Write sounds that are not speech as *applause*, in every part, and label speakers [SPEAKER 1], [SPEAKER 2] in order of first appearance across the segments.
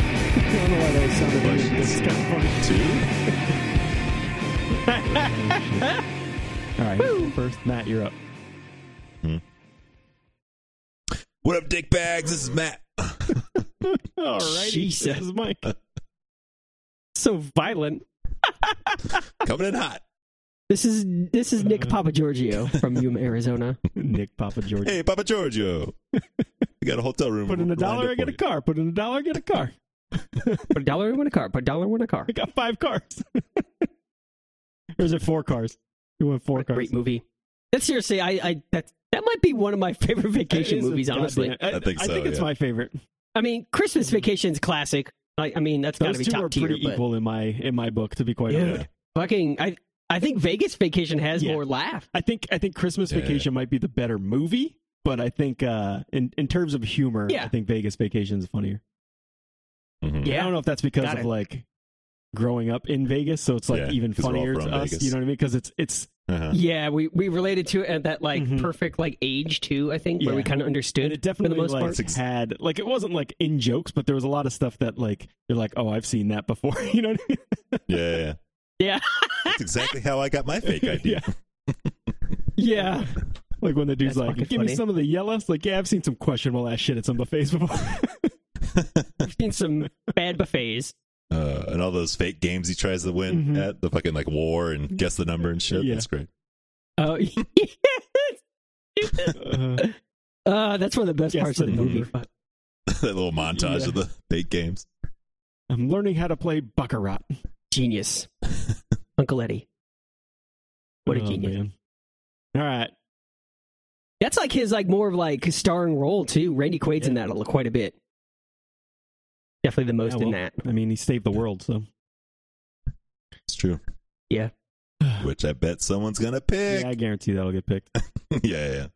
[SPEAKER 1] don't know why that sounded weird. It's kind of funny.
[SPEAKER 2] All right, first, Matt, you're up.
[SPEAKER 3] What up, dick bags? This is Matt. *laughs*
[SPEAKER 2] All right,
[SPEAKER 1] Jesus.
[SPEAKER 2] says
[SPEAKER 4] *laughs*
[SPEAKER 2] Mike. So violent.
[SPEAKER 3] Coming in hot.
[SPEAKER 4] This is this is Nick
[SPEAKER 2] Uh-huh.
[SPEAKER 4] Papa Giorgio from
[SPEAKER 2] *laughs*
[SPEAKER 4] Yuma, Arizona.
[SPEAKER 2] Nick Papa George.
[SPEAKER 3] Hey, Papa
[SPEAKER 2] *laughs*
[SPEAKER 3] Giorgio. We got a hotel room.
[SPEAKER 2] Put in a
[SPEAKER 3] lined
[SPEAKER 2] dollar,
[SPEAKER 3] up
[SPEAKER 2] I get
[SPEAKER 3] for
[SPEAKER 2] a
[SPEAKER 3] you.
[SPEAKER 2] car. Put in a dollar, I get a car. *laughs*
[SPEAKER 4] Put a dollar in a car. Put a dollar in a car.
[SPEAKER 2] I got five cars. *laughs* or is it four cars? You want four
[SPEAKER 4] What a
[SPEAKER 2] cars?
[SPEAKER 4] Great movie. That's seriously, I, I that that might be one of my favorite vacation
[SPEAKER 2] It is a
[SPEAKER 4] movies.
[SPEAKER 2] goddamn-
[SPEAKER 4] Honestly,
[SPEAKER 3] I think
[SPEAKER 2] I
[SPEAKER 3] so,
[SPEAKER 2] think it's
[SPEAKER 3] yeah.
[SPEAKER 2] my favorite.
[SPEAKER 4] I mean, Christmas Vacation's classic. I, I mean, that's got
[SPEAKER 2] Those
[SPEAKER 4] to be
[SPEAKER 2] two
[SPEAKER 4] top
[SPEAKER 2] are
[SPEAKER 4] tier.
[SPEAKER 2] pretty
[SPEAKER 4] but
[SPEAKER 2] equal in my in my book, to be quite
[SPEAKER 4] Dude,
[SPEAKER 2] honest.
[SPEAKER 4] fucking, I I think Vegas Vacation has
[SPEAKER 2] Yeah.
[SPEAKER 4] more laugh.
[SPEAKER 2] I think I think Christmas
[SPEAKER 3] Yeah.
[SPEAKER 2] Vacation might be the better movie, but I think uh, in in terms of humor,
[SPEAKER 4] Yeah.
[SPEAKER 2] I think Vegas Vacation is funnier.
[SPEAKER 3] Mhm.
[SPEAKER 2] I don't know if that's because
[SPEAKER 4] Got
[SPEAKER 2] of
[SPEAKER 4] it.
[SPEAKER 2] like growing up in Vegas, so it's like
[SPEAKER 3] Yeah,
[SPEAKER 2] even
[SPEAKER 3] 'cause we're all
[SPEAKER 2] funnier to
[SPEAKER 3] from
[SPEAKER 2] us.
[SPEAKER 3] Vegas.
[SPEAKER 2] You know what I mean? Because it's it's
[SPEAKER 3] Uh-huh.
[SPEAKER 4] *laughs* Yeah, we we related to it at that like
[SPEAKER 2] Mhm.
[SPEAKER 4] perfect like age too. I think where
[SPEAKER 2] Yeah.
[SPEAKER 4] we kind of understood
[SPEAKER 2] and it definitely
[SPEAKER 4] for the most
[SPEAKER 2] like
[SPEAKER 4] part.
[SPEAKER 2] had like it wasn't like in jokes, but there was a lot of stuff that like you're like, oh, I've seen that before. *laughs* you know what I mean?
[SPEAKER 3] Yeah, yeah, yeah.
[SPEAKER 4] Yeah,
[SPEAKER 3] That's exactly how I got
[SPEAKER 2] *laughs*
[SPEAKER 3] my fake ID.
[SPEAKER 2] Yeah. Yeah. Like when the dude's
[SPEAKER 4] That's
[SPEAKER 2] like,
[SPEAKER 4] fucking
[SPEAKER 2] give me
[SPEAKER 4] funny.
[SPEAKER 2] some of the yellows. Like, yeah, I've seen some questionable ass shit at some buffets before. *laughs*
[SPEAKER 4] I've seen some bad buffets.
[SPEAKER 3] Uh, and all those fake games he tries to win
[SPEAKER 2] Mhm.
[SPEAKER 3] at the fucking like war and guess the number and shit.
[SPEAKER 2] Yeah.
[SPEAKER 3] That's great. *laughs*
[SPEAKER 4] Oh, *laughs* yeah.
[SPEAKER 2] Uh,
[SPEAKER 4] uh, that's one of the best
[SPEAKER 2] Guess
[SPEAKER 4] parts of
[SPEAKER 2] the
[SPEAKER 4] the movie.
[SPEAKER 2] number.
[SPEAKER 3] that little montage
[SPEAKER 2] Yeah.
[SPEAKER 3] of the fake games.
[SPEAKER 2] I'm learning how to play Baccarat. *laughs*
[SPEAKER 4] Genius, Uncle Eddie. What a
[SPEAKER 2] Oh,
[SPEAKER 4] genius.
[SPEAKER 2] man. All right.
[SPEAKER 4] That's like his like more of like starring role too. Randy Quaid's in that a- quite a bit. Definitely the most
[SPEAKER 2] Yeah, well,
[SPEAKER 4] in that.
[SPEAKER 2] I mean, he saved the world, so.
[SPEAKER 3] It's true.
[SPEAKER 2] *sighs*
[SPEAKER 4] Yeah.
[SPEAKER 3] Which I bet someone's gonna pick.
[SPEAKER 2] Yeah, I guarantee that'll get picked.
[SPEAKER 3] *laughs* yeah, yeah, yeah.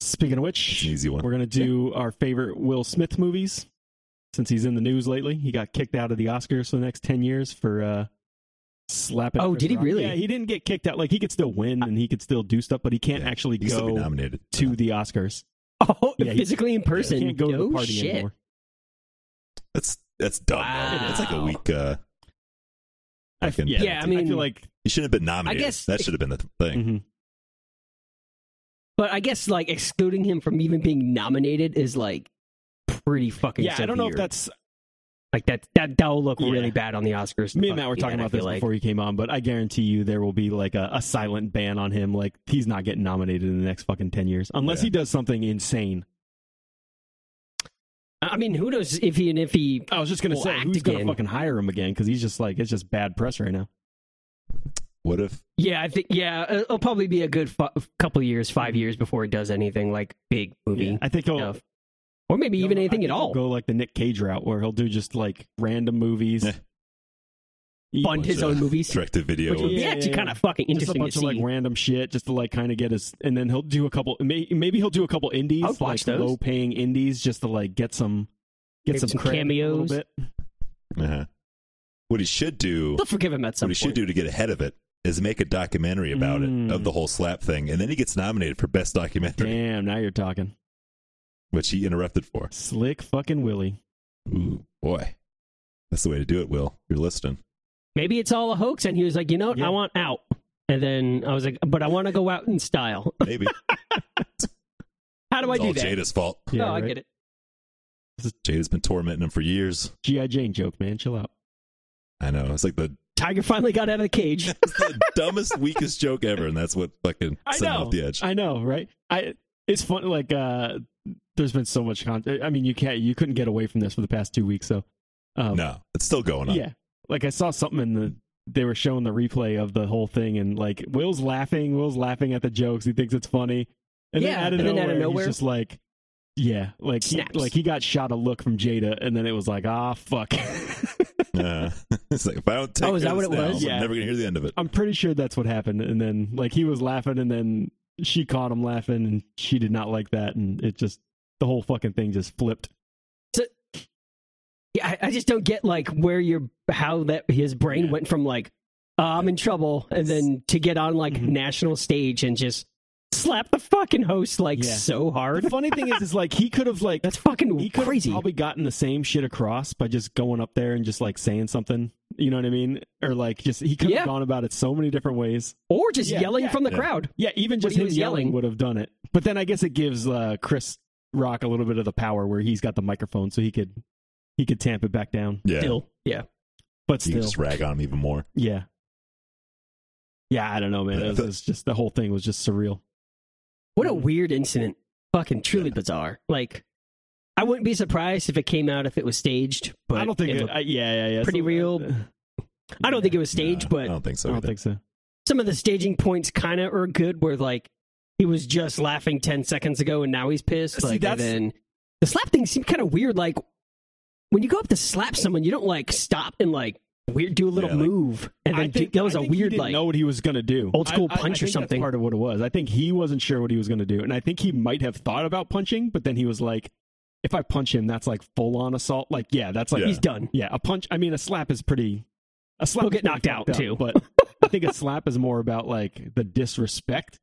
[SPEAKER 2] Speaking of
[SPEAKER 3] It's an
[SPEAKER 2] which,
[SPEAKER 3] easy one.
[SPEAKER 2] we're going to do our favorite Will Smith movies. Since he's in the news lately, he got kicked out of the Oscars for the next 10 years for uh, slapping.
[SPEAKER 4] Oh,
[SPEAKER 2] Chris
[SPEAKER 4] did he
[SPEAKER 2] Rock.
[SPEAKER 4] really?
[SPEAKER 2] Yeah, he didn't get kicked out. Like, he could still win and he could still do stuff, but he can't
[SPEAKER 3] Yeah,
[SPEAKER 2] actually
[SPEAKER 3] You can still be
[SPEAKER 2] go
[SPEAKER 3] nominated.
[SPEAKER 2] to the Oscars.
[SPEAKER 4] *laughs* Oh,
[SPEAKER 2] Yeah, he-
[SPEAKER 4] physically in person.
[SPEAKER 2] He can't go to the
[SPEAKER 4] Oh,
[SPEAKER 2] party
[SPEAKER 4] shit.
[SPEAKER 2] anymore.
[SPEAKER 3] That's that's dumb.
[SPEAKER 4] Wow.
[SPEAKER 3] though. That's like a weak. Uh,
[SPEAKER 2] I,
[SPEAKER 3] Fucking-
[SPEAKER 2] yeah,
[SPEAKER 4] Yeah, I
[SPEAKER 2] I
[SPEAKER 4] mean-
[SPEAKER 2] feel like
[SPEAKER 3] you shouldn't have been nominated.
[SPEAKER 4] I guess- Mm.
[SPEAKER 3] that should have been the th- thing.
[SPEAKER 2] mhm.
[SPEAKER 4] But I guess like excluding him from even being nominated is like pretty fucking.
[SPEAKER 2] yeah, I don't know if
[SPEAKER 4] severe.
[SPEAKER 2] that's
[SPEAKER 4] like that. That that'll look
[SPEAKER 2] Yeah.
[SPEAKER 4] really bad on the Oscars.
[SPEAKER 2] me
[SPEAKER 4] Fuck
[SPEAKER 2] and Matt were
[SPEAKER 4] that,
[SPEAKER 2] talking
[SPEAKER 4] I
[SPEAKER 2] about this
[SPEAKER 4] feel like.
[SPEAKER 2] before he came on, but I guarantee you there will be like a, a silent ban on him. Like he's not getting nominated in the next fucking ten years unless
[SPEAKER 3] Yeah.
[SPEAKER 2] he does something insane.
[SPEAKER 4] I mean, who knows if he and if he? oh,
[SPEAKER 2] I was just gonna
[SPEAKER 4] Well,
[SPEAKER 2] say
[SPEAKER 4] act
[SPEAKER 2] who's
[SPEAKER 4] again.
[SPEAKER 2] gonna fucking hire him again because he's just like it's just bad press right now.
[SPEAKER 3] What if?
[SPEAKER 4] Yeah, I think. Yeah, it'll probably be a good fu- couple years,
[SPEAKER 2] Mm-hmm.
[SPEAKER 4] five years before he does anything like big movie
[SPEAKER 2] I think he'll
[SPEAKER 4] stuff, or maybe
[SPEAKER 2] he'll-
[SPEAKER 4] even
[SPEAKER 2] I
[SPEAKER 4] anything
[SPEAKER 2] think
[SPEAKER 4] at
[SPEAKER 2] he'll
[SPEAKER 4] all.
[SPEAKER 2] Go like the Nick Cage route where he'll do just like random movies.
[SPEAKER 3] Yeah.
[SPEAKER 2] He- *laughs*
[SPEAKER 4] Fund his
[SPEAKER 3] uh,
[SPEAKER 4] own movies.
[SPEAKER 3] Direct to video.
[SPEAKER 4] which would
[SPEAKER 3] and-
[SPEAKER 4] be
[SPEAKER 2] Yeah,
[SPEAKER 4] actually
[SPEAKER 2] yeah,
[SPEAKER 4] kind
[SPEAKER 2] yeah.
[SPEAKER 4] of fucking
[SPEAKER 2] just a
[SPEAKER 4] interesting
[SPEAKER 2] bunch
[SPEAKER 4] to
[SPEAKER 2] of
[SPEAKER 4] see.
[SPEAKER 2] like random shit just to like kind of get his and then he'll do a couple may, maybe he'll do a couple indies
[SPEAKER 4] I would watch
[SPEAKER 2] like
[SPEAKER 4] those.
[SPEAKER 2] low paying indies just to like get some get
[SPEAKER 4] Maybe
[SPEAKER 2] some,
[SPEAKER 4] some
[SPEAKER 2] cred a little
[SPEAKER 4] cameos.
[SPEAKER 2] bit
[SPEAKER 3] Uh-huh. What he should do.
[SPEAKER 4] They'll forgive him at some
[SPEAKER 3] What he should
[SPEAKER 4] point.
[SPEAKER 3] do to get ahead of it is make a documentary about
[SPEAKER 2] Mm.
[SPEAKER 3] it of the whole slap thing, and then he gets nominated for best documentary,
[SPEAKER 2] damn now you're talking
[SPEAKER 3] which he interrupted for.
[SPEAKER 2] slick fucking willie
[SPEAKER 3] Ooh, boy, that's the way to do it. Will you're listening?
[SPEAKER 4] Maybe it's all a hoax, and he was like, you know, what?
[SPEAKER 2] Yeah.
[SPEAKER 4] I want out. And then I was like, but I want to go out in style. *laughs*
[SPEAKER 3] Maybe
[SPEAKER 4] How do I
[SPEAKER 3] it's
[SPEAKER 4] do
[SPEAKER 3] all
[SPEAKER 4] that?
[SPEAKER 3] Jada's fault.
[SPEAKER 4] No, I get it.
[SPEAKER 3] Jada's been tormenting him for years.
[SPEAKER 2] gi jane joke man chill out
[SPEAKER 3] I know. It's like
[SPEAKER 4] *laughs*
[SPEAKER 3] the,
[SPEAKER 4] Tiger finally got out of
[SPEAKER 2] *laughs*
[SPEAKER 4] the cage.
[SPEAKER 3] it's the dumbest, weakest joke ever, and that's what fucking
[SPEAKER 2] I
[SPEAKER 3] sent him
[SPEAKER 2] know.
[SPEAKER 3] off the edge.
[SPEAKER 2] i know right i it's fun like uh there's been so much content i mean you can't you couldn't get away from this for the past two weeks so
[SPEAKER 4] Oh.
[SPEAKER 2] um
[SPEAKER 3] no, it's still going on.
[SPEAKER 2] Yeah. Like I saw something in the they were showing the replay of the whole thing and like Will's laughing, Will's laughing at the jokes, he thinks it's funny. And
[SPEAKER 4] Yeah,
[SPEAKER 2] then out of
[SPEAKER 4] and then
[SPEAKER 2] nowhere,
[SPEAKER 4] out of nowhere-
[SPEAKER 2] he's just like yeah, like he,
[SPEAKER 4] Snaps.
[SPEAKER 2] like he got shot a look from Jada, and then it was like, ah, fuck.
[SPEAKER 3] Uh, *laughs* it's like if I don't take
[SPEAKER 4] Oh, is that
[SPEAKER 3] this
[SPEAKER 4] what it
[SPEAKER 3] now,
[SPEAKER 4] was? Oh,
[SPEAKER 3] I'm
[SPEAKER 2] Yeah.
[SPEAKER 3] never gonna hear the end of it.
[SPEAKER 2] I'm pretty sure that's what happened. And then like he was laughing, and then she caught him laughing, and she did not like that, and it just the whole fucking thing just flipped.
[SPEAKER 4] Yeah, I, I just don't get like where your how that his brain
[SPEAKER 2] Yeah.
[SPEAKER 4] "Oh, went from like uh, I'm in trouble, and then to get on like
[SPEAKER 2] Mhm.
[SPEAKER 4] national stage and just slap the fucking host like
[SPEAKER 2] Yeah.
[SPEAKER 4] so hard.
[SPEAKER 2] The funny thing is, is like he could have like
[SPEAKER 4] That's fucking
[SPEAKER 2] he could have
[SPEAKER 4] crazy.
[SPEAKER 2] probably gotten the same shit across by just going up there and just like saying something. You know what I mean? Or like just he could have
[SPEAKER 4] Yeah.
[SPEAKER 2] gone about it so many different ways.
[SPEAKER 4] or just
[SPEAKER 2] Yeah,
[SPEAKER 4] yelling
[SPEAKER 2] yeah.
[SPEAKER 4] from the
[SPEAKER 3] Yeah.
[SPEAKER 4] crowd.
[SPEAKER 2] Yeah, even just
[SPEAKER 4] he
[SPEAKER 2] him
[SPEAKER 4] was
[SPEAKER 2] yelling,
[SPEAKER 4] yelling.
[SPEAKER 2] would have done it. But then I guess it gives uh, Chris Rock a little bit of the power where he's got the microphone, so he could he could tamp it back down.
[SPEAKER 3] Yeah.
[SPEAKER 4] Still. Yeah.
[SPEAKER 2] But
[SPEAKER 3] You
[SPEAKER 2] still,
[SPEAKER 3] can just rag on him even more.
[SPEAKER 2] yeah, yeah. I don't know, man. It was, it was just the whole thing was just surreal.
[SPEAKER 4] What a weird incident. Fucking truly bizarre. Like, I wouldn't be surprised if it came out if it was staged, but
[SPEAKER 2] I don't think.
[SPEAKER 4] it
[SPEAKER 2] It,
[SPEAKER 4] looked-
[SPEAKER 2] I, yeah, yeah, yeah.
[SPEAKER 4] pretty
[SPEAKER 2] So-
[SPEAKER 4] real. I don't think it was staged,
[SPEAKER 3] Nah,
[SPEAKER 4] but
[SPEAKER 3] I don't think so.
[SPEAKER 2] I don't
[SPEAKER 3] either.
[SPEAKER 2] think so.
[SPEAKER 4] some of the staging points kind of are good where like he was just laughing 10 seconds ago and now he's pissed
[SPEAKER 2] See,
[SPEAKER 4] like
[SPEAKER 2] that's-
[SPEAKER 4] and then the slap thing seemed kind of weird like when you go up to slap someone you don't like stop and like weird do a little
[SPEAKER 3] Yeah, like-
[SPEAKER 4] move and then
[SPEAKER 2] I
[SPEAKER 4] do-
[SPEAKER 2] think-
[SPEAKER 4] that was
[SPEAKER 2] I
[SPEAKER 4] a
[SPEAKER 2] think he
[SPEAKER 4] weird
[SPEAKER 2] didn't
[SPEAKER 4] like
[SPEAKER 2] know what he was gonna do.
[SPEAKER 4] old school
[SPEAKER 2] I- I- I
[SPEAKER 4] punch or
[SPEAKER 2] think that's
[SPEAKER 4] something.
[SPEAKER 2] part of what it was. I think he wasn't sure what he was gonna do, and I think he might have thought about punching, but then he was like, "If I punch him, that's like full on assault. Like, yeah, that's like
[SPEAKER 3] Yeah.
[SPEAKER 4] he's done
[SPEAKER 2] yeah, a punch. I mean, a slap is pretty. A slap
[SPEAKER 4] He'll get
[SPEAKER 2] is pretty
[SPEAKER 4] knocked out,
[SPEAKER 2] fucked up,
[SPEAKER 4] too.
[SPEAKER 2] But I think a slap is more about like the disrespect,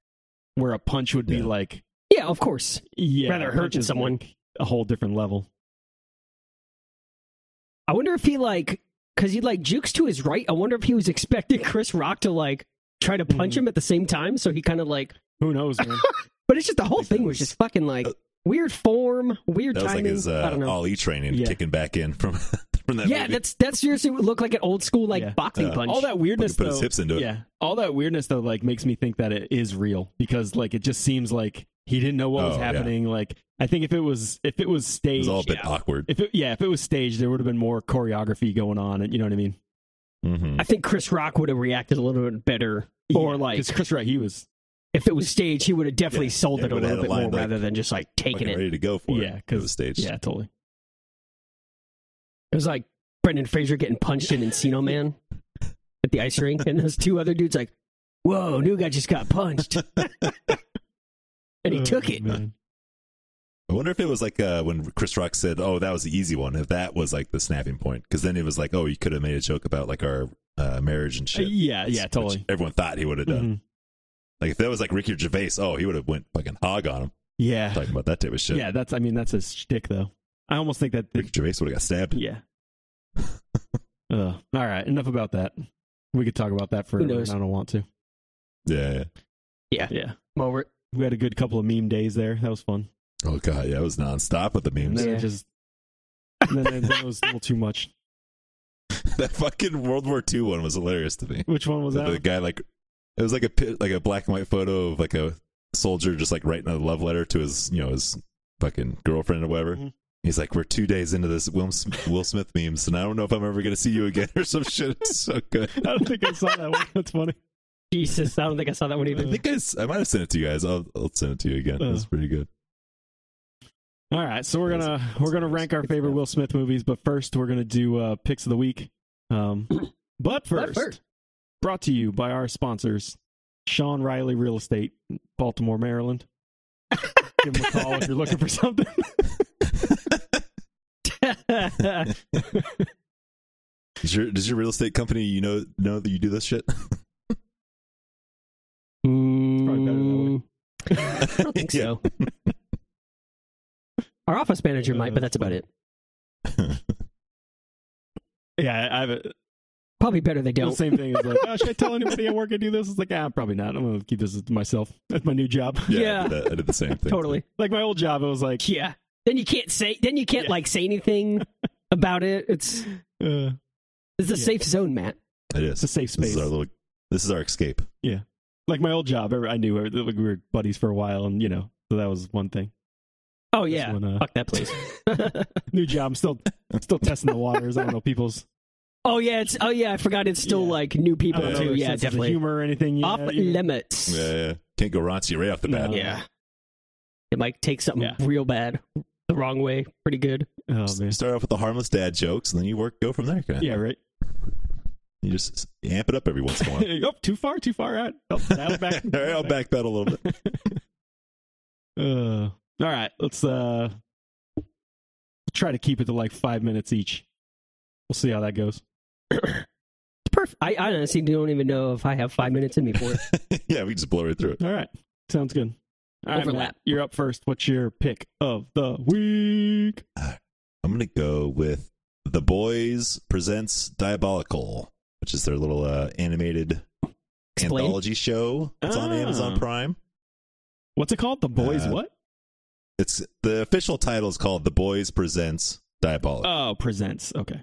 [SPEAKER 2] where a punch would be
[SPEAKER 3] Yeah.
[SPEAKER 2] like
[SPEAKER 4] yeah of course
[SPEAKER 2] yeah,
[SPEAKER 4] Rather
[SPEAKER 2] a punch
[SPEAKER 4] hurting
[SPEAKER 2] is,
[SPEAKER 4] someone.
[SPEAKER 2] like, a whole different level.
[SPEAKER 4] i wonder if he like because he like jukes to his right i wonder if he was expecting chris rock to like try to punch
[SPEAKER 2] Mhm.
[SPEAKER 4] him at the same time so he kind of like
[SPEAKER 2] Who knows, man? *laughs*
[SPEAKER 4] but it's just the whole
[SPEAKER 3] Like that
[SPEAKER 4] thing was
[SPEAKER 3] was-
[SPEAKER 4] just fucking like weird form weird
[SPEAKER 3] Uh, That was
[SPEAKER 4] timing
[SPEAKER 3] like his
[SPEAKER 4] i don't
[SPEAKER 3] uh,
[SPEAKER 4] know
[SPEAKER 3] all E training
[SPEAKER 2] Yeah.
[SPEAKER 3] kicking back in from *laughs* from that.
[SPEAKER 4] yeah,
[SPEAKER 3] movie.
[SPEAKER 4] that's that's seriously what looked like an old school like
[SPEAKER 2] Yeah.
[SPEAKER 4] boxing
[SPEAKER 3] Uh,
[SPEAKER 4] punch.
[SPEAKER 2] All that
[SPEAKER 3] But
[SPEAKER 2] weirdness,
[SPEAKER 3] he put
[SPEAKER 2] though,
[SPEAKER 3] his hips into it.
[SPEAKER 2] Yeah. All that weirdness though like makes me think that it is real because like it just seems like he didn't know what was
[SPEAKER 3] Oh, yeah.
[SPEAKER 2] happening. Like I think if it was if it was
[SPEAKER 3] it
[SPEAKER 2] staged
[SPEAKER 3] was all a bit
[SPEAKER 4] yeah.
[SPEAKER 3] awkward.
[SPEAKER 2] if it yeah, if it was staged there would have been more choreography going on and you know what I mean?
[SPEAKER 3] hmm
[SPEAKER 4] I think Chris Rock would have reacted a little bit better, or like
[SPEAKER 2] because Chris Rock he was
[SPEAKER 4] if it was staged, he would have definitely
[SPEAKER 3] Yeah.
[SPEAKER 4] sold
[SPEAKER 3] Yeah,
[SPEAKER 4] it
[SPEAKER 3] he
[SPEAKER 4] a
[SPEAKER 3] would have
[SPEAKER 4] little
[SPEAKER 3] had a
[SPEAKER 4] bit
[SPEAKER 3] line,
[SPEAKER 4] more
[SPEAKER 3] like,
[SPEAKER 4] rather than just like taking
[SPEAKER 3] Fucking
[SPEAKER 4] it.
[SPEAKER 3] ready to go for
[SPEAKER 2] Yeah,
[SPEAKER 3] it.
[SPEAKER 2] 'cause-
[SPEAKER 3] it was staged.
[SPEAKER 2] yeah, totally.
[SPEAKER 4] It was like Brendan Fraser getting punched in Encino Man at the ice rink, and those two other dudes like, "Whoa, new guy just
[SPEAKER 2] *laughs*
[SPEAKER 4] got punched," and
[SPEAKER 3] Oh,
[SPEAKER 4] he took it.
[SPEAKER 2] Oh, Man.
[SPEAKER 3] I wonder if it was like uh, when Chris Rock said, "Oh, that was the easy one." If that was like the snapping point, because then it was like, "Oh, you could have made a joke about like our uh, marriage and
[SPEAKER 2] Uh,
[SPEAKER 3] shit."
[SPEAKER 2] yeah, yeah,
[SPEAKER 3] which
[SPEAKER 2] totally.
[SPEAKER 3] everyone thought he would have done.
[SPEAKER 2] Mhm.
[SPEAKER 3] Like if that was like Ricky Gervais, oh, he would have went fucking hog on him
[SPEAKER 2] Yeah.
[SPEAKER 3] talking about that type of shit.
[SPEAKER 2] Yeah, that's I mean that's a shtick though. I almost think that the,
[SPEAKER 3] Ricky Gervais would have got stabbed.
[SPEAKER 2] yeah. uh, all right, enough about that. We could talk about that for
[SPEAKER 4] Who knows?
[SPEAKER 2] I don't want to.
[SPEAKER 3] Yeah, yeah.
[SPEAKER 2] Yeah.
[SPEAKER 4] I'm over it.
[SPEAKER 2] We had a good couple of meme days there. That was fun.
[SPEAKER 3] Oh god, yeah, it was nonstop with the
[SPEAKER 2] And
[SPEAKER 3] memes.
[SPEAKER 2] then
[SPEAKER 4] Yeah.
[SPEAKER 2] it just and then, then it was a little too much.
[SPEAKER 3] *laughs* that fucking World War II one was hilarious to me.
[SPEAKER 2] Which one was
[SPEAKER 3] the,
[SPEAKER 2] that?
[SPEAKER 3] guy like it was like a pi- like a black and white photo of like a soldier just like writing a love letter to his you know his fucking girlfriend or whatever.
[SPEAKER 2] Mhm.
[SPEAKER 3] He's like, we're two days into this Will Smith, Will Smith memes, and I don't know if I'm ever gonna see you again *laughs* or some shit. It's so good.
[SPEAKER 2] *laughs* I don't think I saw that one. That's funny.
[SPEAKER 4] Jesus, I don't think I saw that one
[SPEAKER 2] *laughs*
[SPEAKER 3] I
[SPEAKER 4] either.
[SPEAKER 3] think I, s- I might have sent it to you guys. I'll, I'll send it to you again.
[SPEAKER 2] Uh.
[SPEAKER 3] It's pretty good.
[SPEAKER 2] All right, so we're gonna we're gonna rank our favorite Will Smith movies, but first we're gonna do uh, picks of the week.
[SPEAKER 4] *clears throat*
[SPEAKER 2] Um, but first,
[SPEAKER 4] first.
[SPEAKER 2] brought to you by our sponsors, Sean Riley Real Estate, Baltimore,
[SPEAKER 4] *laughs*
[SPEAKER 2] Maryland. Give them a call if you're looking for something.
[SPEAKER 3] Does your does your real estate company you know know that you do this shit? *laughs*
[SPEAKER 2] probably better that
[SPEAKER 4] Mm, I don't think
[SPEAKER 2] *laughs*
[SPEAKER 4] so. Our office manager might, but that's about it.
[SPEAKER 2] Yeah, I have a,
[SPEAKER 4] Probably better they
[SPEAKER 2] the
[SPEAKER 4] don't.
[SPEAKER 2] same thing. It's like, oh, should I tell anybody at work I do this? It's like, ah, probably not. I'm gonna keep this to myself. That's my new job. *laughs*
[SPEAKER 3] I,
[SPEAKER 4] Yeah.
[SPEAKER 3] did that. I did the same thing.
[SPEAKER 4] Totally.
[SPEAKER 2] Like my old job, it was like,
[SPEAKER 4] Yeah. Then you can't say. Then you can't
[SPEAKER 2] Yeah.
[SPEAKER 4] like say anything about it. It's
[SPEAKER 2] uh,
[SPEAKER 4] it's
[SPEAKER 2] Yeah.
[SPEAKER 4] a safe zone, Matt.
[SPEAKER 3] It is.
[SPEAKER 2] it's a safe
[SPEAKER 3] This
[SPEAKER 2] space.
[SPEAKER 3] is our little. This is our escape.
[SPEAKER 2] like my old job, every- I knew every- like, we were buddies for a while, and you know, so that was one thing.
[SPEAKER 4] Oh
[SPEAKER 2] This
[SPEAKER 4] yeah.
[SPEAKER 2] one, uh,
[SPEAKER 4] Fuck that place.
[SPEAKER 2] *laughs* new job. I'm still still testing the waters. I don't know people's
[SPEAKER 4] oh yeah. It's oh yeah. I forgot. It's still
[SPEAKER 2] Yeah.
[SPEAKER 4] like new
[SPEAKER 2] I
[SPEAKER 4] people
[SPEAKER 2] don't know
[SPEAKER 4] too.
[SPEAKER 2] their
[SPEAKER 4] Yeah,
[SPEAKER 2] sense of
[SPEAKER 4] definitely.
[SPEAKER 2] humor or anything. Yeah,
[SPEAKER 4] Off
[SPEAKER 2] you know.
[SPEAKER 4] limits.
[SPEAKER 3] Yeah, yeah. Can't go raunchy right off the bat.
[SPEAKER 2] No.
[SPEAKER 4] Yeah. It might take something
[SPEAKER 2] Yeah.
[SPEAKER 4] real bad the wrong way. Pretty good.
[SPEAKER 2] Oh man.
[SPEAKER 3] Start off with the harmless dad jokes, and then you work go from there. Kinda.
[SPEAKER 2] Yeah. Right. *laughs*
[SPEAKER 3] You just amp it up every once in a while.
[SPEAKER 2] oh, too far. Too far out. Oh, that'll
[SPEAKER 3] *laughs*
[SPEAKER 2] back.
[SPEAKER 3] All right, I'll back that a little bit. *laughs*
[SPEAKER 2] Uh, all right, let's uh try to keep it to like five minutes each. We'll see how that goes.
[SPEAKER 4] It's perfect. I
[SPEAKER 3] *laughs*
[SPEAKER 4] I honestly don't even know if I have five minutes in me for it.
[SPEAKER 3] yeah, we just blow right through it.
[SPEAKER 2] All right, sounds good. All right,
[SPEAKER 4] Overlap.
[SPEAKER 2] Matt, you're up first. What's your pick of the week?
[SPEAKER 3] I'm gonna go with The Boys Presents Diabolical, which is their little uh, animated
[SPEAKER 4] Explain.
[SPEAKER 3] anthology show. It's on
[SPEAKER 2] Ah.
[SPEAKER 3] Amazon Prime.
[SPEAKER 2] What's it called? The boys?
[SPEAKER 3] Uh,
[SPEAKER 2] what?
[SPEAKER 3] It's the official title is called The Boys Presents Diabolical.
[SPEAKER 2] Oh, presents. Okay.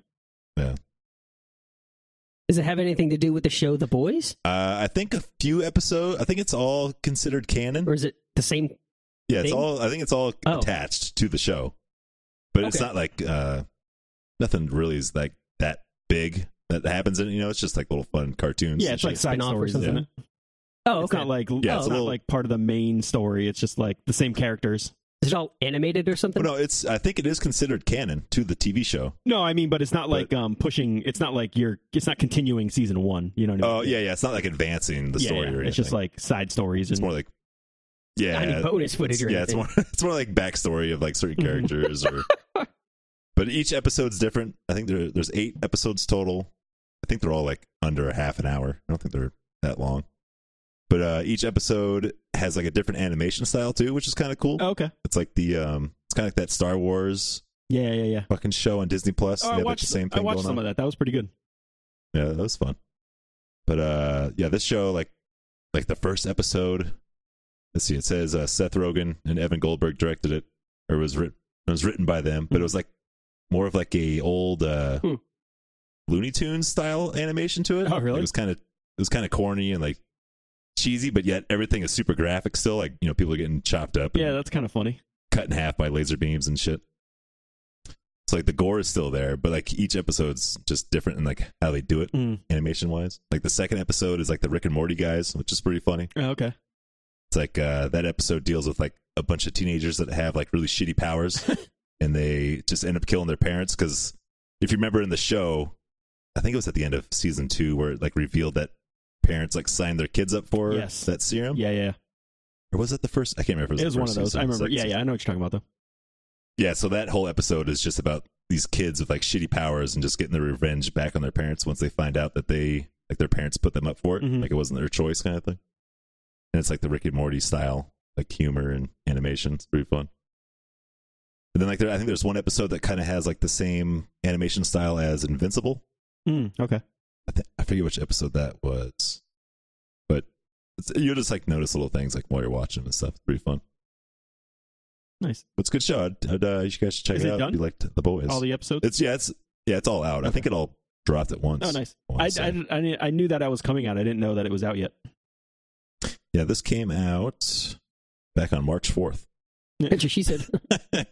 [SPEAKER 4] Does it have anything to do with the show The Boys,
[SPEAKER 2] Oh.
[SPEAKER 3] Uh, I think a few episodes. I think it's all considered canon.
[SPEAKER 4] or is it the same?
[SPEAKER 3] Yeah, it's
[SPEAKER 4] thing?
[SPEAKER 3] all. I think it's all
[SPEAKER 4] Oh.
[SPEAKER 3] attached to the show, but it's
[SPEAKER 4] Okay.
[SPEAKER 3] not like uh, nothing really is like that big that happens. In, it, you know, it's just like little fun cartoons.
[SPEAKER 2] Yeah,
[SPEAKER 3] and
[SPEAKER 2] it's like
[SPEAKER 3] shit.
[SPEAKER 2] side
[SPEAKER 4] spin-off or
[SPEAKER 2] stories,
[SPEAKER 4] something.
[SPEAKER 2] isn't it?
[SPEAKER 4] Oh,
[SPEAKER 2] It's
[SPEAKER 4] okay.
[SPEAKER 2] not like
[SPEAKER 3] Yeah,
[SPEAKER 2] yeah,
[SPEAKER 3] it's
[SPEAKER 2] it's
[SPEAKER 3] a
[SPEAKER 2] not
[SPEAKER 3] little-
[SPEAKER 2] like part of the main story. It's just like the same characters.
[SPEAKER 4] is it all animated or something?
[SPEAKER 3] Well, no, it's. I think it is considered canon to the TV show.
[SPEAKER 2] No, I mean, but it's not like um pushing. It's not like you're. It's not continuing season one. You know what I mean?
[SPEAKER 3] Oh yeah, yeah. It's not like advancing the
[SPEAKER 2] Yeah,
[SPEAKER 3] story.
[SPEAKER 2] yeah.
[SPEAKER 3] Or anything.
[SPEAKER 2] It's just like side stories.
[SPEAKER 3] it's
[SPEAKER 2] And,
[SPEAKER 3] more like yeah,
[SPEAKER 4] Not any bonus footage or
[SPEAKER 3] yeah. It's
[SPEAKER 4] anything. *laughs*
[SPEAKER 3] more *laughs* it's more like backstory of like certain
[SPEAKER 2] *laughs*
[SPEAKER 3] characters or. But each episode's different. I think there there's eight episodes total. I think they're all like under a half an hour. I don't think they're that long. But uh, each episode has like a different animation style too, which is kind of cool.
[SPEAKER 2] Oh, okay.
[SPEAKER 3] It's like the um, it's kind of like that Star Wars
[SPEAKER 2] Yeah, yeah, yeah.
[SPEAKER 3] fucking show on Disney Plus.
[SPEAKER 2] Oh,
[SPEAKER 3] They
[SPEAKER 2] I
[SPEAKER 3] have, like,
[SPEAKER 2] watched.
[SPEAKER 3] the same
[SPEAKER 2] I
[SPEAKER 3] thing
[SPEAKER 2] watched
[SPEAKER 3] going on.
[SPEAKER 2] some of that. That was pretty good.
[SPEAKER 3] Yeah, that was fun. But uh yeah, this show like like the first episode. Let's see, it says uh, Seth Rogen and Evan Goldberg directed it, or was written it was written by them,
[SPEAKER 2] Hmm.
[SPEAKER 3] but it was like more of like a old uh
[SPEAKER 4] Hmm.
[SPEAKER 3] Looney Tunes style animation to it.
[SPEAKER 2] Oh, really?
[SPEAKER 3] It was kind of it was kind of corny and like cheesy, but yet everything is super graphic still. Like you know, people are getting chopped up, and
[SPEAKER 2] Yeah, that's kind of funny.
[SPEAKER 3] cut in half by laser beams and shit. It's like the gore is still there, but like each episode's just different in like how they do it
[SPEAKER 2] Mm.
[SPEAKER 3] animation wise. Like the second episode is like the Rick and Morty guys, which is pretty funny.
[SPEAKER 2] Oh, okay.
[SPEAKER 3] It's like uh, that episode deals with like a bunch of teenagers that have like really
[SPEAKER 2] *laughs*
[SPEAKER 3] shitty powers, and they just end up killing their parents because if you remember in the show, I think it was at the end of season two where it like revealed that parents like signed their kids up for
[SPEAKER 2] Yes.
[SPEAKER 3] that serum.
[SPEAKER 2] Yeah, yeah.
[SPEAKER 3] Or was that the first? I can't remember. if
[SPEAKER 2] It was
[SPEAKER 3] the
[SPEAKER 2] one of
[SPEAKER 3] first
[SPEAKER 2] those.
[SPEAKER 3] season
[SPEAKER 2] I
[SPEAKER 3] or the
[SPEAKER 2] remember.
[SPEAKER 3] second
[SPEAKER 2] Yeah, yeah. I know what you're talking about though.
[SPEAKER 3] yeah, so that whole episode is just about these kids with like shitty powers and just getting their revenge back on their parents once they find out that they like their parents put them up for it,
[SPEAKER 2] Mhm.
[SPEAKER 3] like it wasn't their choice kind of thing. And it's like the Rick and Morty style, like humor and animation. It's pretty fun. And then like there, I think there's one episode that kind of has like the same animation style as Invincible.
[SPEAKER 2] Mm, okay.
[SPEAKER 3] I think I forget which episode that was, but it's, you'll just like notice little things like while you're watching them and stuff. It's pretty fun.
[SPEAKER 2] Nice.
[SPEAKER 3] But it's a good show. I'd, I'd, uh, you guys should check
[SPEAKER 2] Is
[SPEAKER 3] it
[SPEAKER 2] it
[SPEAKER 3] out
[SPEAKER 2] done?
[SPEAKER 3] if you liked the boys.
[SPEAKER 2] All the episodes.
[SPEAKER 3] It's yeah, it's yeah, it's all out. I think it all dropped at once.
[SPEAKER 2] Oh, nice.
[SPEAKER 3] I wanna
[SPEAKER 2] I,
[SPEAKER 3] say.
[SPEAKER 2] I, I, knew- I knew that I was coming out. I didn't know that it was out yet.
[SPEAKER 3] yeah, this came out back on March fourth, *laughs*
[SPEAKER 4] That's what she said.
[SPEAKER 3] so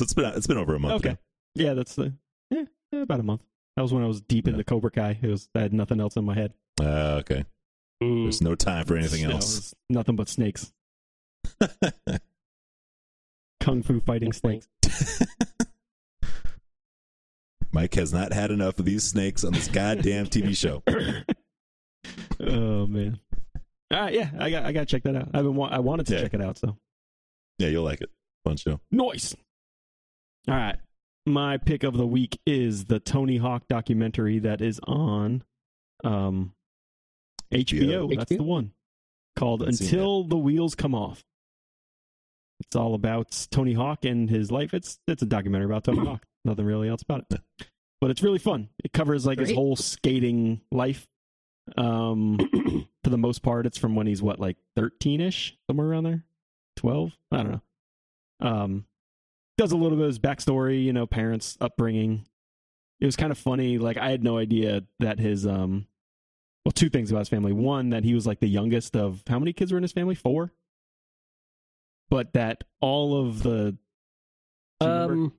[SPEAKER 3] it's been it's been over a month.
[SPEAKER 2] Okay.
[SPEAKER 3] now.
[SPEAKER 2] Yeah, that's the yeah, yeah, about a month. That was when I was deep in
[SPEAKER 3] Yeah.
[SPEAKER 2] the Cobra Kai. It was I had nothing else in my head.
[SPEAKER 3] Uh, okay. There's no time for anything
[SPEAKER 2] That
[SPEAKER 3] else.
[SPEAKER 2] was Nothing but snakes. Kung Fu fighting snakes.
[SPEAKER 3] *laughs* Mike has not had enough of these snakes on this goddamn TV show.
[SPEAKER 2] *laughs* *coughs* oh man. All right, yeah, I got I got to check that out. I've been wa- I wanted to
[SPEAKER 3] Yeah.
[SPEAKER 2] check it out. So
[SPEAKER 3] Yeah, you'll like it. Fun show.
[SPEAKER 2] noise. All right, my pick of the week is the Tony Hawk documentary that is on um, HBO.
[SPEAKER 3] HBO.
[SPEAKER 2] That's the one called
[SPEAKER 3] Haven't seen
[SPEAKER 2] "Until the Wheels Come Off." It's all about Tony Hawk and his life. It's it's a documentary about
[SPEAKER 3] *clears throat*
[SPEAKER 2] Tony Hawk. Nothing really else about it, but it's really fun. It covers like his
[SPEAKER 4] Great.
[SPEAKER 2] whole skating life. Um, *clears throat* for the most part, it's from when he's what like thirteen ish, somewhere around there, twelve. I don't know. Um, does a little bit of his backstory, you know, parents' upbringing. It was kind of funny. Like I had no idea that his um, well, two things about his family. One that he was like the youngest of how many kids were in his family? Four. But that all of the do you remember?
[SPEAKER 4] Um,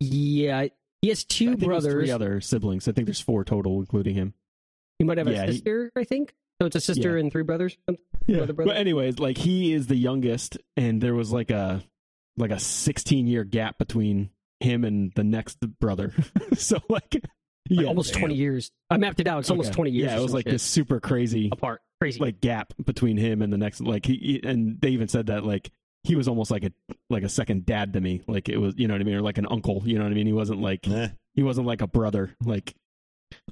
[SPEAKER 4] yeah, he has
[SPEAKER 2] I
[SPEAKER 4] two
[SPEAKER 2] think it was
[SPEAKER 4] brothers.
[SPEAKER 2] three other siblings. I think there's four total, including him.
[SPEAKER 4] He might have
[SPEAKER 2] Yeah,
[SPEAKER 4] a
[SPEAKER 2] he-
[SPEAKER 4] sister, I think. So it's a sister and three brothers. Brother, brother.
[SPEAKER 2] But anyways, like he is the youngest, and there was like a like a 16 year gap between him and the next brother. *laughs* so like, yeah,
[SPEAKER 4] almost
[SPEAKER 3] damn.
[SPEAKER 4] twenty years. I mapped it out. It's almost
[SPEAKER 2] Okay.
[SPEAKER 4] twenty years.
[SPEAKER 2] Yeah,
[SPEAKER 4] or
[SPEAKER 2] it was
[SPEAKER 4] some
[SPEAKER 2] like
[SPEAKER 4] shit
[SPEAKER 2] this super crazy
[SPEAKER 4] apart. Crazy.
[SPEAKER 2] like gap between him and the next. Like he- he and they even said that like he was almost like a like a second dad to me. Like it was you know what I mean, or like an uncle. You know what I mean. He wasn't like
[SPEAKER 3] Eh,
[SPEAKER 2] he wasn't like a brother. Like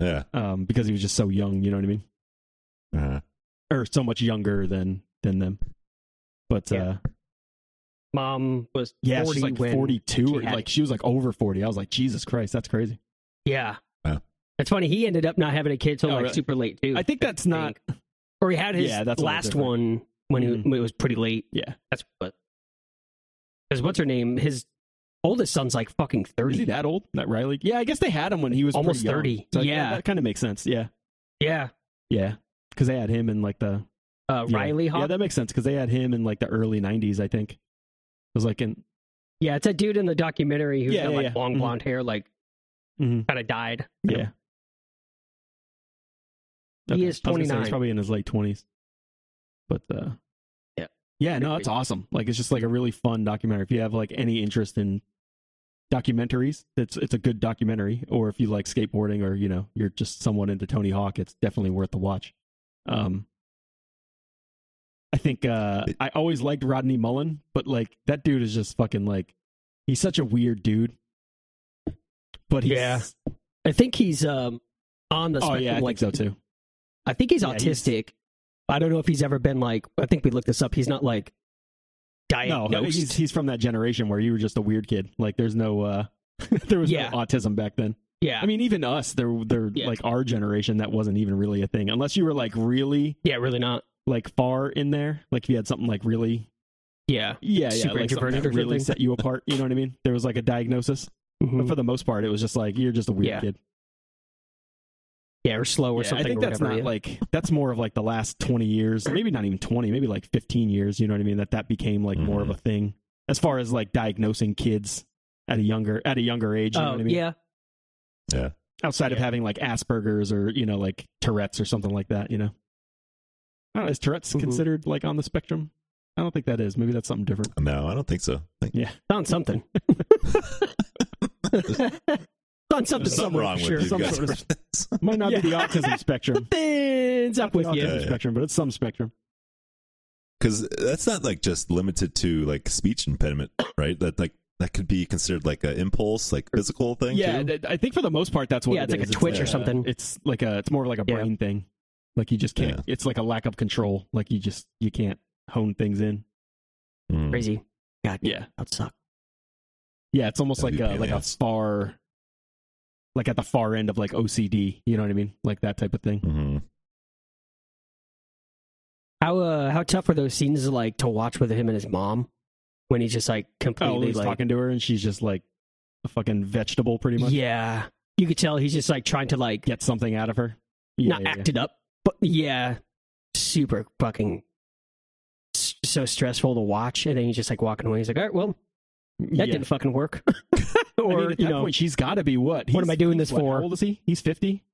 [SPEAKER 3] yeah.
[SPEAKER 2] um because he was just so young. You know what I mean.
[SPEAKER 3] Uh,
[SPEAKER 2] or so much younger than than them. But
[SPEAKER 4] Yeah.
[SPEAKER 2] uh,
[SPEAKER 4] Mom was
[SPEAKER 2] yeah,
[SPEAKER 4] 40
[SPEAKER 2] she's like
[SPEAKER 4] when-
[SPEAKER 2] 42
[SPEAKER 4] she
[SPEAKER 2] or
[SPEAKER 4] had
[SPEAKER 2] like
[SPEAKER 4] it.
[SPEAKER 2] she was like over 40. I was like, Jesus Christ, that's crazy.
[SPEAKER 4] Yeah.
[SPEAKER 3] Wow.
[SPEAKER 4] That's funny. He ended up not having a kid till
[SPEAKER 2] Oh,
[SPEAKER 4] like
[SPEAKER 2] really?
[SPEAKER 4] super late too.
[SPEAKER 2] I think that's not.
[SPEAKER 4] or he had his
[SPEAKER 2] Yeah, that's a little
[SPEAKER 4] last
[SPEAKER 2] different.
[SPEAKER 4] one when he,
[SPEAKER 2] Mhm.
[SPEAKER 4] when it was pretty late.
[SPEAKER 2] Yeah,
[SPEAKER 4] That's what. Because what's her name? His oldest son's like fucking
[SPEAKER 2] is he
[SPEAKER 4] thirty.
[SPEAKER 2] that old? That Riley? Yeah, I guess they had him when he was
[SPEAKER 4] Almost
[SPEAKER 2] pretty young.
[SPEAKER 4] 30.
[SPEAKER 2] So
[SPEAKER 4] Yeah.
[SPEAKER 2] that kind of makes sense. Yeah,
[SPEAKER 4] Yeah.
[SPEAKER 2] yeah, because they had him in like the
[SPEAKER 4] Uh,
[SPEAKER 2] yeah.
[SPEAKER 4] Riley Hawk.
[SPEAKER 2] Yeah, that makes sense because they had him in like the early 90s. I think it was like in
[SPEAKER 4] Yeah, it's a dude in the documentary who's
[SPEAKER 2] Yeah,
[SPEAKER 4] got
[SPEAKER 2] yeah,
[SPEAKER 4] like
[SPEAKER 2] yeah.
[SPEAKER 4] long
[SPEAKER 2] Mhm.
[SPEAKER 4] blonde hair, like
[SPEAKER 2] Mhm.
[SPEAKER 4] kind of died.
[SPEAKER 2] yeah.
[SPEAKER 4] He is
[SPEAKER 2] I was gonna say,
[SPEAKER 4] 29.
[SPEAKER 2] He's probably in his late 20s. But uh,
[SPEAKER 4] Yeah.
[SPEAKER 2] yeah, no,
[SPEAKER 4] Could
[SPEAKER 2] that's
[SPEAKER 4] be.
[SPEAKER 2] awesome. Like it's just like a really fun documentary. If you have like any interest in documentaries, it's it's a good documentary. Or if you like skateboarding, or you know you're just somewhat into Tony Hawk, it's definitely worth the watch. Um, I think uh, I always liked Rodney Mullen, but like that dude is just fucking like he's such a weird dude. But he's,
[SPEAKER 4] Yeah. I think he's um on the
[SPEAKER 2] oh
[SPEAKER 4] spectrum.
[SPEAKER 2] yeah, I
[SPEAKER 4] like
[SPEAKER 2] think so too.
[SPEAKER 4] I think he's
[SPEAKER 2] Yeah, he's-
[SPEAKER 4] autistic. I don't know if he's ever been like. I think we looked this up. He's not like
[SPEAKER 2] No,
[SPEAKER 4] diagnosed.
[SPEAKER 2] he's he's from that generation where you were just a weird kid. Like there's no uh *laughs* there was
[SPEAKER 4] Yeah.
[SPEAKER 2] no autism back then.
[SPEAKER 4] yeah,
[SPEAKER 2] I mean even us there there
[SPEAKER 4] Yeah.
[SPEAKER 2] like our generation that wasn't even really a thing unless you were like really
[SPEAKER 4] yeah, really not.
[SPEAKER 2] like far in there. Like if you had something like really
[SPEAKER 4] Yeah,
[SPEAKER 2] yeah, yeah
[SPEAKER 4] Super
[SPEAKER 2] like something
[SPEAKER 4] introverted
[SPEAKER 2] that
[SPEAKER 4] or
[SPEAKER 2] really
[SPEAKER 4] something.
[SPEAKER 2] set you apart, you know what I mean? There was like a diagnosis. But
[SPEAKER 4] Mhm.
[SPEAKER 2] for the most part it was just like you're just a weird
[SPEAKER 4] Yeah.
[SPEAKER 2] kid.
[SPEAKER 4] yeah, or slow or
[SPEAKER 2] Yeah,
[SPEAKER 4] something.
[SPEAKER 2] I think
[SPEAKER 4] or
[SPEAKER 2] that's
[SPEAKER 4] whatever,
[SPEAKER 2] not
[SPEAKER 4] yeah.
[SPEAKER 2] like that's more of like the last twenty years, maybe not even twenty, maybe like fifteen years. You know what I mean? That that became like more of
[SPEAKER 4] Mm-hmm.
[SPEAKER 2] a thing as far as like diagnosing kids at a younger at a younger age. You know
[SPEAKER 4] Oh
[SPEAKER 2] what I mean?
[SPEAKER 4] yeah,
[SPEAKER 2] Outside of
[SPEAKER 4] Yeah.
[SPEAKER 2] having like Asperger's or you know like Tourette's or something like that. You know, I don't know, is Tourette's
[SPEAKER 4] Mhm.
[SPEAKER 2] considered like on the spectrum? I don't think that is. Maybe that's something different.
[SPEAKER 3] No, I don't think so. I think
[SPEAKER 2] *laughs*
[SPEAKER 4] found something. found something
[SPEAKER 3] there's something
[SPEAKER 4] somewhere
[SPEAKER 3] wrong
[SPEAKER 4] for
[SPEAKER 3] with
[SPEAKER 4] sure.
[SPEAKER 3] you
[SPEAKER 2] Some
[SPEAKER 3] guys.
[SPEAKER 2] sort *laughs* Might not be the autism spectrum.
[SPEAKER 4] Something's up with
[SPEAKER 2] Not the
[SPEAKER 4] you.
[SPEAKER 2] autism
[SPEAKER 3] Yeah, yeah.
[SPEAKER 2] spectrum, but it's some spectrum.
[SPEAKER 3] because that's not like just limited to like speech impediment, right? That like that could be considered like an impulse, like physical thing.
[SPEAKER 2] Yeah,
[SPEAKER 3] too?
[SPEAKER 2] th- I think for the most part that's what.
[SPEAKER 4] Yeah, it's
[SPEAKER 2] it
[SPEAKER 4] like a
[SPEAKER 2] is.
[SPEAKER 4] twitch
[SPEAKER 2] like
[SPEAKER 4] or something.
[SPEAKER 2] It's like a. It's more of like a
[SPEAKER 4] Yeah.
[SPEAKER 2] brain thing. Like you just can't. It's like a lack of control. Like you just you can't hone things in.
[SPEAKER 3] Mm.
[SPEAKER 4] Crazy. God,
[SPEAKER 2] Yeah,
[SPEAKER 4] that suck.
[SPEAKER 2] yeah. It's almost
[SPEAKER 3] That'd
[SPEAKER 2] like
[SPEAKER 3] be
[SPEAKER 2] a
[SPEAKER 3] pain in
[SPEAKER 2] like
[SPEAKER 3] the
[SPEAKER 2] a
[SPEAKER 3] ass.
[SPEAKER 2] far, like at the far end of like OCD. You know what I mean? Like that type of thing.
[SPEAKER 3] Mhm.
[SPEAKER 4] How uh, how tough were those scenes like to watch with him and his mom when he's just like
[SPEAKER 2] Oh,
[SPEAKER 4] completely
[SPEAKER 2] he's
[SPEAKER 4] like
[SPEAKER 2] talking to her and she's just like a fucking vegetable, pretty much.
[SPEAKER 4] yeah. You could tell he's just like trying to like
[SPEAKER 2] Get something out of her. Yeah,
[SPEAKER 4] not
[SPEAKER 2] yeah, yeah.
[SPEAKER 4] act it up, but yeah, super fucking s- so stressful to watch. And then he's just like walking away. He's like, all right, well, that
[SPEAKER 2] Yeah.
[SPEAKER 4] didn't
[SPEAKER 2] *laughs*
[SPEAKER 4] fucking work. *laughs*
[SPEAKER 2] I
[SPEAKER 4] or
[SPEAKER 2] mean, at
[SPEAKER 4] you
[SPEAKER 2] that
[SPEAKER 4] know,
[SPEAKER 2] point, she's got to be what?
[SPEAKER 4] what am I doing
[SPEAKER 2] he's
[SPEAKER 4] this
[SPEAKER 2] what,
[SPEAKER 4] for?
[SPEAKER 2] How old is he? He's 50?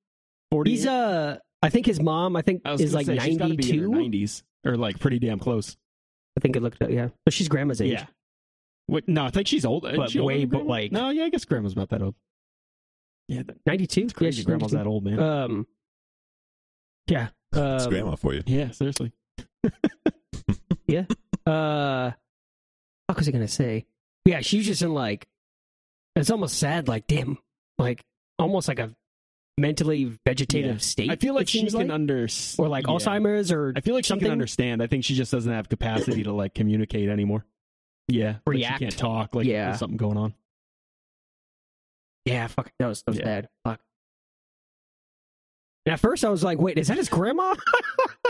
[SPEAKER 2] 40?
[SPEAKER 4] he's uh, I think his mom, I think
[SPEAKER 2] I was
[SPEAKER 4] is
[SPEAKER 2] gonna
[SPEAKER 4] like
[SPEAKER 2] say, she's gotta be in her
[SPEAKER 4] 92.
[SPEAKER 2] 90s or like pretty damn close.
[SPEAKER 4] I think it looked up. Yeah, but she's grandma's age.
[SPEAKER 2] Yeah. Wait, no, I think she's old. Isn't
[SPEAKER 4] But
[SPEAKER 2] she older
[SPEAKER 4] way-
[SPEAKER 2] than
[SPEAKER 4] but
[SPEAKER 2] grandma?
[SPEAKER 4] like-
[SPEAKER 2] no, yeah, I guess grandma's about that old. Yeah, that's
[SPEAKER 4] 92. Yeah,
[SPEAKER 2] crazy.
[SPEAKER 4] she's
[SPEAKER 2] grandma's
[SPEAKER 4] 92.
[SPEAKER 2] that old, man.
[SPEAKER 4] Um, yeah.
[SPEAKER 3] It's
[SPEAKER 4] Um,
[SPEAKER 3] grandma for you.
[SPEAKER 2] yeah, seriously.
[SPEAKER 4] uh what was i gonna say yeah she was just in like it's almost sad like damn like almost like a mentally vegetative
[SPEAKER 2] Yeah.
[SPEAKER 4] state
[SPEAKER 2] I feel like
[SPEAKER 4] it
[SPEAKER 2] she
[SPEAKER 4] seems
[SPEAKER 2] can
[SPEAKER 4] like.
[SPEAKER 2] under
[SPEAKER 4] or like
[SPEAKER 2] yeah.
[SPEAKER 4] alzheimer's or
[SPEAKER 2] I feel like she
[SPEAKER 4] something.
[SPEAKER 2] can understand. I think she just doesn't have capacity to like communicate anymore. Yeah, like,
[SPEAKER 4] React.
[SPEAKER 2] she can't talk. Like
[SPEAKER 4] Yeah.
[SPEAKER 2] there's something going on.
[SPEAKER 4] yeah fuck that was, that was
[SPEAKER 2] Yeah.
[SPEAKER 4] bad fuck and at first i was like wait is that his grandma *laughs*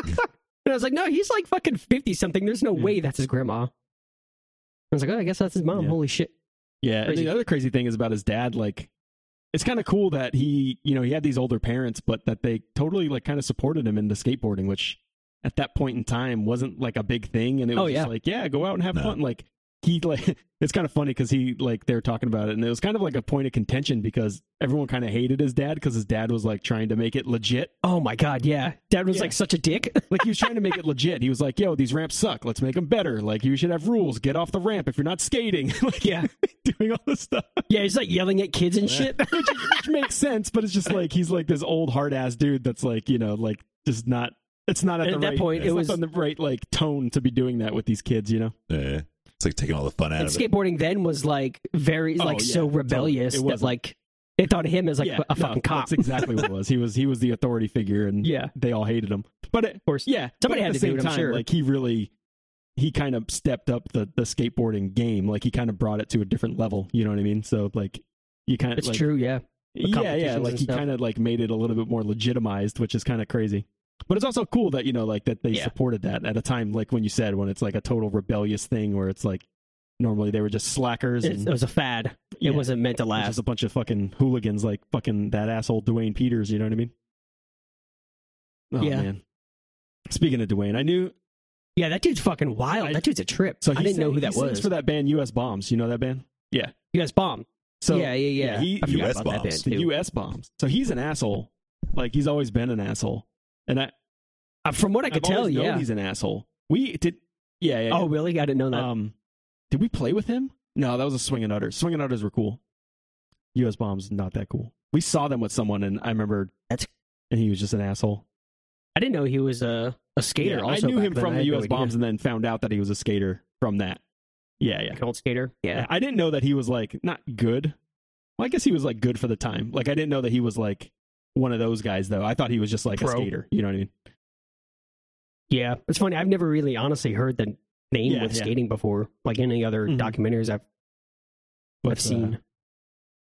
[SPEAKER 4] and i was like no he's like fucking 50 something there's no
[SPEAKER 2] Yeah.
[SPEAKER 4] way that's his grandma i was like oh i guess that's his mom
[SPEAKER 2] Yeah.
[SPEAKER 4] holy shit
[SPEAKER 2] Yeah,
[SPEAKER 4] Crazy.
[SPEAKER 2] and the other crazy thing is about his dad. Like, it's kind of cool that he, you know, he had these older parents, but that they totally like kind of supported him into skateboarding, which at that point in time wasn't like a big thing, and it was
[SPEAKER 4] Oh,
[SPEAKER 2] just
[SPEAKER 4] yeah.
[SPEAKER 2] like, yeah, go out and have
[SPEAKER 3] No.
[SPEAKER 2] fun. Like he like *laughs* it's kind of funny because he like they're talking about it, and it was kind of like a point of contention because everyone kind of hated his dad because his dad was like trying to make it legit.
[SPEAKER 4] oh my god yeah dad was
[SPEAKER 2] Yeah.
[SPEAKER 4] like such a dick
[SPEAKER 2] Like he was trying to
[SPEAKER 4] *laughs*
[SPEAKER 2] make it legit. He was like, "Yo, these ramps suck. Let's make them better. Like you should have rules. Get off the ramp if you're not skating." *laughs* like
[SPEAKER 4] yeah
[SPEAKER 2] doing all this stuff.
[SPEAKER 4] *laughs* yeah he's like yelling at kids and shit
[SPEAKER 2] which, which makes sense, but it's just like he's like this old hard ass dude that's like you know like just not. It's not at,
[SPEAKER 4] At
[SPEAKER 2] the
[SPEAKER 4] that
[SPEAKER 2] right,
[SPEAKER 4] point, it
[SPEAKER 2] it's not
[SPEAKER 4] was-
[SPEAKER 2] on the right like tone to be doing that with these kids, you know.
[SPEAKER 3] Yeah. It's like taking all the fun out
[SPEAKER 4] and
[SPEAKER 3] of
[SPEAKER 4] skateboarding then was like very
[SPEAKER 2] Oh,
[SPEAKER 4] like so
[SPEAKER 2] yeah,
[SPEAKER 4] rebellious
[SPEAKER 2] totally. It
[SPEAKER 4] that
[SPEAKER 2] wasn't.
[SPEAKER 4] like they thought him as like
[SPEAKER 2] yeah,
[SPEAKER 4] a
[SPEAKER 2] no,
[SPEAKER 4] fucking cop.
[SPEAKER 2] That's exactly what it was. He was he was the authority figure, and
[SPEAKER 4] yeah, of
[SPEAKER 2] they all hated him. But it,
[SPEAKER 4] course.
[SPEAKER 2] yeah,
[SPEAKER 4] Somebody
[SPEAKER 2] but
[SPEAKER 4] had
[SPEAKER 2] at
[SPEAKER 4] to
[SPEAKER 2] the
[SPEAKER 4] do
[SPEAKER 2] same
[SPEAKER 4] it, I'm
[SPEAKER 2] time,
[SPEAKER 4] sure.
[SPEAKER 2] like he really he kind of stepped up the the skateboarding game. Like he kind of brought it to a different level. You know what I mean? So like you kind of
[SPEAKER 4] It's
[SPEAKER 2] like,
[SPEAKER 4] true, yeah. the
[SPEAKER 2] yeah, yeah.
[SPEAKER 4] competitions
[SPEAKER 2] Like
[SPEAKER 4] and
[SPEAKER 2] he
[SPEAKER 4] stuff.
[SPEAKER 2] kind of like made it a little bit more legitimized, which is kind of crazy. But it's also cool that you know, like that they
[SPEAKER 4] Yeah.
[SPEAKER 2] supported that at a time like when you said when it's like a total rebellious thing where it's like normally they were just slackers
[SPEAKER 4] It,
[SPEAKER 2] and
[SPEAKER 4] it was a fad.
[SPEAKER 2] Yeah.
[SPEAKER 4] It wasn't meant to
[SPEAKER 2] it's
[SPEAKER 4] last.
[SPEAKER 2] just a bunch of fucking hooligans like fucking that asshole Dwayne Peters. You know what I mean? Oh
[SPEAKER 4] Yeah.
[SPEAKER 2] man. Speaking of Dwayne, I knew
[SPEAKER 4] yeah, that dude's fucking wild.
[SPEAKER 2] I-
[SPEAKER 4] that dude's a trip.
[SPEAKER 2] so
[SPEAKER 4] I
[SPEAKER 2] he
[SPEAKER 4] didn't
[SPEAKER 2] sang-
[SPEAKER 4] know who
[SPEAKER 2] he
[SPEAKER 4] that
[SPEAKER 2] sings
[SPEAKER 4] was.
[SPEAKER 2] for that band U.S. Bombs. You know that band? Yeah.
[SPEAKER 4] you guys bomb.
[SPEAKER 2] So
[SPEAKER 4] yeah, yeah, yeah.
[SPEAKER 2] he-
[SPEAKER 4] I forgot
[SPEAKER 3] US
[SPEAKER 4] about
[SPEAKER 3] bombs.
[SPEAKER 4] that band
[SPEAKER 2] the
[SPEAKER 4] too.
[SPEAKER 2] U.S. Bombs. So he's an asshole. Like he's always been an asshole, and I
[SPEAKER 4] Uh, from what I could
[SPEAKER 2] I've
[SPEAKER 4] tell,
[SPEAKER 2] always known
[SPEAKER 4] yeah.
[SPEAKER 2] he's an asshole. We did, yeah, yeah.
[SPEAKER 4] Oh, really? I didn't know that.
[SPEAKER 2] yeah. um, did we play with him? No, that was a swing and utters. Swing and utters were cool. U.S. bombs not that cool. We saw them with someone, and I remember
[SPEAKER 4] That's-
[SPEAKER 2] and he was just an asshole.
[SPEAKER 4] I didn't know he was a, a skater.
[SPEAKER 2] Yeah, I
[SPEAKER 4] also
[SPEAKER 2] knew
[SPEAKER 4] back
[SPEAKER 2] him
[SPEAKER 4] then.
[SPEAKER 2] from
[SPEAKER 4] I
[SPEAKER 2] the
[SPEAKER 4] had no
[SPEAKER 2] U.S.
[SPEAKER 4] idea.
[SPEAKER 2] bombs, and then found out that he was a skater from that. Yeah, yeah.
[SPEAKER 4] Like an old skater. Yeah.
[SPEAKER 2] I didn't know that he was like not good. Well, I guess he was like good for the time. Like I didn't know that he was like one of those guys though. I thought he was just like a
[SPEAKER 4] Pro.
[SPEAKER 2] skater. You know what I mean?
[SPEAKER 4] Yeah, it's funny. I've never really honestly heard the name
[SPEAKER 2] Yeah,
[SPEAKER 4] with
[SPEAKER 2] yeah.
[SPEAKER 4] skating before, like any other
[SPEAKER 2] Mhm.
[SPEAKER 4] documentaries I've,
[SPEAKER 2] But,
[SPEAKER 4] I've seen.
[SPEAKER 2] uh,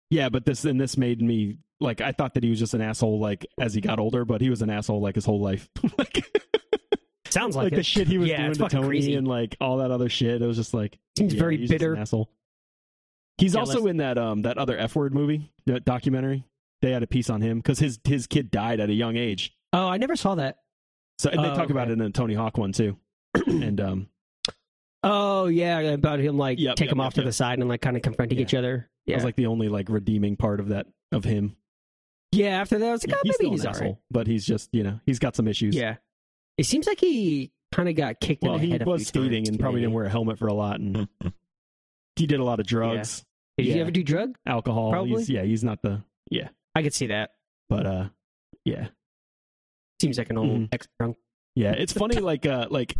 [SPEAKER 2] yeah, but this and this made me like I thought that he was just an asshole like as he got older, but he was an asshole like his whole life. *laughs* like
[SPEAKER 4] Sounds like,
[SPEAKER 2] like
[SPEAKER 4] it.
[SPEAKER 2] the shit he was
[SPEAKER 4] yeah,
[SPEAKER 2] doing
[SPEAKER 4] it's
[SPEAKER 2] to
[SPEAKER 4] fucking
[SPEAKER 2] Tony
[SPEAKER 4] crazy.
[SPEAKER 2] and like all that other shit. It was just like
[SPEAKER 4] Seems
[SPEAKER 2] yeah,
[SPEAKER 4] very
[SPEAKER 2] he's just an
[SPEAKER 4] bitter.
[SPEAKER 2] asshole. He's
[SPEAKER 4] Yeah,
[SPEAKER 2] also
[SPEAKER 4] let's-
[SPEAKER 2] in that um that other F word movie, that documentary. They had a piece on him because his his kid died at a young age.
[SPEAKER 4] Oh, I never saw that.
[SPEAKER 2] So and they
[SPEAKER 4] Oh,
[SPEAKER 2] talk about
[SPEAKER 4] okay.
[SPEAKER 2] it in the Tony Hawk one
[SPEAKER 4] *clears throat*
[SPEAKER 2] too. and um
[SPEAKER 4] Oh yeah, about him like
[SPEAKER 2] Yep,
[SPEAKER 4] take
[SPEAKER 2] yep,
[SPEAKER 4] him
[SPEAKER 2] yep,
[SPEAKER 4] off to
[SPEAKER 2] yep.
[SPEAKER 4] the side and like kind of confronting
[SPEAKER 2] Yeah.
[SPEAKER 4] each other.
[SPEAKER 2] that
[SPEAKER 4] Yeah,
[SPEAKER 2] was like the only like redeeming part of that of him.
[SPEAKER 4] yeah. After that, I was like,
[SPEAKER 2] Yeah,
[SPEAKER 4] oh,
[SPEAKER 2] he's
[SPEAKER 4] maybe
[SPEAKER 2] still
[SPEAKER 4] he's
[SPEAKER 2] an
[SPEAKER 4] all
[SPEAKER 2] asshole,
[SPEAKER 4] right.
[SPEAKER 2] but he's just, you know, he's got some issues.
[SPEAKER 4] Yeah, it seems like he kind of got kicked
[SPEAKER 2] Well,
[SPEAKER 4] in the
[SPEAKER 2] he
[SPEAKER 4] head. a
[SPEAKER 2] was
[SPEAKER 4] few times,
[SPEAKER 2] skating and
[SPEAKER 4] too,
[SPEAKER 2] probably
[SPEAKER 4] maybe.
[SPEAKER 2] didn't wear a helmet for a lot and
[SPEAKER 3] Mm-hmm.
[SPEAKER 2] he did a lot of drugs,
[SPEAKER 4] Did
[SPEAKER 2] Yeah.
[SPEAKER 4] you ever do drug?
[SPEAKER 2] alcohol.
[SPEAKER 4] Probably.
[SPEAKER 2] He's, yeah, he's not the yeah.
[SPEAKER 4] I could see that.
[SPEAKER 2] But uh yeah.
[SPEAKER 4] Seems like an old
[SPEAKER 2] Mhm.
[SPEAKER 4] ex drunk.
[SPEAKER 2] Yeah, it's
[SPEAKER 4] *laughs*
[SPEAKER 2] funny like uh like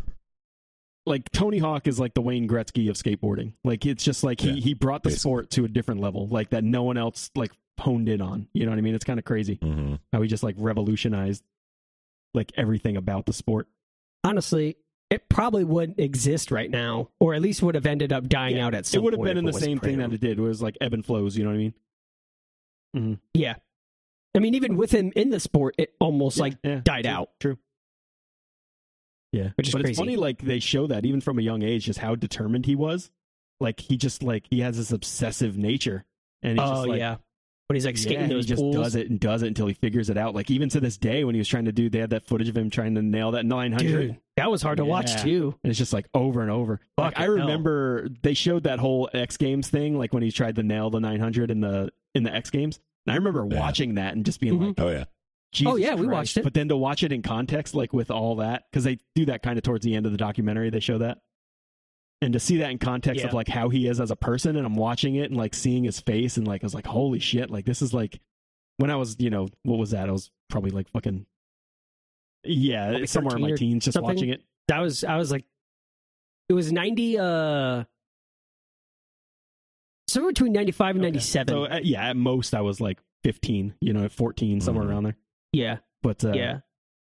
[SPEAKER 2] like Tony Hawk is like the Wayne Gretzky of skateboarding. Like it's just like he
[SPEAKER 3] Yeah,
[SPEAKER 2] he brought the
[SPEAKER 3] basically.
[SPEAKER 2] sport to a different level like that no one else like honed in on. You know what I mean? It's kind of crazy
[SPEAKER 3] hmm
[SPEAKER 2] how he just like revolutionized like everything about the sport.
[SPEAKER 4] Honestly, it probably wouldn't exist right now, or at least would have ended up dying
[SPEAKER 2] Yeah.
[SPEAKER 4] out at some.
[SPEAKER 2] it would have
[SPEAKER 4] point
[SPEAKER 2] been
[SPEAKER 4] if
[SPEAKER 2] in the
[SPEAKER 4] wasn't
[SPEAKER 2] same
[SPEAKER 4] for
[SPEAKER 2] thing
[SPEAKER 4] him.
[SPEAKER 2] that it did. It was like ebb and flows. You know what I mean?
[SPEAKER 4] Yeah. I mean, even with him in the sport, it almost like
[SPEAKER 2] yeah,
[SPEAKER 4] died
[SPEAKER 2] true,
[SPEAKER 4] out.
[SPEAKER 2] True. Yeah,
[SPEAKER 4] Which is
[SPEAKER 2] but it's
[SPEAKER 4] crazy.
[SPEAKER 2] funny. Like they show that even from a young age, just how determined he was. Like he just like he has this obsessive nature, and he's
[SPEAKER 4] oh
[SPEAKER 2] just like,
[SPEAKER 4] yeah, when he's like skating
[SPEAKER 2] yeah,
[SPEAKER 4] those
[SPEAKER 2] he just
[SPEAKER 4] pools.
[SPEAKER 2] does it and does it until he figures it out. Like even to this day, when he was trying to do, they had that footage of him trying to nail that nine hundred.
[SPEAKER 4] Dude, that was hard to watch
[SPEAKER 2] Yeah.
[SPEAKER 4] too.
[SPEAKER 2] And it's just like over and over. Like
[SPEAKER 4] Fucking
[SPEAKER 2] I remember they showed that whole X Games thing, like when he tried to nail the 900 in the in the X Games. And I remember
[SPEAKER 3] Yeah.
[SPEAKER 2] watching that and just being
[SPEAKER 4] Mhm.
[SPEAKER 2] like,
[SPEAKER 3] Oh yeah.
[SPEAKER 2] Jesus
[SPEAKER 4] Oh, yeah, we
[SPEAKER 2] Christ.
[SPEAKER 4] watched it.
[SPEAKER 2] But then to watch it in context, like with all that, because they do that kind of towards the end of the documentary, they show that. And to see that in context of
[SPEAKER 4] Yeah.
[SPEAKER 2] like how he is as a person, and I'm watching it and like seeing his face, and like I was like, holy shit, like this is like when I was, you know, what was that? I was probably like fucking, yeah,
[SPEAKER 4] Like
[SPEAKER 2] somewhere in
[SPEAKER 4] 13
[SPEAKER 2] my
[SPEAKER 4] or
[SPEAKER 2] teens, just
[SPEAKER 4] something?
[SPEAKER 2] watching it.
[SPEAKER 4] That was I was like, it was ninety. uh Somewhere between ninety five and
[SPEAKER 2] Okay.
[SPEAKER 4] ninety seven.
[SPEAKER 2] So uh, yeah, at most I was like 15, you know, 14, somewhere
[SPEAKER 3] Mhm.
[SPEAKER 2] around there.
[SPEAKER 4] yeah,
[SPEAKER 2] But uh,
[SPEAKER 4] Mm-hmm. yeah.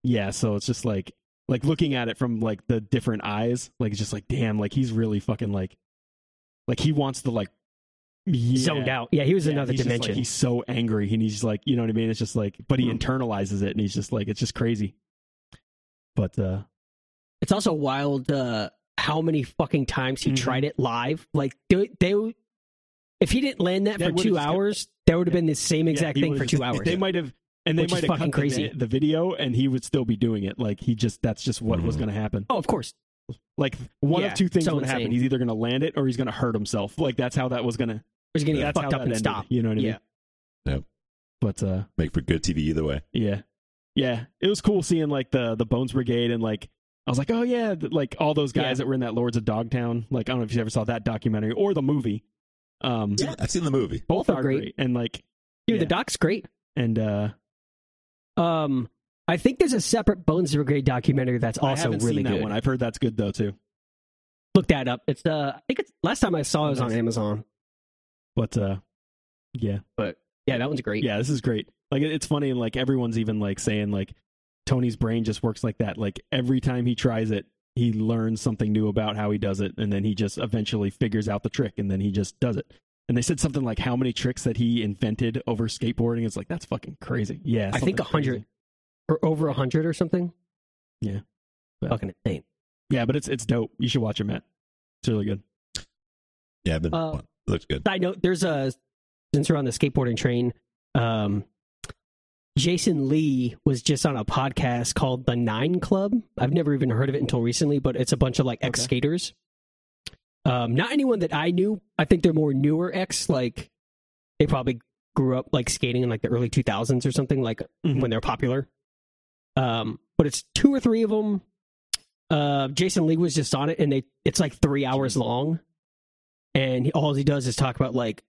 [SPEAKER 2] yeah, so it's just like like looking at it from like the different eyes, like it's just like damn, like he's really fucking like like he wants to like yeah.
[SPEAKER 4] Zoned out. Yeah, he was
[SPEAKER 2] Yeah,
[SPEAKER 4] another
[SPEAKER 2] he's just, like,
[SPEAKER 4] dimension. Mm-hmm.
[SPEAKER 2] he's so angry and he's like, you know what I mean? It's just like, but he internalizes it and he's just like, it's just crazy. But uh
[SPEAKER 4] it's also wild uh, how many fucking times he
[SPEAKER 2] Mhm.
[SPEAKER 4] tried it live. Like they, they, if he didn't land that
[SPEAKER 2] They
[SPEAKER 4] for
[SPEAKER 2] would've
[SPEAKER 4] two
[SPEAKER 2] just kept-
[SPEAKER 4] hours, that would have been the same
[SPEAKER 2] yeah,
[SPEAKER 4] exact
[SPEAKER 2] he
[SPEAKER 4] thing
[SPEAKER 2] was
[SPEAKER 4] for
[SPEAKER 2] just-
[SPEAKER 4] two hours.
[SPEAKER 2] They might have and they
[SPEAKER 4] Which is
[SPEAKER 2] might have
[SPEAKER 4] fucking
[SPEAKER 2] cut
[SPEAKER 4] crazy.
[SPEAKER 2] The, the video and he would still be doing it. Like he just that's just what was
[SPEAKER 3] Mhm.
[SPEAKER 2] gonna happen.
[SPEAKER 4] oh, of course.
[SPEAKER 2] Like one
[SPEAKER 4] Yeah,
[SPEAKER 2] of two things
[SPEAKER 4] so
[SPEAKER 2] would happen.
[SPEAKER 4] insane.
[SPEAKER 2] He's either gonna land it or he's gonna hurt himself. Like that's how that was gonna
[SPEAKER 4] He's gonna get
[SPEAKER 2] that's how
[SPEAKER 4] fucked
[SPEAKER 2] that
[SPEAKER 4] up and
[SPEAKER 2] ended,
[SPEAKER 4] stop.
[SPEAKER 2] You know what I mean?
[SPEAKER 4] Yeah.
[SPEAKER 3] Yep.
[SPEAKER 2] But uh
[SPEAKER 3] Make for good TV either way.
[SPEAKER 2] yeah. Yeah. It was cool seeing like the the Bones Brigade and like I was like, "Oh yeah, th- like all those guys
[SPEAKER 4] Yeah.
[SPEAKER 2] that were in that Lords of Dogtown." Like I don't know if you ever saw that documentary or the movie. Um
[SPEAKER 3] Yeah, I've seen the movie.
[SPEAKER 2] both
[SPEAKER 4] Both are
[SPEAKER 2] are
[SPEAKER 4] great.
[SPEAKER 2] great. and like
[SPEAKER 4] Dude,
[SPEAKER 2] Yeah.
[SPEAKER 4] the doc's great.
[SPEAKER 2] and uh
[SPEAKER 4] Um, I think there's a separate Bones Brigade documentary that's
[SPEAKER 2] I
[SPEAKER 4] also
[SPEAKER 2] haven't
[SPEAKER 4] really
[SPEAKER 2] seen that
[SPEAKER 4] good.
[SPEAKER 2] one. I've heard that's good though too.
[SPEAKER 4] Look that up. It's uh, I think it's last time I saw it was on
[SPEAKER 2] Nice.
[SPEAKER 4] Amazon.
[SPEAKER 2] But uh yeah.
[SPEAKER 4] Yeah, that one's great.
[SPEAKER 2] Yeah, this is great. Like it- it's funny, and like everyone's even like saying like Tony's brain just works like that. Like every time he tries it, he learns something new about how he does it, and then he just eventually figures out the trick, and then he just does it. And they said something like how many tricks that he invented over skateboarding. It's like that's fucking crazy. Yeah,
[SPEAKER 4] I think
[SPEAKER 2] something
[SPEAKER 4] 100.
[SPEAKER 2] crazy.
[SPEAKER 4] or over a hundred or something.
[SPEAKER 2] Yeah.
[SPEAKER 4] fucking insane.
[SPEAKER 2] Yeah, but it's it's dope. You should watch it, Matt. It's really good.
[SPEAKER 3] Yeah, I've been.
[SPEAKER 4] Uh,
[SPEAKER 3] it looked good.
[SPEAKER 4] I know there's a since we're on the skateboarding train. Um, Jason Lee was just on a podcast called The Nine Club. I've never even heard of it until recently, but it's a bunch of like ex
[SPEAKER 2] Okay.
[SPEAKER 4] skaters. Um, not anyone that I knew. I think they're more newer ex. Like they probably grew up like skating in like the early 2000s or something. Like
[SPEAKER 2] Mhm.
[SPEAKER 4] when they're popular. Um, but it's two or three of them. Uh, Jason Lee was just on it, and they it's like three hours long, and he, all he does is talk about like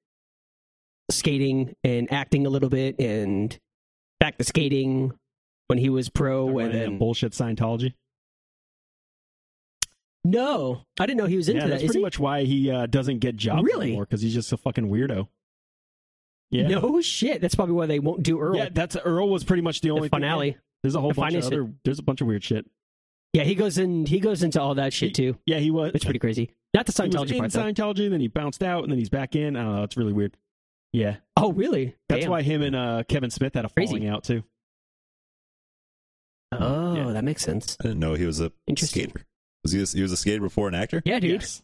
[SPEAKER 4] skating and acting a little bit, and back to skating when he was pro,
[SPEAKER 2] Talking
[SPEAKER 4] Oh, and
[SPEAKER 2] about that
[SPEAKER 4] then
[SPEAKER 2] bullshit Scientology.
[SPEAKER 4] no, I didn't know he was into
[SPEAKER 2] yeah,
[SPEAKER 4] that.
[SPEAKER 2] that's
[SPEAKER 4] Is
[SPEAKER 2] pretty
[SPEAKER 4] he?
[SPEAKER 2] much why he uh, doesn't get jobs
[SPEAKER 4] Really?
[SPEAKER 2] anymore because he's just a fucking weirdo. Yeah,
[SPEAKER 4] No shit, that's probably why they won't do Earl.
[SPEAKER 2] yeah. That's Earl was pretty much the
[SPEAKER 4] the
[SPEAKER 2] only thing-
[SPEAKER 4] finale.
[SPEAKER 2] There's a whole
[SPEAKER 4] The
[SPEAKER 2] bunch of
[SPEAKER 4] finest-
[SPEAKER 2] other. There's a bunch of weird shit.
[SPEAKER 4] Yeah, he goes in. He goes into all that shit too.
[SPEAKER 2] Yeah, he was.
[SPEAKER 4] It's pretty crazy. Not the
[SPEAKER 2] he was
[SPEAKER 4] Scientology
[SPEAKER 2] in
[SPEAKER 4] part though.
[SPEAKER 2] Scientology, then he bounced out, and then he's back in. I don't know. It's really weird. Yeah,
[SPEAKER 4] Oh, really?
[SPEAKER 2] that's
[SPEAKER 4] Damn.
[SPEAKER 2] why him and uh, Kevin Smith had a falling
[SPEAKER 4] Crazy.
[SPEAKER 2] out too.
[SPEAKER 4] Oh,
[SPEAKER 2] Yeah.
[SPEAKER 4] that makes sense.
[SPEAKER 3] I didn't know he was a
[SPEAKER 4] Interesting.
[SPEAKER 3] skater. Was he? A, he was a skater before an actor.
[SPEAKER 4] Yeah, dude.
[SPEAKER 2] Yes.